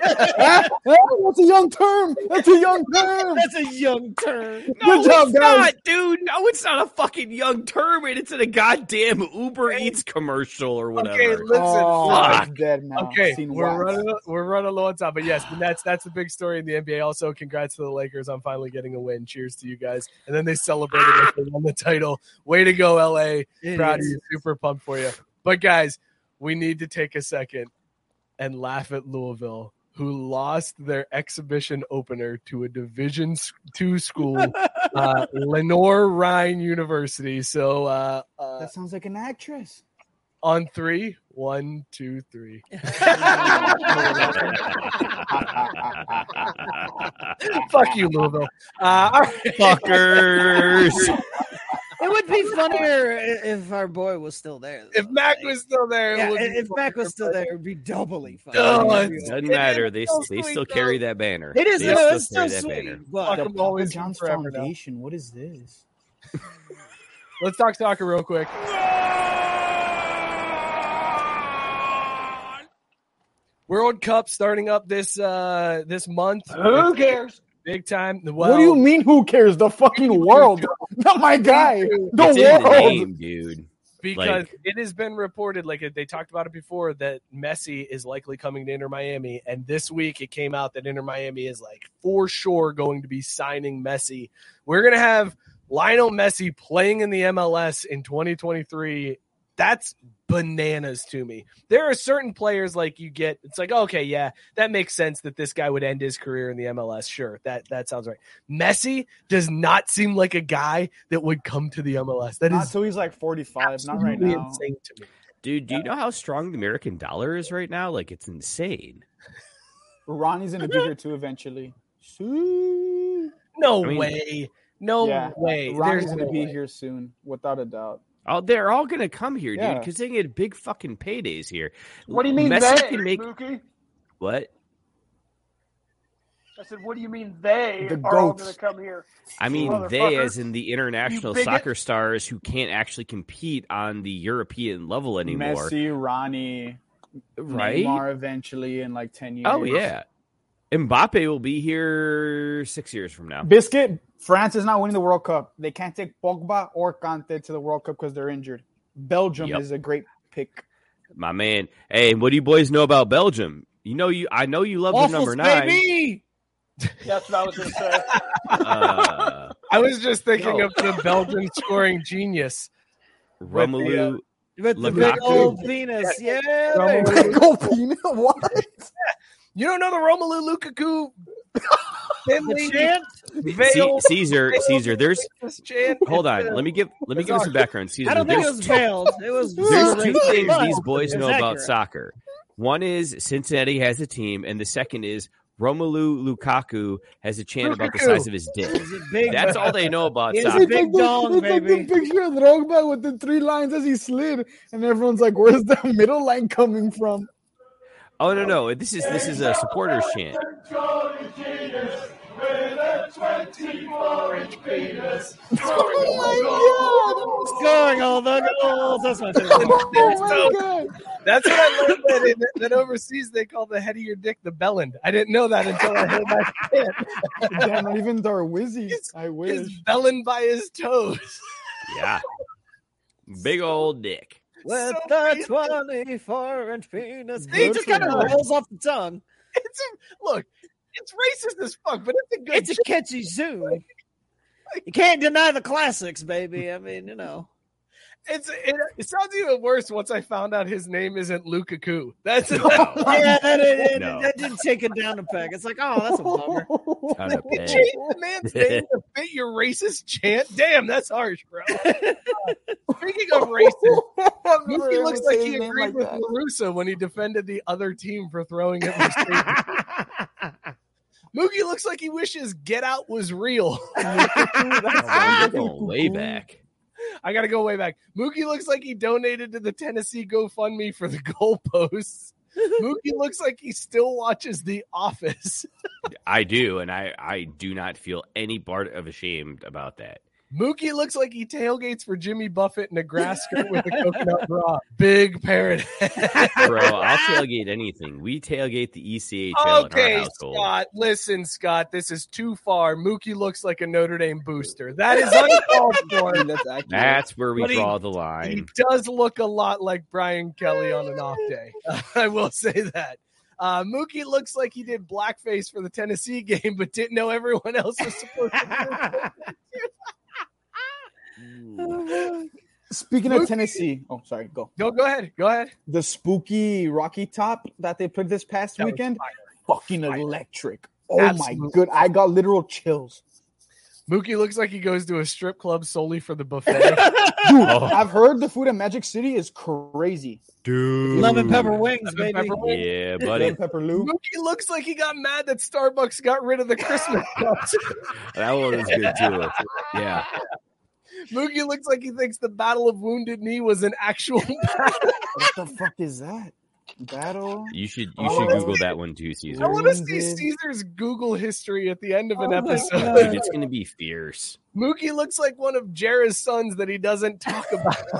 Speaker 4: That's a young term. That's a young term.
Speaker 6: That's a young term.
Speaker 4: Good job,
Speaker 3: it's
Speaker 4: guys.
Speaker 3: not, dude. No, it's not a fucking young term, and it's in a goddamn Uber Eats commercial or whatever.
Speaker 5: Okay, listen.
Speaker 4: Oh,
Speaker 3: Fuck.
Speaker 4: I'm dead now.
Speaker 5: Okay,
Speaker 4: Seen
Speaker 5: we're
Speaker 4: wax.
Speaker 5: running we're running low on time, but yes, but that's that's a big story in the NBA. Also, congrats to the Lakers on finally getting a win. Cheers to you guys! And then they celebrated like they won the title. Way to go, LA! Proud of you. Super pumped for you. But guys, we need to take a second and laugh at Louisville, who lost their exhibition opener to a Division s- two school, uh, Lenore Ryan University. So uh, uh,
Speaker 4: That sounds like an actress.
Speaker 5: on three, one, two, three. Fuck you, Louisville. Uh, all right.
Speaker 3: Fuckers.
Speaker 6: It would be funnier i- if our boy was still there. though.
Speaker 5: If Mac was still there, it
Speaker 6: Yeah,
Speaker 5: would be
Speaker 6: if Mac was still there, it'd be doubly funny.
Speaker 5: Oh, it's-
Speaker 3: Doesn't matter. They,
Speaker 6: so
Speaker 3: they
Speaker 6: sweet,
Speaker 3: still
Speaker 6: though.
Speaker 3: carry that banner.
Speaker 6: It is.
Speaker 3: They
Speaker 6: No, it's still
Speaker 3: carry that banner.
Speaker 6: sweet. But
Speaker 5: Fuck
Speaker 4: The
Speaker 5: 'em always
Speaker 4: Papa John's
Speaker 5: forever now.
Speaker 4: Foundation. What is this?
Speaker 5: Let's talk soccer real quick. World Cup starting up this uh this month.
Speaker 10: Who cares?
Speaker 5: Big time.
Speaker 4: what do you mean? Who cares? The fucking world. Not my guy. The
Speaker 3: It's in the
Speaker 4: world.
Speaker 3: name, dude.
Speaker 5: Because it has been reported, like they talked about it before, that Messi is likely coming to Inter Miami, and this week it came out that Inter Miami is like for sure going to be signing Messi. We're gonna have Lionel Messi playing in the MLS in 2023. That's bananas to me. There are certain players like you get. It's like okay, yeah, that makes sense that this guy would end his career in the MLS. Sure, that that sounds right. Messi does not seem like a guy that would come to the MLS. That
Speaker 4: Not
Speaker 5: is
Speaker 4: till he's like 45. Not right
Speaker 5: absolutely
Speaker 4: now.
Speaker 5: insane to me.
Speaker 3: Dude, do you know how strong the American dollar is right now? Like, it's insane.
Speaker 4: Ronnie's in a bigger too eventually. Soon.
Speaker 5: No
Speaker 3: I mean-
Speaker 5: way. No
Speaker 4: yeah.
Speaker 5: way.
Speaker 4: Ronnie's
Speaker 5: There's
Speaker 4: gonna
Speaker 5: no
Speaker 4: be
Speaker 5: way.
Speaker 4: here soon, without a doubt.
Speaker 3: Oh, they're all gonna come here, dude,
Speaker 4: Yeah.
Speaker 3: because they get big fucking paydays here.
Speaker 10: What do you mean
Speaker 3: Messi
Speaker 10: they?
Speaker 3: can make
Speaker 10: Mookie?
Speaker 3: what?
Speaker 10: I said, what do you mean they
Speaker 4: The
Speaker 10: are all going
Speaker 4: goats.
Speaker 10: to come here?
Speaker 3: I mean, they
Speaker 10: Motherfucker.
Speaker 3: as in the international
Speaker 10: bigot.
Speaker 3: soccer stars who can't actually compete on the European level anymore,
Speaker 4: Messi, Ronnie,
Speaker 3: right?
Speaker 4: Neymar eventually in like 10 years.
Speaker 3: Oh yeah, Mbappe will be here six years from now.
Speaker 4: Biscuit, France is not winning the World Cup. They can't take Pogba or Kante to the World Cup because they're injured. Belgium
Speaker 3: Yep.
Speaker 4: is a great pick.
Speaker 3: My man. Hey, what do you boys know about Belgium? You know you. I know you love
Speaker 6: Waffles,
Speaker 3: the number nine.
Speaker 6: baby.
Speaker 10: That's what I was going to say.
Speaker 3: Uh,
Speaker 5: I was just thinking
Speaker 3: No.
Speaker 5: of the Belgian scoring genius.
Speaker 3: Romelu.
Speaker 6: With the
Speaker 3: Lukaku.
Speaker 6: big old penis, yeah.
Speaker 5: Romelu-
Speaker 6: baby.
Speaker 4: Go peanut. What?
Speaker 5: You don't know the Romelu Lukaku
Speaker 6: The
Speaker 5: Finley
Speaker 6: chant.
Speaker 3: C-
Speaker 5: veil
Speaker 3: Caesar, Caesar. There's
Speaker 5: chant?
Speaker 3: hold on. Let me give let me give you some background. Caesar,
Speaker 6: I don't think it
Speaker 3: there's
Speaker 6: was
Speaker 3: two-
Speaker 6: veiled. It was.
Speaker 3: There's
Speaker 6: very
Speaker 3: two things
Speaker 6: but
Speaker 3: these boys
Speaker 6: it
Speaker 3: know
Speaker 6: was
Speaker 3: about
Speaker 6: accurate.
Speaker 3: soccer. One is Cincinnati has a team, and the second is Romelu Lukaku has a chant about the
Speaker 5: Lukaku.
Speaker 3: size of his dick.
Speaker 6: He's a big.
Speaker 3: That's all they know about
Speaker 6: Is it
Speaker 3: soccer.
Speaker 6: Big dong, baby.
Speaker 4: the picture of Drogba with the three lines as he slid, and everyone's like, "Where's the middle line coming from?"
Speaker 3: Oh no, no, this is this is a supporters chant.
Speaker 4: Oh
Speaker 6: scoring all the goals. That's my favorite. one.
Speaker 4: my god! Oh my god!
Speaker 5: That's what I learned that, in, that overseas they call the head of your dick the bellend. I didn't know that until I heard that chant.
Speaker 4: Damn, not even Darwizzy.
Speaker 5: It's-
Speaker 4: I
Speaker 5: He's
Speaker 4: wish.
Speaker 5: bellend by his toes.
Speaker 3: Yeah, big old dick.
Speaker 6: With
Speaker 5: So
Speaker 6: the
Speaker 5: basic.
Speaker 6: twenty-four inch penis,
Speaker 5: He
Speaker 6: it
Speaker 5: just
Speaker 6: just
Speaker 5: kinda
Speaker 6: kind of rolls off the tongue.
Speaker 5: It's a, look, it's racist as fuck, but it's a good
Speaker 6: It's a catchy zoom. You can't deny the classics, baby. I mean, you know.
Speaker 5: It's it, it sounds even worse once I found out his name isn't Lukaku. That's
Speaker 6: Yeah, that, it, it-
Speaker 3: No.
Speaker 6: that did take it down a peg. It's like, oh, that's a bummer.
Speaker 3: Ton of
Speaker 5: you
Speaker 3: pay.
Speaker 5: change the man's name to fit your racist chant. Damn, that's harsh, bro. Uh, speaking of racist, Mookie looks like he agreed with Larusa when he defended the other team for throwing it. Mookie looks like he wishes Get Out was real.
Speaker 3: We're going way back.
Speaker 5: I gotta go way back. Mookie looks like he donated to the Tennessee GoFundMe for the goalposts. Mookie looks like he still watches The Office.
Speaker 3: I do, and I I do not feel any part of ashamed about that.
Speaker 9: Mookie looks like he tailgates for Jimmy Buffett in a grass skirt with a coconut bra. Big parrot.
Speaker 3: Bro, I'll tailgate anything. We tailgate the E ECHL in our
Speaker 9: Okay,
Speaker 3: household.
Speaker 9: Scott. Listen, Scott. This is too far. Mookie looks like a Notre Dame booster. That is uncalled for.
Speaker 4: That's accurate.
Speaker 3: That's where we
Speaker 9: But he-
Speaker 3: draw the
Speaker 9: He
Speaker 3: line.
Speaker 9: does look a lot like Brian Kelly on an off day. I will say that. Uh, Mookie looks like he did blackface for the Tennessee game, but didn't know everyone else was supposed to.
Speaker 4: Speaking of Tennessee, oh sorry, go.
Speaker 9: No, go ahead. Go ahead.
Speaker 4: The spooky Rocky Top that they played this past weekend, fucking electric. Oh my
Speaker 9: Absolutely.
Speaker 4: good, I got literal chills.
Speaker 9: Mookie looks like he goes to a strip club solely for the buffet.
Speaker 4: Dude, I've heard the food in Magic City is crazy.
Speaker 3: Dude.
Speaker 4: Love and pepper wings,
Speaker 9: baby.
Speaker 3: Yeah, buddy.
Speaker 4: Pepper Lou.
Speaker 9: Mookie looks like he got mad that Starbucks got rid of the Christmas cups.
Speaker 3: That one was good too. Yeah.
Speaker 9: Mookie looks like he thinks the Battle of Wounded Knee was an actual battle.
Speaker 4: what the fuck is that? Battle.
Speaker 3: You should you
Speaker 9: I
Speaker 3: should
Speaker 9: wanna
Speaker 6: Oh.
Speaker 3: Google
Speaker 9: see-
Speaker 3: that one too,
Speaker 9: I
Speaker 3: Caesar.
Speaker 9: want to see Caesar's Google history at the end of an
Speaker 3: Oh my God. Dude,
Speaker 9: episode.
Speaker 3: it's gonna be fierce.
Speaker 9: Mookie looks like one of Jared's sons that he doesn't talk about.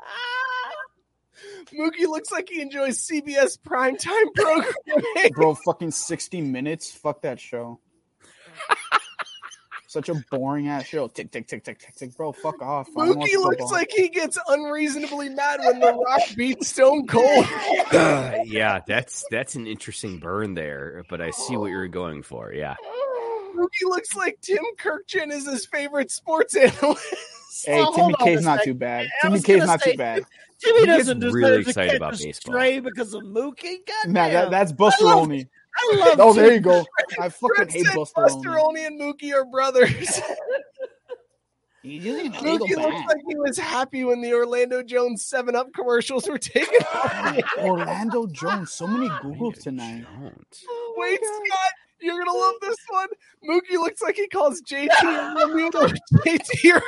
Speaker 4: Ah.
Speaker 9: Mookie looks like he enjoys CBS primetime programming.
Speaker 4: Bro, fucking 60 minutes. Fuck that show. Such a boring ass show. Tick, tick, tick, tick, tick, tick. Bro, fuck off. I don't watch
Speaker 9: Mookie looks
Speaker 4: football.
Speaker 9: like he gets unreasonably mad when The Rock beats Stone Cold.
Speaker 3: Uh, yeah, that's that's an interesting burn there, but I see what you're going for. Yeah.
Speaker 9: Mookie looks like Tim Kirkchen is his favorite sports analyst.
Speaker 4: Hey, Timmy K's not too bad. Timmy K's not too bad.
Speaker 6: Timmy
Speaker 4: He gets
Speaker 6: doesn't deserve
Speaker 4: really
Speaker 6: to
Speaker 4: excited
Speaker 6: catch
Speaker 4: about
Speaker 6: a
Speaker 4: baseball.
Speaker 6: stray because of Mookie. God
Speaker 4: Nah, that, that's Buster
Speaker 6: I love-
Speaker 4: only.
Speaker 6: I love
Speaker 4: Oh, there
Speaker 6: Timmy.
Speaker 4: you go. I fucking
Speaker 9: Brett
Speaker 4: hate
Speaker 9: said
Speaker 4: Buster,
Speaker 9: Buster
Speaker 4: Olney.
Speaker 9: Olney and Mookie are brothers.
Speaker 4: Mookie
Speaker 9: looks like he was happy when the Orlando Jones 7 Up commercials were taken off.
Speaker 4: Orlando Jones. So many Googles tonight.
Speaker 6: Oh,
Speaker 9: Wait, Scott, you're going to love this one. Mookie looks like he calls JT Realmuto JT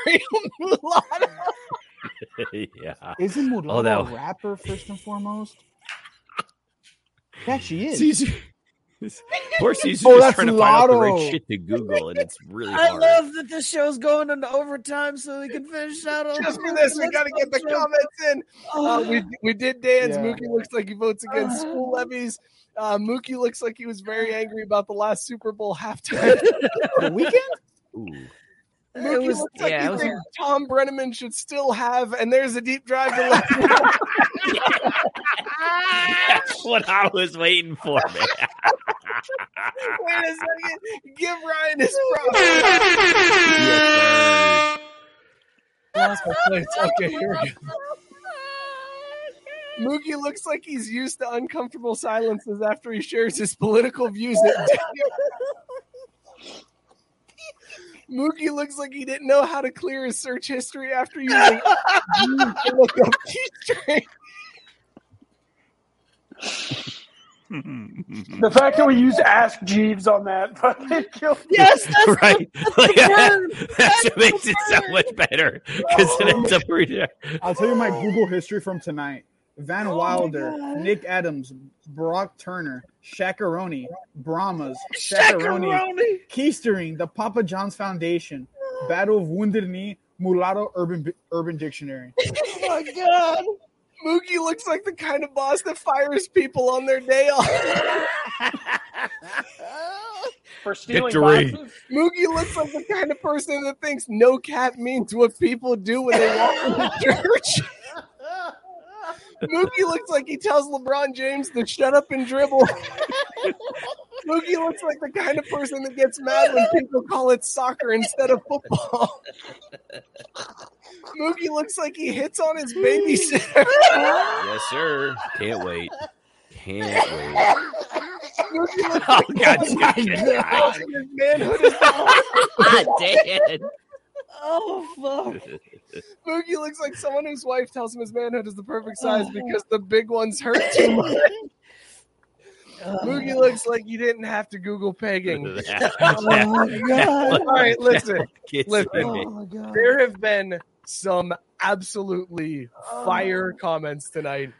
Speaker 9: Realmuto.
Speaker 3: yeah.
Speaker 4: Isn't Mulatto
Speaker 3: Oh, that
Speaker 4: a
Speaker 3: was-
Speaker 4: rapper first and foremost? Yeah, she is.
Speaker 3: Caesar. poor Caesar's
Speaker 4: Oh,
Speaker 3: just
Speaker 4: that's
Speaker 3: trying to find out the
Speaker 4: Lotto.
Speaker 3: right shit to Google, and it's really
Speaker 6: I
Speaker 3: hard.
Speaker 6: love that this show's going into overtime so we can finish out all
Speaker 9: Just for this, we got to get the comments in. Uh, we, we did dance.
Speaker 6: Yeah.
Speaker 9: Mookie looks like he votes against school levies. Uh, Mookie looks like he was very angry about the last Super Bowl halftime.
Speaker 4: weekend?
Speaker 9: Mookie
Speaker 6: was-
Speaker 9: looks like
Speaker 6: yeah,
Speaker 9: he
Speaker 6: it was-
Speaker 9: thinks Tom Brenneman should still have, and there's a deep drive to left.
Speaker 3: That's what I was waiting for, man.
Speaker 9: Wait a second. Give Ryan his props. Lost my place.
Speaker 6: Oh,
Speaker 9: Okay, here we go. Mookie looks like he's used to uncomfortable silences after he shares his political views. At Mookie looks like he didn't know how to clear his search history after using Bing to look up G-string.
Speaker 7: The fact that we used Ask Jeeves on that fucking killed me.
Speaker 6: Yes, that's
Speaker 3: right. Like,
Speaker 6: burn.
Speaker 3: that's what makes it so much better because it ends up reading.
Speaker 4: I'll tell you my Google history from tonight. Van Wilder, Nick Adams, Brock Turner, Shakaroni, Brahmas, Shakaroni,
Speaker 6: Shakaroni.
Speaker 4: Keistering, the Papa John's Foundation, Battle of Wounded Knee, Mulatto Urban Urban Dictionary.
Speaker 9: Oh my god. Mookie looks like the kind of boss that fires people on their day off.
Speaker 7: For stealing
Speaker 3: Victory.
Speaker 7: boxes?
Speaker 9: Mookie looks like the kind of person that thinks no cap means what people do when they walk in the church. Mookie looks like he tells LeBron James to shut up and dribble. Mookie looks like the kind of person that gets mad when people call it soccer instead of football. Mookie looks like he hits on his babysitter.
Speaker 3: Yes, sir. Can't wait. Can't wait.
Speaker 9: Mookie looks
Speaker 3: Oh,
Speaker 9: like
Speaker 3: God,
Speaker 9: the
Speaker 3: God,
Speaker 9: kind of
Speaker 3: God.
Speaker 9: person that manhood is the
Speaker 3: God damn.
Speaker 6: Oh fuck!
Speaker 9: Mookie looks like someone whose wife tells him his manhood is the perfect size because the big ones hurt too much. Mookie looks like you didn't have to Google pegging. All right, listen.
Speaker 3: oh,
Speaker 9: Listen.
Speaker 6: my god!
Speaker 9: There have been some absolutely
Speaker 6: Oh.
Speaker 9: fire comments tonight.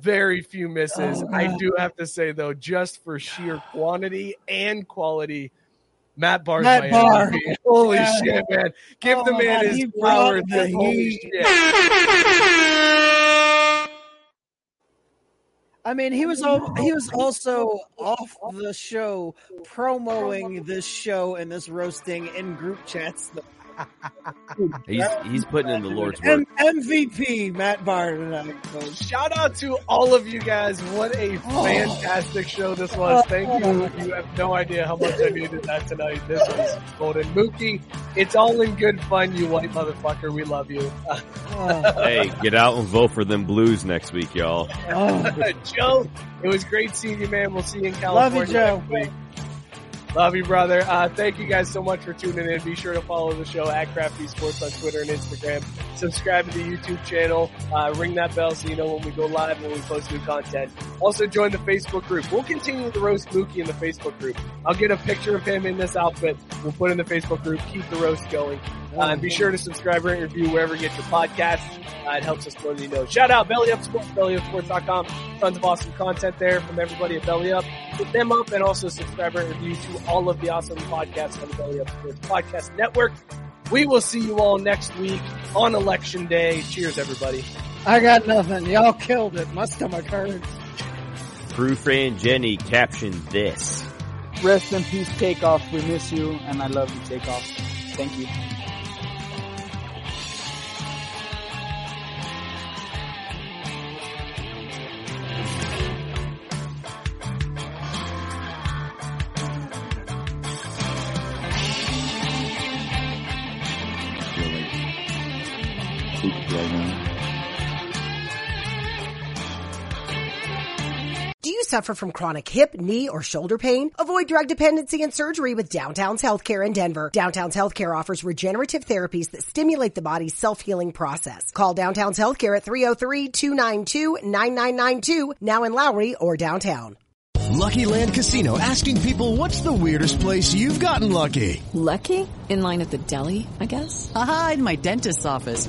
Speaker 9: Very few
Speaker 6: Oh,
Speaker 9: misses. I do have to say, though, just for sheer quantity and quality,
Speaker 5: Matt Barr.
Speaker 6: Matt Barr.
Speaker 5: Holy
Speaker 6: Yeah.
Speaker 5: shit, man! Give
Speaker 6: Oh
Speaker 5: the
Speaker 6: my
Speaker 5: man
Speaker 6: God,
Speaker 5: his
Speaker 6: he brought
Speaker 5: flowers.
Speaker 6: the
Speaker 5: man. Holy
Speaker 6: heat.
Speaker 5: shit.
Speaker 6: I mean, he was al- he was also off the show promoting this show and this roasting in group chats.
Speaker 3: He's he's putting in the Lord's work.
Speaker 6: M- MVP Matt Barr tonight. folks.
Speaker 5: Shout out to all of you guys. What a
Speaker 6: Oh.
Speaker 5: fantastic show this was. Thank you. You have no idea how much I needed that tonight. This was Golden Mookie. It's all in good fun, you white motherfucker. We love you.
Speaker 6: Oh,
Speaker 3: Hey, get out and vote for them Blues next week, y'all.
Speaker 5: Joe, it was great seeing you, man. We'll see you in California.
Speaker 6: oh. Love you, Joe.
Speaker 5: next week. Love you, brother. Uh, thank you guys so much for tuning in. Be sure to follow the show at Crafty Sports on Twitter and Instagram. Subscribe to the YouTube channel. Uh, ring that bell so you know when we go live, when we post new content. Also join the Facebook group. We'll continue to roast Mookie in the Facebook group. I'll get a picture of him in this outfit. We'll put in the Facebook group. Keep the roast going. Uh, and be sure to subscribe, rate, review wherever you get your podcasts. Uh, it helps us more than you know. Shout out Belly Up Sports, bellyupsports.com. Tons of awesome content there from everybody at Belly Up. Hit them up and also subscribe, rate, review to all of the awesome podcasts on the Belly Up Sports Podcast Network. We will see you all next week on Election Day. Cheers, everybody.
Speaker 6: I got nothing. Y'all killed it. My stomach hurts.
Speaker 3: Crew friend Jenny captioned this.
Speaker 4: Rest in peace, Takeoff. We miss you, and I love you, Takeoff. Thank you.
Speaker 13: Do you suffer from chronic hip, knee, or shoulder pain? Avoid drug dependency and surgery with Downtown's Healthcare in Denver. Downtown's Healthcare offers regenerative therapies that stimulate the body's self-healing process. Call Downtown's Healthcare at 303-292-9992, now in Lowry or downtown.
Speaker 9: Lucky Land Casino asking people what's the weirdest place you've gotten lucky?
Speaker 14: Lucky? In line at the deli, I guess? Aha, in my dentist's office.